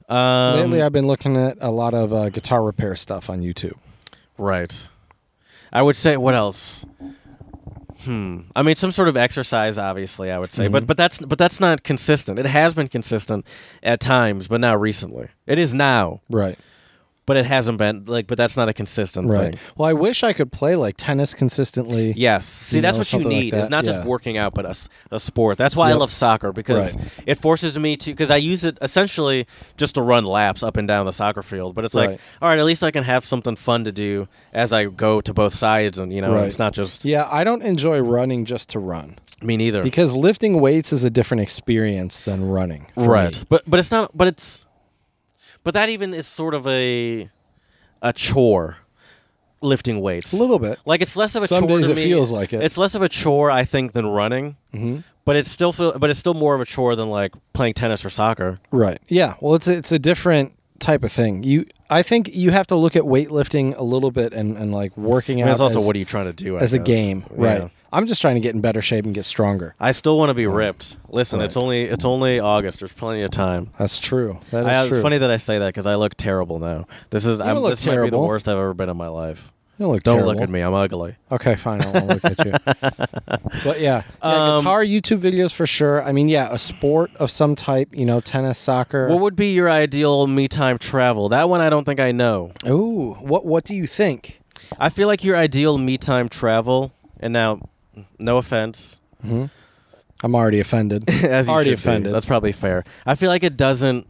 [SPEAKER 1] Um,
[SPEAKER 2] Lately, I've been looking at a lot of uh, guitar repair stuff on YouTube.
[SPEAKER 1] right. I would say what else? Hmm. I mean, some sort of exercise, obviously. I would say,
[SPEAKER 2] Mm-hmm.
[SPEAKER 1] but but that's but that's not consistent. It has been consistent at times, but not recently. It is now,
[SPEAKER 2] Right.
[SPEAKER 1] but it hasn't been like. But that's not a consistent
[SPEAKER 2] Right.
[SPEAKER 1] thing.
[SPEAKER 2] Well, I wish I could play like tennis consistently.
[SPEAKER 1] Yes. See,
[SPEAKER 2] You
[SPEAKER 1] that's
[SPEAKER 2] know,
[SPEAKER 1] what you
[SPEAKER 2] something like
[SPEAKER 1] need.
[SPEAKER 2] that.
[SPEAKER 1] It's not
[SPEAKER 2] Yeah.
[SPEAKER 1] just working out, but a, s- a sport. That's why I
[SPEAKER 2] Yep.
[SPEAKER 1] love soccer because
[SPEAKER 2] Right.
[SPEAKER 1] it forces me to. Because I use it essentially just to run laps up and down the soccer field. But it's like,
[SPEAKER 2] Right.
[SPEAKER 1] all right, at least I can have something fun to do as I go to both sides, and you know,
[SPEAKER 2] Right.
[SPEAKER 1] it's not just
[SPEAKER 2] Yeah, I don't enjoy running just to run
[SPEAKER 1] me neither.
[SPEAKER 2] because lifting weights is a different experience than running. for me.
[SPEAKER 1] right. But but it's not. But it's. But that even is sort of a, a chore, lifting weights.
[SPEAKER 2] A little bit.
[SPEAKER 1] Like it's less of a
[SPEAKER 2] Some
[SPEAKER 1] chore
[SPEAKER 2] days
[SPEAKER 1] to
[SPEAKER 2] it
[SPEAKER 1] me.
[SPEAKER 2] feels like it.
[SPEAKER 1] It's less of a chore, I think, than running. Mm-hmm. But it's still feel, but it's still more of a chore than like playing tennis or soccer.
[SPEAKER 2] Right. Yeah. Well, it's a, it's a different type of thing. You, I think you have to look at weightlifting a little bit and, and like working
[SPEAKER 1] I mean,
[SPEAKER 2] out
[SPEAKER 1] it's also
[SPEAKER 2] as,
[SPEAKER 1] what are you trying to do I
[SPEAKER 2] as a
[SPEAKER 1] guess.
[SPEAKER 2] game. Right.
[SPEAKER 1] Yeah.
[SPEAKER 2] I'm just trying to get in better shape and get stronger.
[SPEAKER 1] I still want to be ripped. Listen,
[SPEAKER 2] Right.
[SPEAKER 1] it's only it's only August. There's plenty of time.
[SPEAKER 2] That's true. That is
[SPEAKER 1] I, it's
[SPEAKER 2] true.
[SPEAKER 1] funny that I say that because I look terrible now. This is I'm,
[SPEAKER 2] don't look
[SPEAKER 1] this might be the
[SPEAKER 2] terrible.
[SPEAKER 1] worst I've ever been in my life.
[SPEAKER 2] You don't look
[SPEAKER 1] Don't
[SPEAKER 2] terrible.
[SPEAKER 1] look at me. I'm ugly.
[SPEAKER 2] Okay, fine. I won't look at
[SPEAKER 1] (laughs)
[SPEAKER 2] you. But yeah, yeah
[SPEAKER 1] Um,
[SPEAKER 2] guitar YouTube videos for sure. I mean, yeah, a sport of some type. You know, tennis, soccer.
[SPEAKER 1] What would be your ideal me time travel? That one I don't think I know.
[SPEAKER 2] Ooh, what what do you think?
[SPEAKER 1] I feel like your ideal me time travel, and now, no offense,
[SPEAKER 2] I'm already (laughs) offended.
[SPEAKER 1] (laughs) as you should
[SPEAKER 2] already
[SPEAKER 1] be.
[SPEAKER 2] offended.
[SPEAKER 1] That's probably fair. I feel like it doesn't.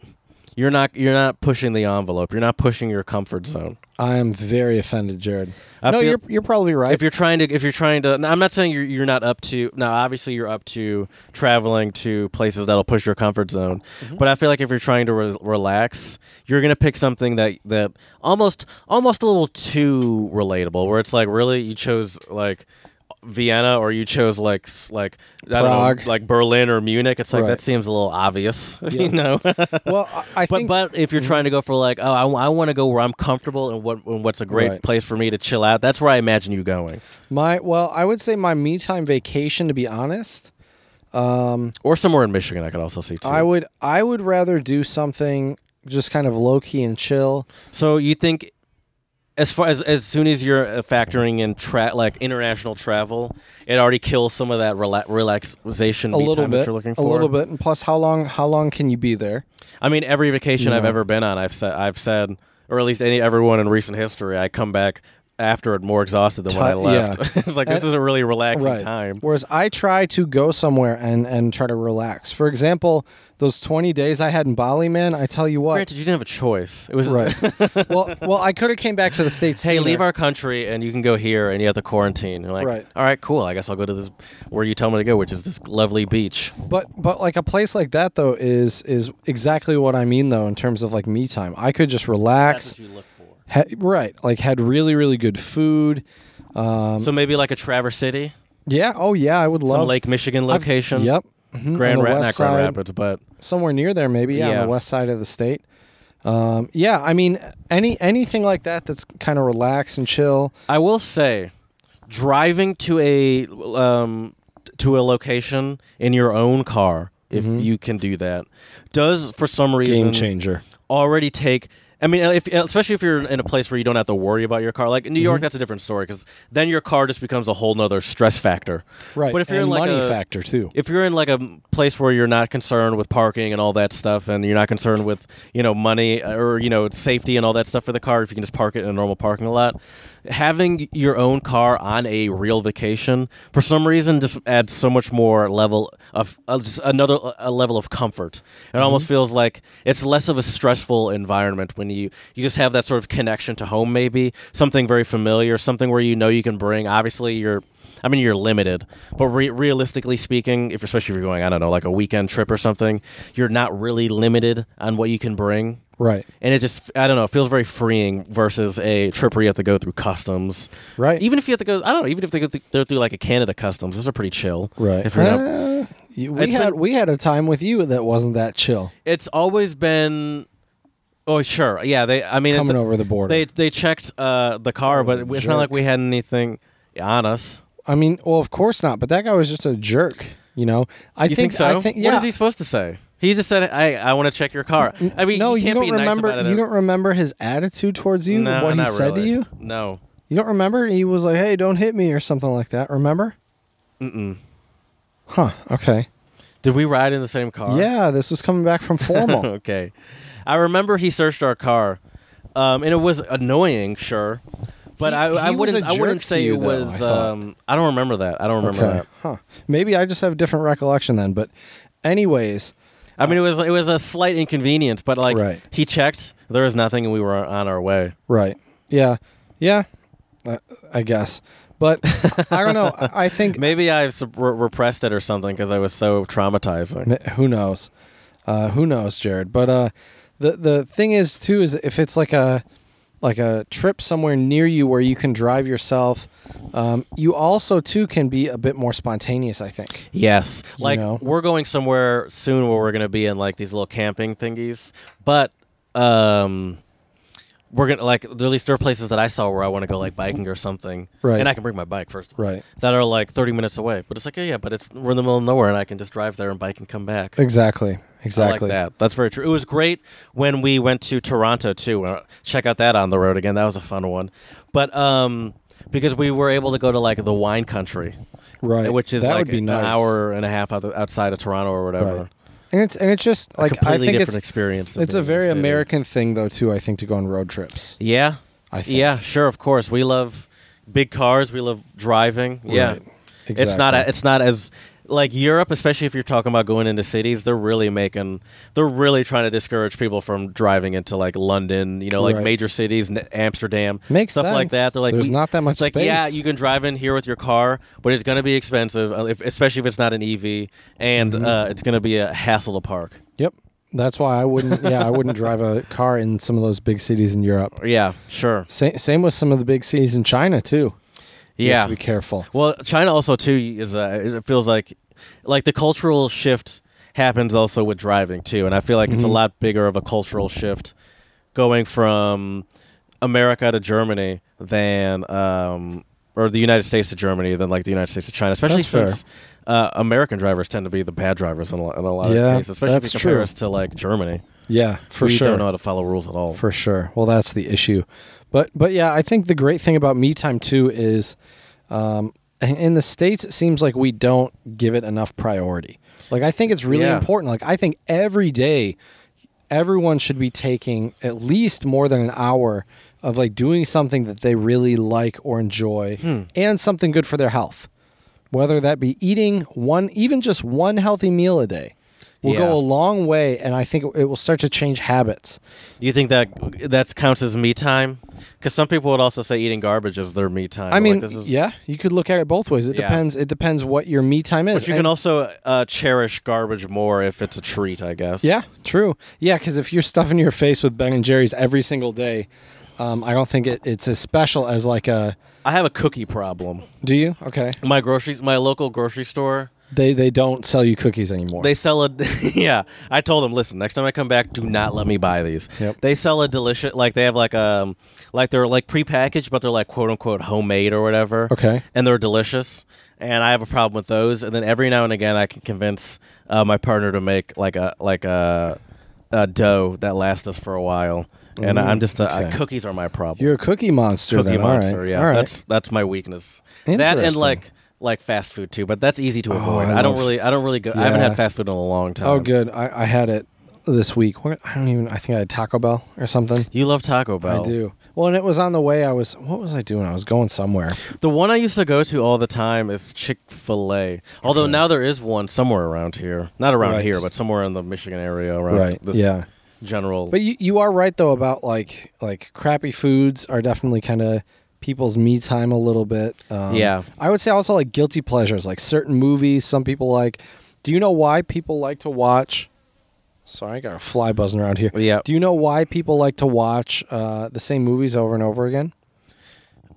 [SPEAKER 1] You're not. You're not pushing the envelope. You're not pushing your comfort
[SPEAKER 2] Mm.
[SPEAKER 1] zone.
[SPEAKER 2] I am very offended, Jared.
[SPEAKER 1] I
[SPEAKER 2] no,
[SPEAKER 1] feel-
[SPEAKER 2] you're you're probably right.
[SPEAKER 1] If you're trying to, if you're trying to, now, I'm not saying you're, you're not up to. Now, obviously, you're up to traveling to places that'll push your comfort zone.
[SPEAKER 2] Mm-hmm.
[SPEAKER 1] But I feel like if you're trying to re- relax, you're gonna pick something that that almost almost a little too relatable, where it's like really you chose like Vienna or you chose like s- like I don't
[SPEAKER 2] Prague.
[SPEAKER 1] know, like Berlin or Munich. It's like
[SPEAKER 2] Right.
[SPEAKER 1] that seems a little obvious, (laughs)
[SPEAKER 2] Yeah.
[SPEAKER 1] you know.
[SPEAKER 2] well, I, I
[SPEAKER 1] But
[SPEAKER 2] think Mm-hmm.
[SPEAKER 1] but if you're trying to go for like oh I, want to go where I'm comfortable and what and what's a great
[SPEAKER 2] Right.
[SPEAKER 1] place for me to chill out that's where I imagine you going
[SPEAKER 2] my well, I would say my me time vacation. To be honest,
[SPEAKER 1] or somewhere in Michigan I could also see too.
[SPEAKER 2] I would I would rather do something just kind of low key and chill.
[SPEAKER 1] so you think as far as as soon as you're uh, factoring in tra- like international travel it already kills some of that rela- relaxation
[SPEAKER 2] A
[SPEAKER 1] me
[SPEAKER 2] little
[SPEAKER 1] time
[SPEAKER 2] bit,
[SPEAKER 1] that you're looking for
[SPEAKER 2] a little bit, and plus, how long how long can you be there?
[SPEAKER 1] I mean every vacation I've
[SPEAKER 2] Yeah.
[SPEAKER 1] ever been on I've said I've said or at least any everyone in recent history I come back after it more exhausted than when
[SPEAKER 2] Ti- Eh,
[SPEAKER 1] I left. (laughs) it's like this
[SPEAKER 2] And-
[SPEAKER 1] is a really relaxing time.
[SPEAKER 2] Whereas I try to go somewhere and and try to relax. For example, those twenty days I had in Bali, man, I tell you what.
[SPEAKER 1] Granted, you didn't have a choice. It was (laughs)
[SPEAKER 2] Right. well, well, I could have came back to the states.
[SPEAKER 1] hey,
[SPEAKER 2] sooner.
[SPEAKER 1] leave our country and you can go here and you have to quarantine. You're like,
[SPEAKER 2] Right.
[SPEAKER 1] all right, cool. I guess I'll go to this where you tell me to go, which is this lovely beach.
[SPEAKER 2] But but like a place like that though is is exactly what I mean though in terms of like me time. I could just relax.
[SPEAKER 1] you look for.
[SPEAKER 2] Ha- right, like had really really good food.
[SPEAKER 1] so maybe like a Traverse City,
[SPEAKER 2] Yeah. Oh yeah, I would
[SPEAKER 1] some
[SPEAKER 2] Um, love
[SPEAKER 1] Lake Michigan location.
[SPEAKER 2] Yep. Mhm, on
[SPEAKER 1] Grand
[SPEAKER 2] the
[SPEAKER 1] Rapids, not
[SPEAKER 2] west
[SPEAKER 1] Grand
[SPEAKER 2] side,
[SPEAKER 1] Rapids, but
[SPEAKER 2] somewhere near there maybe. Yeah,
[SPEAKER 1] Yeah.
[SPEAKER 2] on the west side of the state. Um, yeah, I mean any anything like that that's kind of relax and chill.
[SPEAKER 1] I will say, driving to a um, to a location in your own car, if you can do that, does for some reason
[SPEAKER 2] Mm-hmm. Game changer.
[SPEAKER 1] already take I mean, if, especially if you're in a place where you don't have to worry about your car. Like in New
[SPEAKER 2] Mm-hmm.
[SPEAKER 1] York, that's a different story because then your car just becomes a whole nother stress factor.
[SPEAKER 2] Right.
[SPEAKER 1] But if you're
[SPEAKER 2] and
[SPEAKER 1] in like
[SPEAKER 2] money
[SPEAKER 1] a,
[SPEAKER 2] factor too.
[SPEAKER 1] if you're in like a place where you're not concerned with parking and all that stuff and you're not concerned with you know money uh, or you know safety and all that stuff for the car if you can just park it in a normal parking lot having your own car on a real vacation for some reason just adds so much more level of uh, just another a level of comfort it almost feels like it's less of a stressful environment when you you just have that sort of connection to home maybe something very familiar something where you know you can bring obviously you're I mean, you're limited, but re- realistically speaking, if especially if you're going, I don't know, like a weekend trip or something, you're not really limited on what you can bring.
[SPEAKER 2] Right.
[SPEAKER 1] And it just, I don't know, it feels very freeing versus a trip where you have to go through customs.
[SPEAKER 2] Right.
[SPEAKER 1] Even if you have to go, I don't know, even if they go through, they're through like a Canada customs, those are pretty chill.
[SPEAKER 2] Right.
[SPEAKER 1] If you're not-
[SPEAKER 2] Uh, you- we
[SPEAKER 1] It's
[SPEAKER 2] had
[SPEAKER 1] been-
[SPEAKER 2] we had a time with you that wasn't that chill
[SPEAKER 1] it's always been, oh, sure. Yeah. They, I mean,
[SPEAKER 2] coming
[SPEAKER 1] the-
[SPEAKER 2] over the border.
[SPEAKER 1] they, they checked uh, the car, but
[SPEAKER 2] a
[SPEAKER 1] it's
[SPEAKER 2] jerk.
[SPEAKER 1] not like we had anything on us.
[SPEAKER 2] I mean, well, of course not. But that guy was just a jerk. You know. I
[SPEAKER 1] You think, so?
[SPEAKER 2] I think yeah.
[SPEAKER 1] What is he supposed to say? He just said, "I I want to check your car." I mean,
[SPEAKER 2] no,
[SPEAKER 1] you
[SPEAKER 2] you
[SPEAKER 1] can't
[SPEAKER 2] don't
[SPEAKER 1] be
[SPEAKER 2] remember.
[SPEAKER 1] nice about it.
[SPEAKER 2] you don't remember his attitude towards you.
[SPEAKER 1] no,
[SPEAKER 2] what he
[SPEAKER 1] not
[SPEAKER 2] said to
[SPEAKER 1] really.
[SPEAKER 2] you.
[SPEAKER 1] No.
[SPEAKER 2] You don't remember? He was like, "Hey, don't hit me" or something like that. Remember?
[SPEAKER 1] Mm-mm.
[SPEAKER 2] Huh. Okay.
[SPEAKER 1] Did we ride in the same car?
[SPEAKER 2] Yeah, this was coming back from
[SPEAKER 1] (laughs)
[SPEAKER 2] formal.
[SPEAKER 1] okay. I remember he searched our car, um, and it was annoying, sure, but
[SPEAKER 2] He-
[SPEAKER 1] I, I
[SPEAKER 2] he was
[SPEAKER 1] wouldn't
[SPEAKER 2] a
[SPEAKER 1] I
[SPEAKER 2] jerk
[SPEAKER 1] wouldn't
[SPEAKER 2] to
[SPEAKER 1] say
[SPEAKER 2] you,
[SPEAKER 1] it
[SPEAKER 2] though, I
[SPEAKER 1] was.
[SPEAKER 2] thought.
[SPEAKER 1] um, I don't remember that. I don't remember
[SPEAKER 2] okay.
[SPEAKER 1] that.
[SPEAKER 2] Huh. Maybe I just have different recollection then. But, anyways,
[SPEAKER 1] I mean, it was it was a slight inconvenience, but like
[SPEAKER 2] Right.
[SPEAKER 1] he checked, there was nothing, and we were on our way.
[SPEAKER 2] right? Yeah, yeah. I, I guess. But I don't know. I
[SPEAKER 1] (laughs)
[SPEAKER 2] I think
[SPEAKER 1] Maybe I sub- re- repressed it or something because I was so traumatizing.
[SPEAKER 2] M- who knows uh, who knows jared but uh, the the thing is too is if it's like a like a trip somewhere near you where you can drive yourself um, you also too can be a bit more spontaneous i think
[SPEAKER 1] Yes.
[SPEAKER 2] You
[SPEAKER 1] Like
[SPEAKER 2] know?
[SPEAKER 1] we're going somewhere soon where we're going to be in like these little camping thingies, but um we're going to like there at least there are places that I saw where I want to go like biking or something.
[SPEAKER 2] Right.
[SPEAKER 1] And I can bring my bike first.
[SPEAKER 2] right
[SPEAKER 1] That are like 30 minutes away. But it's like, yeah, yeah, but it's we're in the middle of nowhere and I can just drive there and bike and come back.
[SPEAKER 2] exactly
[SPEAKER 1] I
[SPEAKER 2] exactly
[SPEAKER 1] like that. That's very true. It was great when we went to Toronto too. Uh, Check out that on the road again. That was a fun one. But um because we were able to go to like the wine country
[SPEAKER 2] right
[SPEAKER 1] which is
[SPEAKER 2] that
[SPEAKER 1] like
[SPEAKER 2] would be
[SPEAKER 1] an
[SPEAKER 2] nice
[SPEAKER 1] hour and a half out outside of Toronto or whatever.
[SPEAKER 2] Right. and it's and it's just like i
[SPEAKER 1] Completely
[SPEAKER 2] think
[SPEAKER 1] different
[SPEAKER 2] it's
[SPEAKER 1] experience. than
[SPEAKER 2] it's
[SPEAKER 1] being
[SPEAKER 2] a
[SPEAKER 1] in the
[SPEAKER 2] very
[SPEAKER 1] city.
[SPEAKER 2] american thing though too i think to go on road trips
[SPEAKER 1] Yeah,
[SPEAKER 2] i think
[SPEAKER 1] yeah, sure, of course. We love big cars. We love driving. Yeah,
[SPEAKER 2] Right. exactly.
[SPEAKER 1] it's not. a- It's not as like Europe, especially if you're talking about going into cities. They're really making. They're really trying to discourage people from driving into like London. You know, like
[SPEAKER 2] Right.
[SPEAKER 1] major cities, N- Amsterdam,
[SPEAKER 2] Makes
[SPEAKER 1] stuff like
[SPEAKER 2] sense.
[SPEAKER 1] that. They're like,
[SPEAKER 2] There's
[SPEAKER 1] we-
[SPEAKER 2] not that
[SPEAKER 1] it's
[SPEAKER 2] much
[SPEAKER 1] like, yeah,
[SPEAKER 2] space.
[SPEAKER 1] you can drive in here with your car, but it's going to be expensive, uh, if, especially if it's not an EV, and
[SPEAKER 2] Mm-hmm.
[SPEAKER 1] uh, it's going to be a hassle to park.
[SPEAKER 2] Yep. That's why I (laughs) wouldn't. Yeah, I wouldn't drive a car in some of those big cities in Europe.
[SPEAKER 1] Yeah, sure.
[SPEAKER 2] Same, same with some of the big cities in China too. You have
[SPEAKER 1] Yeah.
[SPEAKER 2] to be careful.
[SPEAKER 1] Well, China also too is uh, it feels like like the cultural shift happens also with driving too, and I feel like it's a
[SPEAKER 2] Mhm.
[SPEAKER 1] lot bigger of a cultural shift going from America to Germany than um, or the United States to Germany than like the United States to China, especially
[SPEAKER 2] That's fair.
[SPEAKER 1] since uh, American drivers tend to be the bad drivers in a, in a lot
[SPEAKER 2] Yeah,
[SPEAKER 1] of cases, especially
[SPEAKER 2] that's
[SPEAKER 1] if you compare
[SPEAKER 2] true.
[SPEAKER 1] us to like Germany.
[SPEAKER 2] Yeah, for
[SPEAKER 1] we
[SPEAKER 2] sure.
[SPEAKER 1] don't know how to follow rules at all.
[SPEAKER 2] For sure. Well, that's the issue. But but yeah, I think the great thing about me time too is, um, in- in the states it seems like we don't give it enough priority. Like I think it's really
[SPEAKER 1] Yeah.
[SPEAKER 2] important. Like I think every day, everyone should be taking at least more than an hour of like doing something that they really like or enjoy,
[SPEAKER 1] Hmm.
[SPEAKER 2] and something good for their health. Whether that be eating one, even just one healthy meal a day, will
[SPEAKER 1] Yeah.
[SPEAKER 2] go a long way, and I think it- it will start to change habits.
[SPEAKER 1] You think that that counts as me time? Because some people would also say eating garbage is their me time.
[SPEAKER 2] I
[SPEAKER 1] Like,
[SPEAKER 2] mean,
[SPEAKER 1] this is-
[SPEAKER 2] yeah, you could look at it both ways. It
[SPEAKER 1] Yeah.
[SPEAKER 2] depends. It depends what your me time is.
[SPEAKER 1] But you
[SPEAKER 2] And-
[SPEAKER 1] can also uh, cherish garbage more if it's a treat, I guess.
[SPEAKER 2] yeah, true. Yeah, because if you're stuffing your face with Ben and Jerry's every single day, um, I don't think it, it's as special as like a.
[SPEAKER 1] I have a cookie problem.
[SPEAKER 2] Do you? Okay.
[SPEAKER 1] My groceries, my local grocery store,
[SPEAKER 2] They they don't sell you cookies anymore.
[SPEAKER 1] they sell a. (laughs) yeah, I told them, listen, next time I come back, do not let me buy these.
[SPEAKER 2] Yep.
[SPEAKER 1] They sell a delicious, like they have like um, like they're like prepackaged, but they're like quote unquote homemade or whatever.
[SPEAKER 2] okay.
[SPEAKER 1] and they're delicious. And I have a problem with those. And then every now and again, I can convince uh, my partner to make like a like a, a dough that lasts us for a while. and I'm just uh,
[SPEAKER 2] Mm, okay.
[SPEAKER 1] cookies are my problem.
[SPEAKER 2] You're a cookie monster.
[SPEAKER 1] cookie
[SPEAKER 2] then.
[SPEAKER 1] monster.
[SPEAKER 2] All right.
[SPEAKER 1] Yeah,
[SPEAKER 2] All right.
[SPEAKER 1] that's that's my weakness. That and
[SPEAKER 2] Interesting. Oh,
[SPEAKER 1] like like fast food too, but that's easy to avoid.
[SPEAKER 2] I
[SPEAKER 1] I, don't
[SPEAKER 2] love-
[SPEAKER 1] really I don't really go. I haven't
[SPEAKER 2] Yeah.
[SPEAKER 1] had fast food in a long time.
[SPEAKER 2] oh, good. I, I had it this week. What, I don't even. I think I had Taco Bell or something.
[SPEAKER 1] You love Taco Bell.
[SPEAKER 2] I do. Well, and it was on the way. I was. What was I doing? I was going somewhere.
[SPEAKER 1] The one I used to go to all the time is Chick Fil A. Although now there is one somewhere around here, not around
[SPEAKER 2] Right.
[SPEAKER 1] here, but somewhere in the Michigan area around
[SPEAKER 2] Right.
[SPEAKER 1] this
[SPEAKER 2] Yeah.
[SPEAKER 1] general.
[SPEAKER 2] But you, you are right though about like like crappy foods are definitely kind of people's me time a little bit. Um,
[SPEAKER 1] Yeah.
[SPEAKER 2] I would say also like guilty pleasures, like certain movies. Some people like. Do you know why people like to watch? Sorry, I got a fly buzzing around here.
[SPEAKER 1] yeah.
[SPEAKER 2] Do you know why people like to watch uh, the same movies over and over again?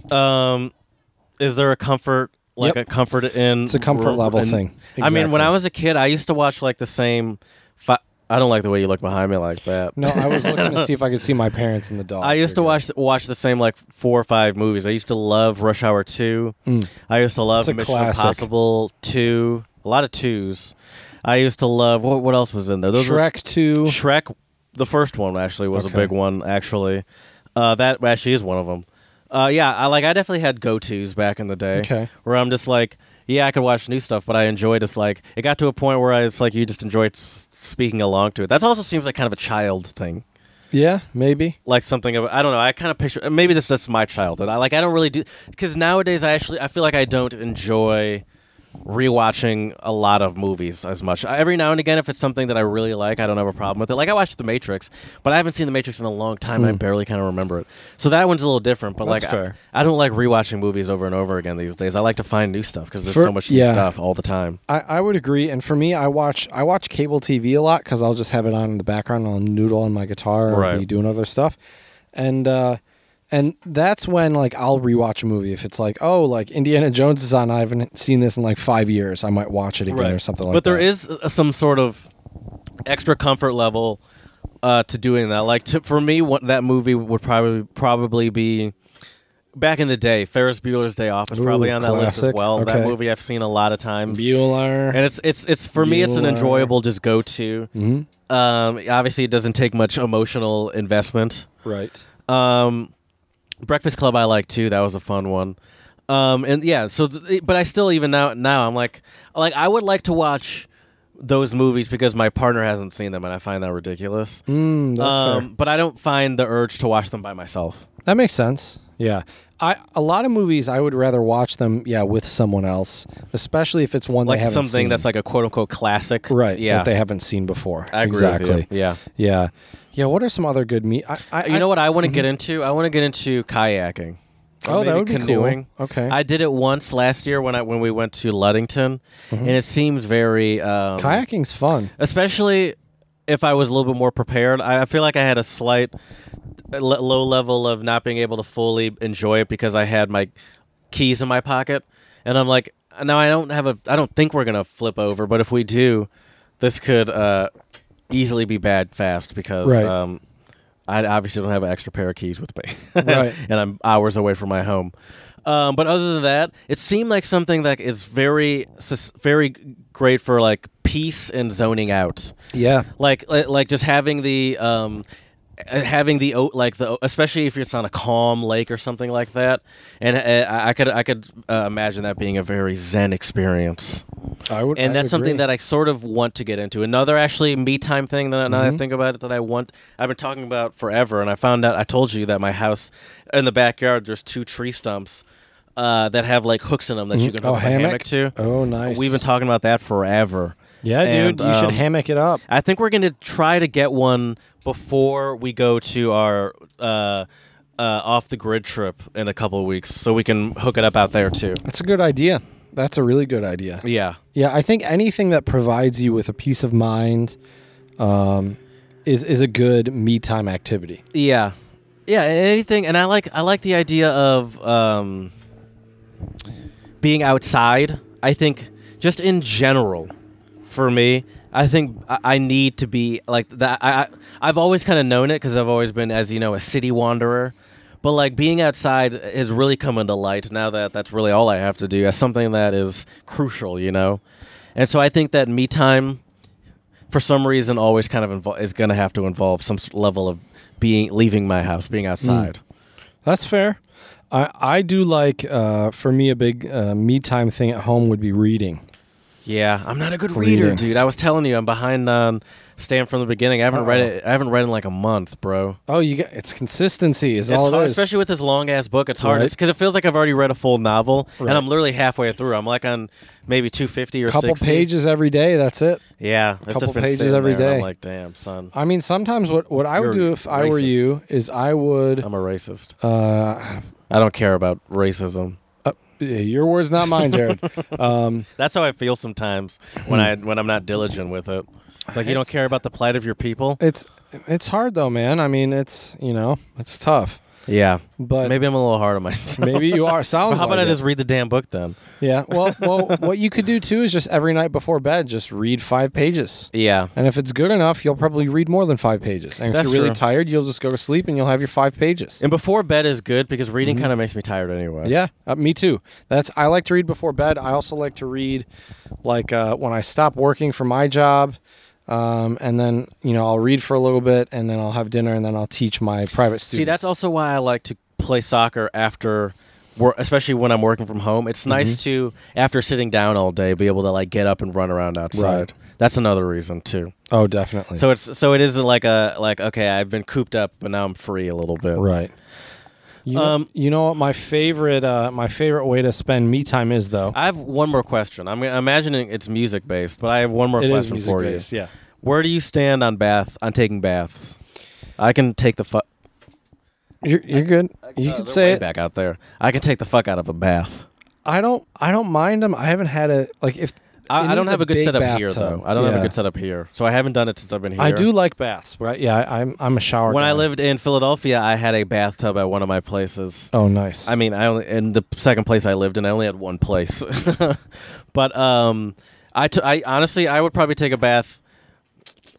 [SPEAKER 1] um, is there a comfort like
[SPEAKER 2] Yep.
[SPEAKER 1] a comfort in?
[SPEAKER 2] It's a comfort level
[SPEAKER 1] in-
[SPEAKER 2] thing.
[SPEAKER 1] Mm, I mean, when
[SPEAKER 2] Exactly.
[SPEAKER 1] I was a kid, I used to watch like the same. Fi- I don't like the way you look behind me like that.
[SPEAKER 2] No, I was looking
[SPEAKER 1] (laughs)
[SPEAKER 2] to see if I could see my parents and the dog.
[SPEAKER 1] I used to
[SPEAKER 2] You're
[SPEAKER 1] watch watch the same like four or five movies. I used to love Rush Hour Two.
[SPEAKER 2] Mm.
[SPEAKER 1] I used to love
[SPEAKER 2] It's a
[SPEAKER 1] Mission
[SPEAKER 2] classic.
[SPEAKER 1] Impossible Two. A lot of twos. I used to love what what else was in there?
[SPEAKER 2] good.
[SPEAKER 1] Those were-
[SPEAKER 2] Shrek Two.
[SPEAKER 1] Shrek, the first one actually was
[SPEAKER 2] Okay.
[SPEAKER 1] a big one. Actually, uh, that actually is one of them. Uh, yeah, I like I definitely had go tos back in the day.
[SPEAKER 2] Okay.
[SPEAKER 1] where I'm just like, yeah, I could watch new stuff, but I enjoy just like it got to a point where I, it's like you just enjoy s- speaking along to it. That also seems like kind of a child thing
[SPEAKER 2] Yeah, maybe.
[SPEAKER 1] like something of I don't know. I kind of picture maybe this is my childhood. I like I don't really do because nowadays I actually I feel like I don't enjoy rewatching a lot of movies as much. I, every now and again, if it's something that I really like, I don't have a problem with it. Like I watched The Matrix, but I haven't seen The Matrix in a long time. I barely kind of remember it. So that one's a little different. But
[SPEAKER 2] Hmm. That's
[SPEAKER 1] like I-
[SPEAKER 2] fair.
[SPEAKER 1] I, don't like rewatching movies over and over again these days. I like to find new stuff because there's
[SPEAKER 2] For-
[SPEAKER 1] so much
[SPEAKER 2] yeah.
[SPEAKER 1] new stuff all the time.
[SPEAKER 2] I, I would agree. And for me, I watch I watch cable TV a lot because I'll just have it on in the background. And I'll noodle on my guitar or
[SPEAKER 1] Right.
[SPEAKER 2] be doing other stuff, and uh, and that's when like I'll rewatch a movie if it's like oh like Indiana Jones is on. I haven't seen this in like five years. I might watch it again or something like
[SPEAKER 1] but
[SPEAKER 2] that.
[SPEAKER 1] there is uh, some sort of extra comfort level uh, to doing that. Like to, for me, what that movie would probably probably be back in the day. Ferris Bueller's Day Off is probably
[SPEAKER 2] Ooh,
[SPEAKER 1] on that list as
[SPEAKER 2] classic.
[SPEAKER 1] well. That
[SPEAKER 2] Okay.
[SPEAKER 1] movie I've seen a lot of times.
[SPEAKER 2] Bueller.
[SPEAKER 1] and it's it's it's for me it's an
[SPEAKER 2] Bueller. Mm-hmm.
[SPEAKER 1] enjoyable just go to. Um, obviously, it doesn't take much emotional investment.
[SPEAKER 2] right.
[SPEAKER 1] Um, Breakfast Club I like too. That was a fun one. Um, and yeah, so th- but I still even now now I'm like like I would like to watch those movies because my partner hasn't seen them and I find that ridiculous.
[SPEAKER 2] Mm, that's fair.
[SPEAKER 1] um, but I don't find the urge to watch them by myself.
[SPEAKER 2] That makes sense. Yeah. I a lot of movies I would rather watch them yeah with someone else, especially if it's one they
[SPEAKER 1] Like
[SPEAKER 2] haven't
[SPEAKER 1] something
[SPEAKER 2] seen.
[SPEAKER 1] that's like a quote unquote classic.
[SPEAKER 2] right
[SPEAKER 1] Yeah.
[SPEAKER 2] that they haven't seen before.
[SPEAKER 1] I agree with you.
[SPEAKER 2] exactly.
[SPEAKER 1] Yeah.
[SPEAKER 2] Yeah. Yeah, what are some other good meat? I, I Mm-hmm.
[SPEAKER 1] You know what I want to get into? I want to get into kayaking. Or
[SPEAKER 2] Oh, that
[SPEAKER 1] maybe
[SPEAKER 2] would be cool.
[SPEAKER 1] canoeing.
[SPEAKER 2] Okay.
[SPEAKER 1] I did it once last year when I when we went to Luddington,
[SPEAKER 2] Mm-hmm.
[SPEAKER 1] and it seemed very um,
[SPEAKER 2] Kayaking's fun.
[SPEAKER 1] especially if I was a little bit more prepared. I, I feel like I had a slight l- low level of not being able to fully enjoy it because I had my keys in my pocket, and I'm like, now I don't have a, I don't think we're gonna flip over, but if we do, this could uh, easily be bad fast because.
[SPEAKER 2] Right.
[SPEAKER 1] Um, I obviously don't have an extra pair of keys with me,
[SPEAKER 2] Right.
[SPEAKER 1] (laughs) and I'm hours away from my home. Um, but other than that, it seemed like something that is very, sus- very g- great for like peace and zoning out.
[SPEAKER 2] Yeah.
[SPEAKER 1] Like, li- like just having the, um, uh, having the o- like the, o- especially if it's on a calm lake or something like that. And uh, I, I could, I could uh, imagine that being a very zen experience
[SPEAKER 2] I would
[SPEAKER 1] and that's something that I sort of want to get into. Another actually me time thing that now
[SPEAKER 2] Mm-hmm.
[SPEAKER 1] that I think about it that I want I've been talking about forever, and I found out I told you that my house in the backyard there's two tree stumps uh, that have like hooks in them that you can
[SPEAKER 2] Oh,
[SPEAKER 1] hook up a hammock to.
[SPEAKER 2] hammock? Oh, nice.
[SPEAKER 1] We've been talking about that forever.
[SPEAKER 2] Yeah,
[SPEAKER 1] And,
[SPEAKER 2] dude, you should
[SPEAKER 1] um,
[SPEAKER 2] hammock it up.
[SPEAKER 1] I think we're gonna try to get one before we go to our. Uh, uh, off the grid trip in a couple of weeks, so we can hook it up out there too.
[SPEAKER 2] That's a good idea. That's a really good idea.
[SPEAKER 1] Yeah,
[SPEAKER 2] Yeah, I think anything that provides you with a peace of mind um, is is a good me time activity.
[SPEAKER 1] Yeah, yeah. and Anything, and I like I like the idea of um, being outside. I think just in general, for me, I think I, I need to be like that. I, I I've always kind of known it because I've always been, as you know, a city wanderer. But like being outside has really come into light now that that's really all I have to do. That's something that is crucial, you know. And so I think that me time for some reason always kind of invol- is going to have to involve some s- level of being leaving my house, being outside.
[SPEAKER 2] That's fair. I I do like uh, for me a big uh, me time thing at home would be reading.
[SPEAKER 1] Yeah, I'm not a good reader,
[SPEAKER 2] Reading.
[SPEAKER 1] dude. I was telling you, I'm behind on Stand from the beginning. I haven't read
[SPEAKER 2] Uh-oh.
[SPEAKER 1] it. I haven't read in like a month, bro.
[SPEAKER 2] Oh, you get it's consistency is all
[SPEAKER 1] it's
[SPEAKER 2] it
[SPEAKER 1] hard,
[SPEAKER 2] is.
[SPEAKER 1] especially with this long ass book. It's hard
[SPEAKER 2] Right.
[SPEAKER 1] because it feels like I've already read a full novel,
[SPEAKER 2] Right.
[SPEAKER 1] and I'm literally halfway through. I'm like on maybe 250 or
[SPEAKER 2] couple
[SPEAKER 1] 60.
[SPEAKER 2] pages every day. That's it.
[SPEAKER 1] Yeah, it's
[SPEAKER 2] couple
[SPEAKER 1] just been
[SPEAKER 2] pages
[SPEAKER 1] sitting
[SPEAKER 2] every
[SPEAKER 1] there, and I'm
[SPEAKER 2] day.
[SPEAKER 1] like, damn, son,
[SPEAKER 2] I mean, sometimes what what I would
[SPEAKER 1] You're
[SPEAKER 2] do if I
[SPEAKER 1] racist.
[SPEAKER 2] were
[SPEAKER 1] Um,
[SPEAKER 2] you is I would.
[SPEAKER 1] I'm a racist.
[SPEAKER 2] Uh,
[SPEAKER 1] I don't care about racism.
[SPEAKER 2] yeah, your words, not mine, Jared.
[SPEAKER 1] (laughs)
[SPEAKER 2] um,
[SPEAKER 1] That's how I feel sometimes when I when I'm not diligent with it. It's like you don't
[SPEAKER 2] It's-
[SPEAKER 1] care about the plight of your people.
[SPEAKER 2] it's it's hard though, man. I mean, it's you know, it's tough.
[SPEAKER 1] Yeah,
[SPEAKER 2] But maybe,
[SPEAKER 1] maybe I'm a little hard on myself.
[SPEAKER 2] you are. Sounds.
[SPEAKER 1] Well, (laughs) how about
[SPEAKER 2] like
[SPEAKER 1] I
[SPEAKER 2] it.
[SPEAKER 1] just read the damn book then?
[SPEAKER 2] Yeah. Well, well, what you could do too is just every night before bed, just read five pages.
[SPEAKER 1] Yeah,
[SPEAKER 2] And if it's good enough, you'll probably read more than five pages. And if
[SPEAKER 1] That's
[SPEAKER 2] you're really
[SPEAKER 1] true.
[SPEAKER 2] tired, you'll just go to sleep and you'll have your five pages.
[SPEAKER 1] and before bed is good because reading kind of makes me tired anyway.
[SPEAKER 2] Mm-hmm. Yeah, uh, me too. That's I like to read before bed. I also like to read, like uh, when I stop working for my job, um, and then you know I'll read for a little bit, and then I'll have dinner, and then I'll teach my private students.
[SPEAKER 1] See, that's also why I like to play soccer after work, especially when I'm working from home. It's
[SPEAKER 2] Mm-hmm.
[SPEAKER 1] nice to, after sitting down all day, be able to like get up and run around outside.
[SPEAKER 2] Right.
[SPEAKER 1] That's another reason too.
[SPEAKER 2] oh definitely
[SPEAKER 1] So it's so it is like a like okay, I've been cooped up, but now I'm free a little bit.
[SPEAKER 2] right. You know,
[SPEAKER 1] Um,
[SPEAKER 2] you know what my favorite uh, my favorite way to spend me time is though.
[SPEAKER 1] I have one more question. I'm I'm imagining it's music based, but I have one more
[SPEAKER 2] it is
[SPEAKER 1] question
[SPEAKER 2] music
[SPEAKER 1] for
[SPEAKER 2] based.
[SPEAKER 1] you.
[SPEAKER 2] Yeah.
[SPEAKER 1] Where do you stand on bath on taking baths? I can take the fuck.
[SPEAKER 2] You're, you're good. You
[SPEAKER 1] Oh,
[SPEAKER 2] could
[SPEAKER 1] they're
[SPEAKER 2] say
[SPEAKER 1] way
[SPEAKER 2] it.
[SPEAKER 1] back out there. I can take the fuck out of a bath.
[SPEAKER 2] I don't. I don't mind them. I haven't had a like if. it
[SPEAKER 1] I, I don't
[SPEAKER 2] needs
[SPEAKER 1] have a good
[SPEAKER 2] big
[SPEAKER 1] setup here
[SPEAKER 2] bathtub.
[SPEAKER 1] though. I don't have a
[SPEAKER 2] Yeah.
[SPEAKER 1] good setup here, so I haven't done it since I've been here.
[SPEAKER 2] I do like baths, but I, yeah, I, I'm I'm a shower.
[SPEAKER 1] When I
[SPEAKER 2] guy.
[SPEAKER 1] lived in Philadelphia, I had a bathtub at one of my places.
[SPEAKER 2] Oh, nice.
[SPEAKER 1] I mean, I only in the second place I lived in, I only had one place. (laughs) but um, I, t- I honestly, I would probably take a bath.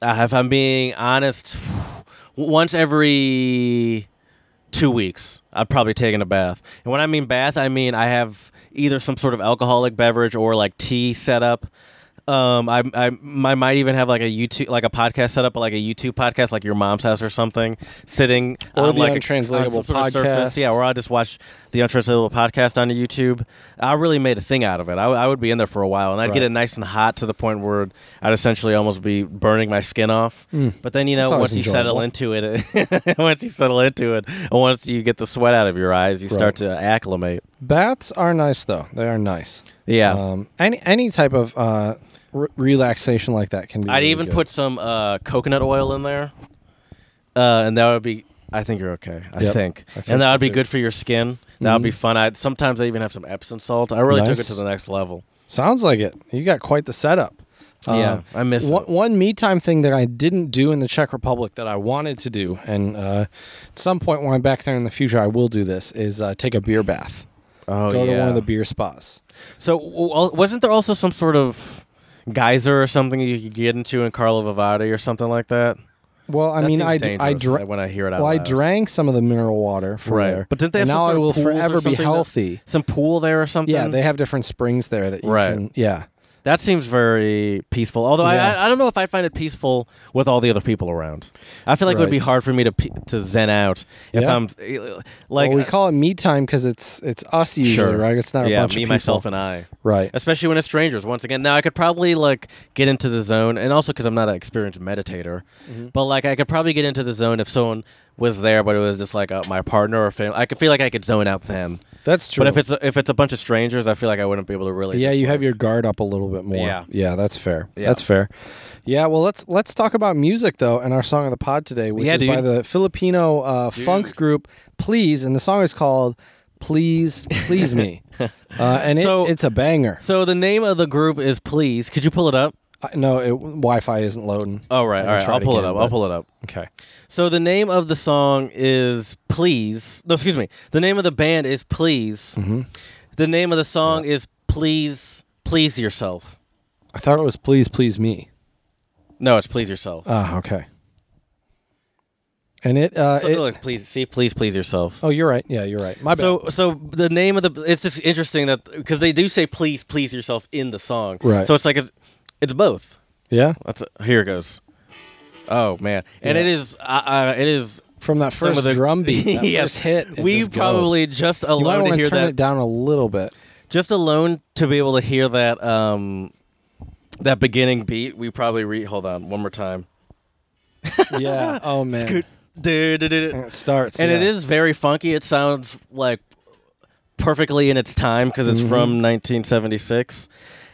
[SPEAKER 1] Uh, if I'm being honest, once every two weeks, I've probably taken a bath. And when I mean bath, I mean I have either some sort of alcoholic beverage or like tea set up. Um, I, I, I might even have like a YouTube, like a podcast set up, like a YouTube podcast, like your mom's house or something, sitting
[SPEAKER 2] Or
[SPEAKER 1] on
[SPEAKER 2] the
[SPEAKER 1] like a-
[SPEAKER 2] Untranslatable
[SPEAKER 1] on some sort of surface.
[SPEAKER 2] podcast.
[SPEAKER 1] Yeah, or I just watch the Untranslatable podcast on YouTube. I really made a thing out of it. I, I would be in there for a while, and I'd get
[SPEAKER 2] Right.
[SPEAKER 1] it nice and hot to the point where I'd essentially almost be burning my skin off. But then you know,
[SPEAKER 2] Hmm. That's always
[SPEAKER 1] once you settle
[SPEAKER 2] enjoyable.
[SPEAKER 1] into it, (laughs) once you settle into it, and once you get the sweat out of your eyes, you start to acclimate.
[SPEAKER 2] baths are nice though. They are nice.
[SPEAKER 1] Yeah.
[SPEAKER 2] Um, any any type of uh, re- relaxation like that can be.
[SPEAKER 1] I'd
[SPEAKER 2] really
[SPEAKER 1] even
[SPEAKER 2] good.
[SPEAKER 1] put some uh, coconut oil in there, uh, and that would be. I think you're okay. I
[SPEAKER 2] Yep.
[SPEAKER 1] think,
[SPEAKER 2] I think
[SPEAKER 1] and that
[SPEAKER 2] so,
[SPEAKER 1] would be
[SPEAKER 2] too. Mm-hmm.
[SPEAKER 1] good for your skin. That would be fun. I would sometimes I even have some Epsom salt. I really took it
[SPEAKER 2] Nice.
[SPEAKER 1] to the next level.
[SPEAKER 2] Sounds like it. You got quite the setup.
[SPEAKER 1] yeah,
[SPEAKER 2] Um,
[SPEAKER 1] I miss
[SPEAKER 2] one,
[SPEAKER 1] it.
[SPEAKER 2] one me time thing that I didn't do in the Czech Republic that I wanted to do, and uh, at some point when I'm back there in the future, I will do this. Is uh, take a beer bath.
[SPEAKER 1] Oh
[SPEAKER 2] Go
[SPEAKER 1] yeah.
[SPEAKER 2] to one of the beer spas.
[SPEAKER 1] so w- al- wasn't there also some sort of geyser or something you could get into in Carlo Vivati or something like that?
[SPEAKER 2] Well, I
[SPEAKER 1] That
[SPEAKER 2] mean,
[SPEAKER 1] seems
[SPEAKER 2] I, d- I,
[SPEAKER 1] dangerous
[SPEAKER 2] dra-
[SPEAKER 1] when I hear it out
[SPEAKER 2] Well, I
[SPEAKER 1] loud.
[SPEAKER 2] drank some of the mineral water from
[SPEAKER 1] Right.
[SPEAKER 2] there,
[SPEAKER 1] But didn't they have
[SPEAKER 2] and
[SPEAKER 1] some
[SPEAKER 2] now
[SPEAKER 1] sort
[SPEAKER 2] I
[SPEAKER 1] of
[SPEAKER 2] will
[SPEAKER 1] pools or
[SPEAKER 2] forever be
[SPEAKER 1] something that-
[SPEAKER 2] healthy.
[SPEAKER 1] some pool there or something.
[SPEAKER 2] Yeah, they have different springs there that you
[SPEAKER 1] Right.
[SPEAKER 2] can. Yeah,
[SPEAKER 1] that seems very peaceful. Although I
[SPEAKER 2] Yeah.
[SPEAKER 1] I, I don't know if I'd find it peaceful with all the other people around. I feel like it would be
[SPEAKER 2] Right.
[SPEAKER 1] hard for me to pe- to zen out if
[SPEAKER 2] Yeah.
[SPEAKER 1] I'm uh, like
[SPEAKER 2] well, we call it me time because it's it's us usually,
[SPEAKER 1] Sure.
[SPEAKER 2] right? It's not
[SPEAKER 1] yeah,
[SPEAKER 2] a bunch
[SPEAKER 1] me
[SPEAKER 2] of people.
[SPEAKER 1] myself and I.
[SPEAKER 2] right.
[SPEAKER 1] especially when it's strangers once again now i could probably like get into the zone and also because i'm not an experienced meditator but like i could probably get into the zone if someone was there but it was just like uh my partner or family i could feel like i could zone out then
[SPEAKER 2] That's true.
[SPEAKER 1] but if it's if it's a bunch of strangers i feel like i wouldn't be able to really
[SPEAKER 2] yeah,
[SPEAKER 1] just,
[SPEAKER 2] you have
[SPEAKER 1] like-
[SPEAKER 2] your guard up a little bit more.
[SPEAKER 1] Yeah.
[SPEAKER 2] yeah, that's fair.
[SPEAKER 1] Yeah.
[SPEAKER 2] That's fair. Yeah, well, let's let's talk about music though, and our song of the pod today, which
[SPEAKER 1] Yeah,
[SPEAKER 2] is by
[SPEAKER 1] dude.
[SPEAKER 2] the Filipino uh, funk group Please, and the song is called "Please
[SPEAKER 1] (laughs)
[SPEAKER 2] Please Me," uh, and it,
[SPEAKER 1] So-
[SPEAKER 2] it's a banger.
[SPEAKER 1] so the name of the group is please could you pull it up
[SPEAKER 2] Uh, no, it, Wi-Fi isn't loading.
[SPEAKER 1] oh right
[SPEAKER 2] I can
[SPEAKER 1] all right
[SPEAKER 2] try
[SPEAKER 1] i'll pull it
[SPEAKER 2] again,
[SPEAKER 1] up i'll
[SPEAKER 2] but-
[SPEAKER 1] pull it up
[SPEAKER 2] Okay.
[SPEAKER 1] so the name of the song is please no excuse me the name of the band is please the name of the song is please please yourself
[SPEAKER 2] I thought it was please please me.
[SPEAKER 1] no it's please yourself
[SPEAKER 2] Ah, okay. And it, uh,
[SPEAKER 1] So,
[SPEAKER 2] it-
[SPEAKER 1] look, please see, please please yourself.
[SPEAKER 2] oh, you're right. Yeah, you're right. My bad.
[SPEAKER 1] So, so the name of the it's just interesting that because they do say please please yourself in the song,
[SPEAKER 2] Right.
[SPEAKER 1] So it's like it's it's both.
[SPEAKER 2] yeah,
[SPEAKER 1] That's here it goes. Oh man, and
[SPEAKER 2] Yeah.
[SPEAKER 1] it is uh, uh, it is
[SPEAKER 2] from that
[SPEAKER 1] Some
[SPEAKER 2] first
[SPEAKER 1] of the- (laughs)
[SPEAKER 2] drum beat, that
[SPEAKER 1] Yes.
[SPEAKER 2] first hit. it
[SPEAKER 1] we
[SPEAKER 2] just goes.
[SPEAKER 1] probably just
[SPEAKER 2] you might
[SPEAKER 1] alone to
[SPEAKER 2] want
[SPEAKER 1] hear
[SPEAKER 2] to turn
[SPEAKER 1] that
[SPEAKER 2] it down a
[SPEAKER 1] (laughs)
[SPEAKER 2] little bit.
[SPEAKER 1] just alone to be able to hear that um that beginning beat we probably re hold on one more time
[SPEAKER 2] yeah. Oh man.
[SPEAKER 1] Scoot. Du- du- du- du.
[SPEAKER 2] And it starts.
[SPEAKER 1] and it
[SPEAKER 2] yeah.
[SPEAKER 1] is very funky it sounds like perfectly in its time because it's
[SPEAKER 2] Mm-hmm.
[SPEAKER 1] from 1976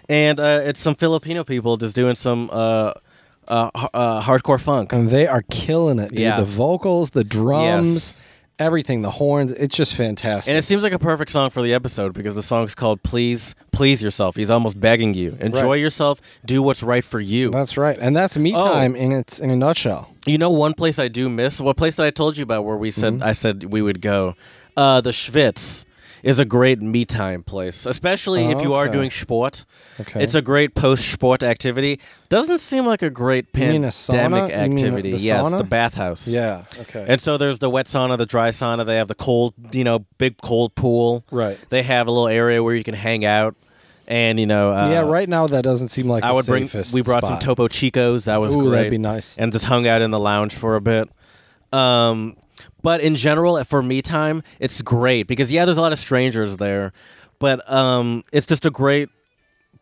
[SPEAKER 1] and uh, it's some filipino people just doing some uh, uh, h- uh, hardcore funk
[SPEAKER 2] And they are killing it, dude.
[SPEAKER 1] Yeah.
[SPEAKER 2] The vocals, the drums,
[SPEAKER 1] Yes.
[SPEAKER 2] everything, the horns. It's just fantastic.
[SPEAKER 1] and it seems like a perfect song for the episode because the song's called please please yourself he's almost begging you enjoy
[SPEAKER 2] Right.
[SPEAKER 1] yourself do what's right for you
[SPEAKER 2] that's right. And that's me
[SPEAKER 1] Oh.
[SPEAKER 2] time in its in a nutshell.
[SPEAKER 1] You know, one place I do miss. What place that I told you about where we
[SPEAKER 2] Mm-hmm.
[SPEAKER 1] said I said we would go? Uh, the Schwitz is a great me time place, especially if you are
[SPEAKER 2] Okay.
[SPEAKER 1] doing sport.
[SPEAKER 2] Okay.
[SPEAKER 1] It's a great post sport activity. Doesn't seem like a great
[SPEAKER 2] You mean
[SPEAKER 1] pandemic
[SPEAKER 2] a sauna? You mean the
[SPEAKER 1] activity. yes,
[SPEAKER 2] sauna?
[SPEAKER 1] the bathhouse.
[SPEAKER 2] Yeah. Okay.
[SPEAKER 1] And so there's the wet sauna, the dry sauna. They have the cold, you know, big cold pool.
[SPEAKER 2] Right.
[SPEAKER 1] They have a little area where you can hang out, and you know. Uh,
[SPEAKER 2] yeah. Right now, that doesn't seem like
[SPEAKER 1] I
[SPEAKER 2] the
[SPEAKER 1] would bring.
[SPEAKER 2] safest
[SPEAKER 1] We brought
[SPEAKER 2] spot.
[SPEAKER 1] some Topo Chicos. That was
[SPEAKER 2] Ooh,
[SPEAKER 1] great.
[SPEAKER 2] that'd be nice.
[SPEAKER 1] And just hung out in the lounge for a bit. Um, but in general, for me time, it's great because yeah, there's a lot of strangers there, but um, it's just a great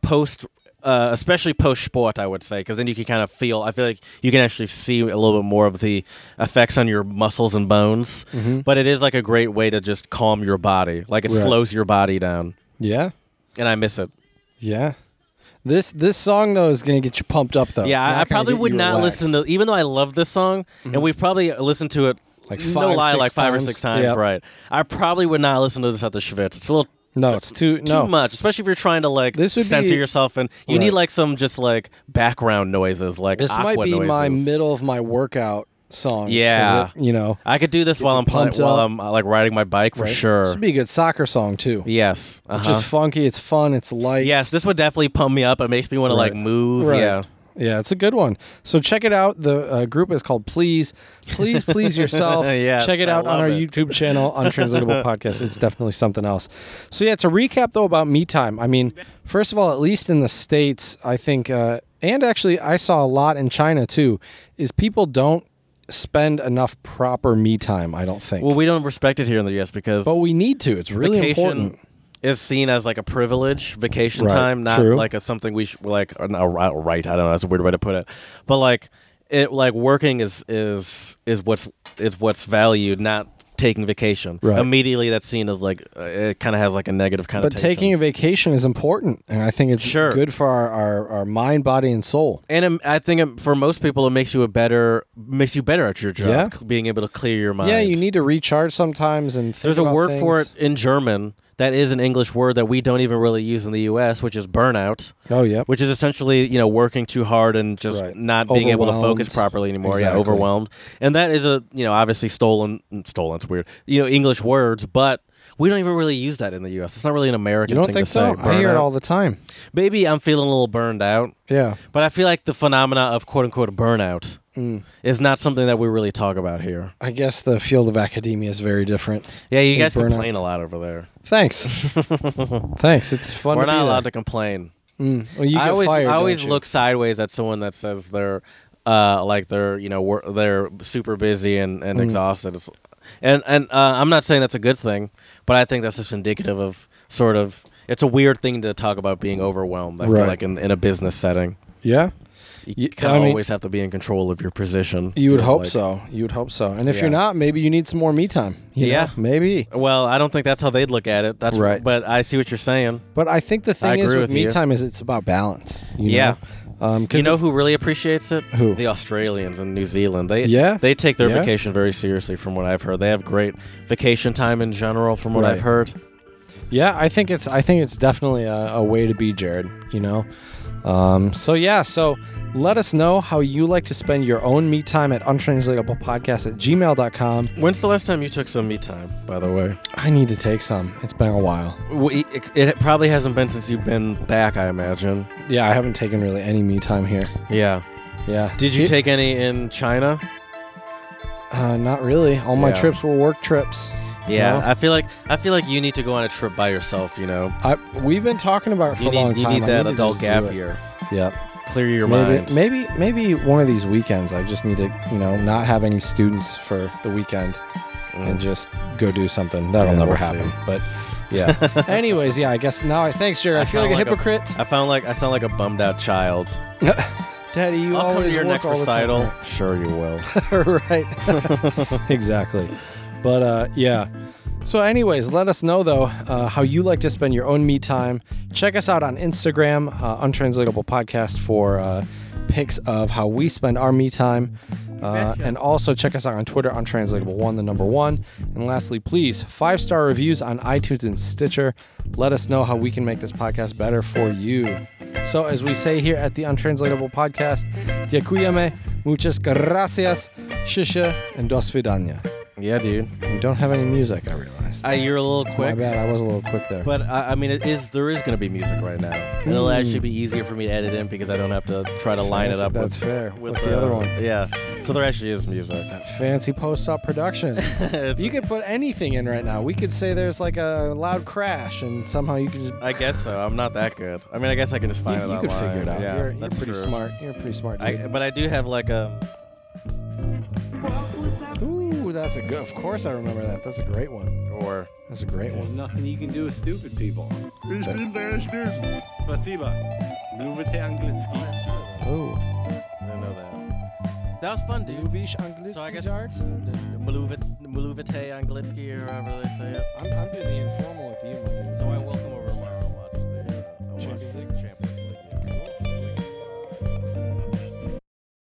[SPEAKER 1] post. Uh, especially post sport, I would say, because then you can kind of feel. I feel like you can actually see a little bit more of the effects on your muscles and bones. But it is like a great way to just calm your body. Like it
[SPEAKER 2] Mm-hmm. Right.
[SPEAKER 1] slows your body down,
[SPEAKER 2] Yeah.
[SPEAKER 1] and I miss it.
[SPEAKER 2] Yeah. This this song though is gonna get you pumped up though. It's
[SPEAKER 1] Yeah,
[SPEAKER 2] not
[SPEAKER 1] I, I
[SPEAKER 2] gonna
[SPEAKER 1] probably
[SPEAKER 2] get
[SPEAKER 1] would
[SPEAKER 2] you
[SPEAKER 1] not
[SPEAKER 2] relaxed. Mhm.
[SPEAKER 1] listen to, even though I love this song, and we've probably listened to it
[SPEAKER 2] Like
[SPEAKER 1] no
[SPEAKER 2] five,
[SPEAKER 1] lie,
[SPEAKER 2] six
[SPEAKER 1] like five
[SPEAKER 2] times.
[SPEAKER 1] or six times,
[SPEAKER 2] Yep.
[SPEAKER 1] right? I probably would not listen to this at the Schwitz. It's a little
[SPEAKER 2] No, it's too
[SPEAKER 1] too
[SPEAKER 2] no.
[SPEAKER 1] much, especially if you're trying to like
[SPEAKER 2] This would
[SPEAKER 1] center
[SPEAKER 2] be-
[SPEAKER 1] yourself, and you
[SPEAKER 2] Right.
[SPEAKER 1] need like some just like background noises, like
[SPEAKER 2] This
[SPEAKER 1] aqua
[SPEAKER 2] might be
[SPEAKER 1] noises.
[SPEAKER 2] my middle of my workout song. 'cause
[SPEAKER 1] Yeah.
[SPEAKER 2] it- you know
[SPEAKER 1] I could do this while
[SPEAKER 2] you
[SPEAKER 1] I'm playing,
[SPEAKER 2] pumped
[SPEAKER 1] while
[SPEAKER 2] up.
[SPEAKER 1] I'm uh, like riding my bike for
[SPEAKER 2] right? This
[SPEAKER 1] sure.
[SPEAKER 2] would be a good soccer song too.
[SPEAKER 1] yes, uh-huh.
[SPEAKER 2] Just funky. It's fun. It's light.
[SPEAKER 1] yes, this would definitely pump me up. It makes me want to like
[SPEAKER 2] Right.
[SPEAKER 1] move.
[SPEAKER 2] Right.
[SPEAKER 1] Yeah,
[SPEAKER 2] Yeah, it's a good one. So check it out. The uh, group is called Please,
[SPEAKER 1] (laughs)
[SPEAKER 2] Please, Please Yourself.
[SPEAKER 1] Yes,
[SPEAKER 2] check it
[SPEAKER 1] I
[SPEAKER 2] out on
[SPEAKER 1] love
[SPEAKER 2] our
[SPEAKER 1] it.
[SPEAKER 2] YouTube channel,
[SPEAKER 1] (laughs)
[SPEAKER 2] Untranslatable Podcast. It's definitely something else. So yeah, to recap though about me time. I mean, first of all, at least in the states, I think, uh, and actually, I saw a lot in China too. Is people don't spend enough proper me time. I don't think.
[SPEAKER 1] well, we don't respect it here in the U.S. because
[SPEAKER 2] but we need to. It's really
[SPEAKER 1] vacation
[SPEAKER 2] important.
[SPEAKER 1] is seen as like a privilege vacation
[SPEAKER 2] Right,
[SPEAKER 1] time not
[SPEAKER 2] true.
[SPEAKER 1] like a something we should like or not a ri- right i don't know that's a weird way to put it but like it like working is is is what's is what's valued not taking vacation
[SPEAKER 2] Right.
[SPEAKER 1] immediately that's seen as like uh, it kind of has like a negative
[SPEAKER 2] But
[SPEAKER 1] connotation
[SPEAKER 2] taking a vacation is important, and I think it's
[SPEAKER 1] Sure.
[SPEAKER 2] good for our, our, our mind, body, and soul.
[SPEAKER 1] and it, i think it, for most people it makes you a better makes you better at your job
[SPEAKER 2] Yeah.
[SPEAKER 1] c- being able to clear your mind
[SPEAKER 2] Yeah, you need to recharge sometimes and think
[SPEAKER 1] there's a
[SPEAKER 2] about
[SPEAKER 1] word for
[SPEAKER 2] things.
[SPEAKER 1] it in german that is an english word that we don't even really use in the us which is burnout
[SPEAKER 2] Oh yeah.
[SPEAKER 1] which is essentially you know working too hard and just
[SPEAKER 2] Right.
[SPEAKER 1] not being able to
[SPEAKER 2] Overwhelmed.
[SPEAKER 1] focus properly anymore yeah
[SPEAKER 2] Exactly.
[SPEAKER 1] overwhelmed and that is a you know obviously stolen stolen it's weird you know english words but we don't even really use that in the us it's not really an american
[SPEAKER 2] You don't
[SPEAKER 1] thing
[SPEAKER 2] think
[SPEAKER 1] to
[SPEAKER 2] so?
[SPEAKER 1] say
[SPEAKER 2] I hear it
[SPEAKER 1] burnout.
[SPEAKER 2] all the time.
[SPEAKER 1] maybe i'm feeling a little burned out
[SPEAKER 2] Yeah.
[SPEAKER 1] but i feel like the phenomena of quote unquote burnout
[SPEAKER 2] Mm.
[SPEAKER 1] is not something that we really talk about here
[SPEAKER 2] I guess the field of academia is very different.
[SPEAKER 1] yeah you
[SPEAKER 2] Think
[SPEAKER 1] guys
[SPEAKER 2] burnout.
[SPEAKER 1] complain a lot over there
[SPEAKER 2] Thanks.
[SPEAKER 1] (laughs)
[SPEAKER 2] Thanks. It's fun.
[SPEAKER 1] we're
[SPEAKER 2] to
[SPEAKER 1] not
[SPEAKER 2] be
[SPEAKER 1] allowed to
[SPEAKER 2] there.
[SPEAKER 1] complain
[SPEAKER 2] Mm. Well, you
[SPEAKER 1] I
[SPEAKER 2] get
[SPEAKER 1] always,
[SPEAKER 2] fired.
[SPEAKER 1] I always
[SPEAKER 2] don't you?
[SPEAKER 1] look sideways at someone that says they're uh, like they're you know wor- they're super busy and,
[SPEAKER 2] Mm.
[SPEAKER 1] and exhausted. It's- and and uh, I'm not saying that's a good thing, but I think that's just indicative of sort of it's a weird thing to talk about being overwhelmed. I feel
[SPEAKER 2] Right.
[SPEAKER 1] like in, in a business setting,
[SPEAKER 2] Yeah.
[SPEAKER 1] you
[SPEAKER 2] Y-
[SPEAKER 1] kind
[SPEAKER 2] I
[SPEAKER 1] of
[SPEAKER 2] mean-
[SPEAKER 1] always have to be in control of your position.
[SPEAKER 2] You would
[SPEAKER 1] feels
[SPEAKER 2] hope
[SPEAKER 1] like.
[SPEAKER 2] so. You would hope so. And if
[SPEAKER 1] Yeah.
[SPEAKER 2] you're not, maybe you need some more me time. you know?
[SPEAKER 1] Yeah.
[SPEAKER 2] Maybe.
[SPEAKER 1] Well, I don't think that's how they'd look at it. That's
[SPEAKER 2] Right.
[SPEAKER 1] But I see what you're saying.
[SPEAKER 2] But I think the thing is
[SPEAKER 1] agree
[SPEAKER 2] with,
[SPEAKER 1] with
[SPEAKER 2] me
[SPEAKER 1] you.
[SPEAKER 2] time is it's about balance. You
[SPEAKER 1] Yeah.
[SPEAKER 2] Know? Um, 'cause
[SPEAKER 1] You know
[SPEAKER 2] if-
[SPEAKER 1] who really appreciates it?
[SPEAKER 2] Who?
[SPEAKER 1] The Australians and New Zealand. They
[SPEAKER 2] Yeah?
[SPEAKER 1] they take their
[SPEAKER 2] Yeah.
[SPEAKER 1] vacation very seriously from what I've heard. They have great vacation time in general from what I've
[SPEAKER 2] Right.
[SPEAKER 1] heard.
[SPEAKER 2] Yeah, I think it's I think it's definitely a, a way to be, Jared. You know. Um, so yeah, so let us know how you like to spend your own me time at untranslatablepodcast at gmail.com.
[SPEAKER 1] When's the last time you took some me time, by the way?
[SPEAKER 2] I need to take some. It's been a while.
[SPEAKER 1] We, it, it probably hasn't been since you've been back, I imagine.
[SPEAKER 2] Yeah, I haven't taken really any me time here.
[SPEAKER 1] Yeah.
[SPEAKER 2] Yeah.
[SPEAKER 1] Did you
[SPEAKER 2] It-
[SPEAKER 1] take any in China?
[SPEAKER 2] Uh, not really. All my
[SPEAKER 1] Yeah.
[SPEAKER 2] trips were work trips.
[SPEAKER 1] Yeah.
[SPEAKER 2] No.
[SPEAKER 1] I feel like I feel like you need to go on a trip by yourself, you know.
[SPEAKER 2] I, we've been talking about it for
[SPEAKER 1] You
[SPEAKER 2] a long
[SPEAKER 1] need you
[SPEAKER 2] time.
[SPEAKER 1] need
[SPEAKER 2] I
[SPEAKER 1] that
[SPEAKER 2] to
[SPEAKER 1] adult
[SPEAKER 2] just do
[SPEAKER 1] gap
[SPEAKER 2] it.
[SPEAKER 1] year.
[SPEAKER 2] Yep.
[SPEAKER 1] clear your
[SPEAKER 2] maybe,
[SPEAKER 1] mind.
[SPEAKER 2] maybe maybe one of these weekends I just need to you know not have any students for the weekend and just go do something. That'll
[SPEAKER 1] Mm. Yeah,
[SPEAKER 2] never
[SPEAKER 1] we'll
[SPEAKER 2] happen.
[SPEAKER 1] see.
[SPEAKER 2] But
[SPEAKER 1] (laughs)
[SPEAKER 2] yeah. Anyways, yeah, I guess now I thanks, Jared. I, feel like
[SPEAKER 1] sound
[SPEAKER 2] a hypocrite.
[SPEAKER 1] (laughs) I found like I sound like a bummed out child.
[SPEAKER 2] Daddy, you
[SPEAKER 1] I'll come to
[SPEAKER 2] always
[SPEAKER 1] your
[SPEAKER 2] work
[SPEAKER 1] next
[SPEAKER 2] all the time.
[SPEAKER 1] recital. Sure, you (laughs) will.
[SPEAKER 2] (laughs) right. (laughs) exactly. But uh, yeah. So, anyways, let us know though uh, how you like to spend your own me time. Check us out on Instagram, uh, Untranslatable Podcast, for uh, pics of how we spend our me time. Uh, and also check us out on Twitter, Untranslatable One, the number one. And lastly, please five star reviews on iTunes and Stitcher. Let us know how we can make this podcast better for you. So, as we say here at the Untranslatable Podcast, Diakuyame, muchas gracias, shisha, and dos vidania.
[SPEAKER 1] yeah, dude.
[SPEAKER 2] We don't have any music, I realized.
[SPEAKER 1] I, you're a little
[SPEAKER 2] My
[SPEAKER 1] quick,
[SPEAKER 2] bad, I was a little quick there.
[SPEAKER 1] but I, I mean, it is there is going to be music right now, and it'll actually be easier for me to edit in because I don't have to try to line it
[SPEAKER 2] Hmm. That's-
[SPEAKER 1] up.
[SPEAKER 2] that's
[SPEAKER 1] with,
[SPEAKER 2] fair, with the other one.
[SPEAKER 1] Yeah. So there actually is
[SPEAKER 2] (laughs)
[SPEAKER 1] music. (laughs)
[SPEAKER 2] Fancy post op production.
[SPEAKER 1] It's-
[SPEAKER 2] you could put anything in right now. We could say there's like a loud crash, and somehow you could just.
[SPEAKER 1] I guess so. I'm not that good. I mean, I guess I can just find
[SPEAKER 2] you
[SPEAKER 1] it
[SPEAKER 2] you could
[SPEAKER 1] online.
[SPEAKER 2] figure it out.
[SPEAKER 1] Yeah,
[SPEAKER 2] you're, you're
[SPEAKER 1] that's
[SPEAKER 2] pretty
[SPEAKER 1] true.
[SPEAKER 2] smart. You're a pretty smart.
[SPEAKER 1] I,
[SPEAKER 2] Dude.
[SPEAKER 1] but I do have like a.
[SPEAKER 2] Ooh, that's a good. Of course, I remember that. That's a great one.
[SPEAKER 1] Or
[SPEAKER 2] That's a great one.
[SPEAKER 3] There's nothing you can do with stupid people. Ich bin der Stern. Спасибо. Mluvite anglicky.
[SPEAKER 2] Ooh.
[SPEAKER 1] I know that. That was fun, dude.
[SPEAKER 2] Luvish
[SPEAKER 1] So I
[SPEAKER 2] Anglitzki
[SPEAKER 1] guess
[SPEAKER 2] Jart?
[SPEAKER 1] Maluvite Anglitsky or however they say it.
[SPEAKER 2] I'm, I'm doing the informal with you, my dude.
[SPEAKER 1] So I welcome over Mark.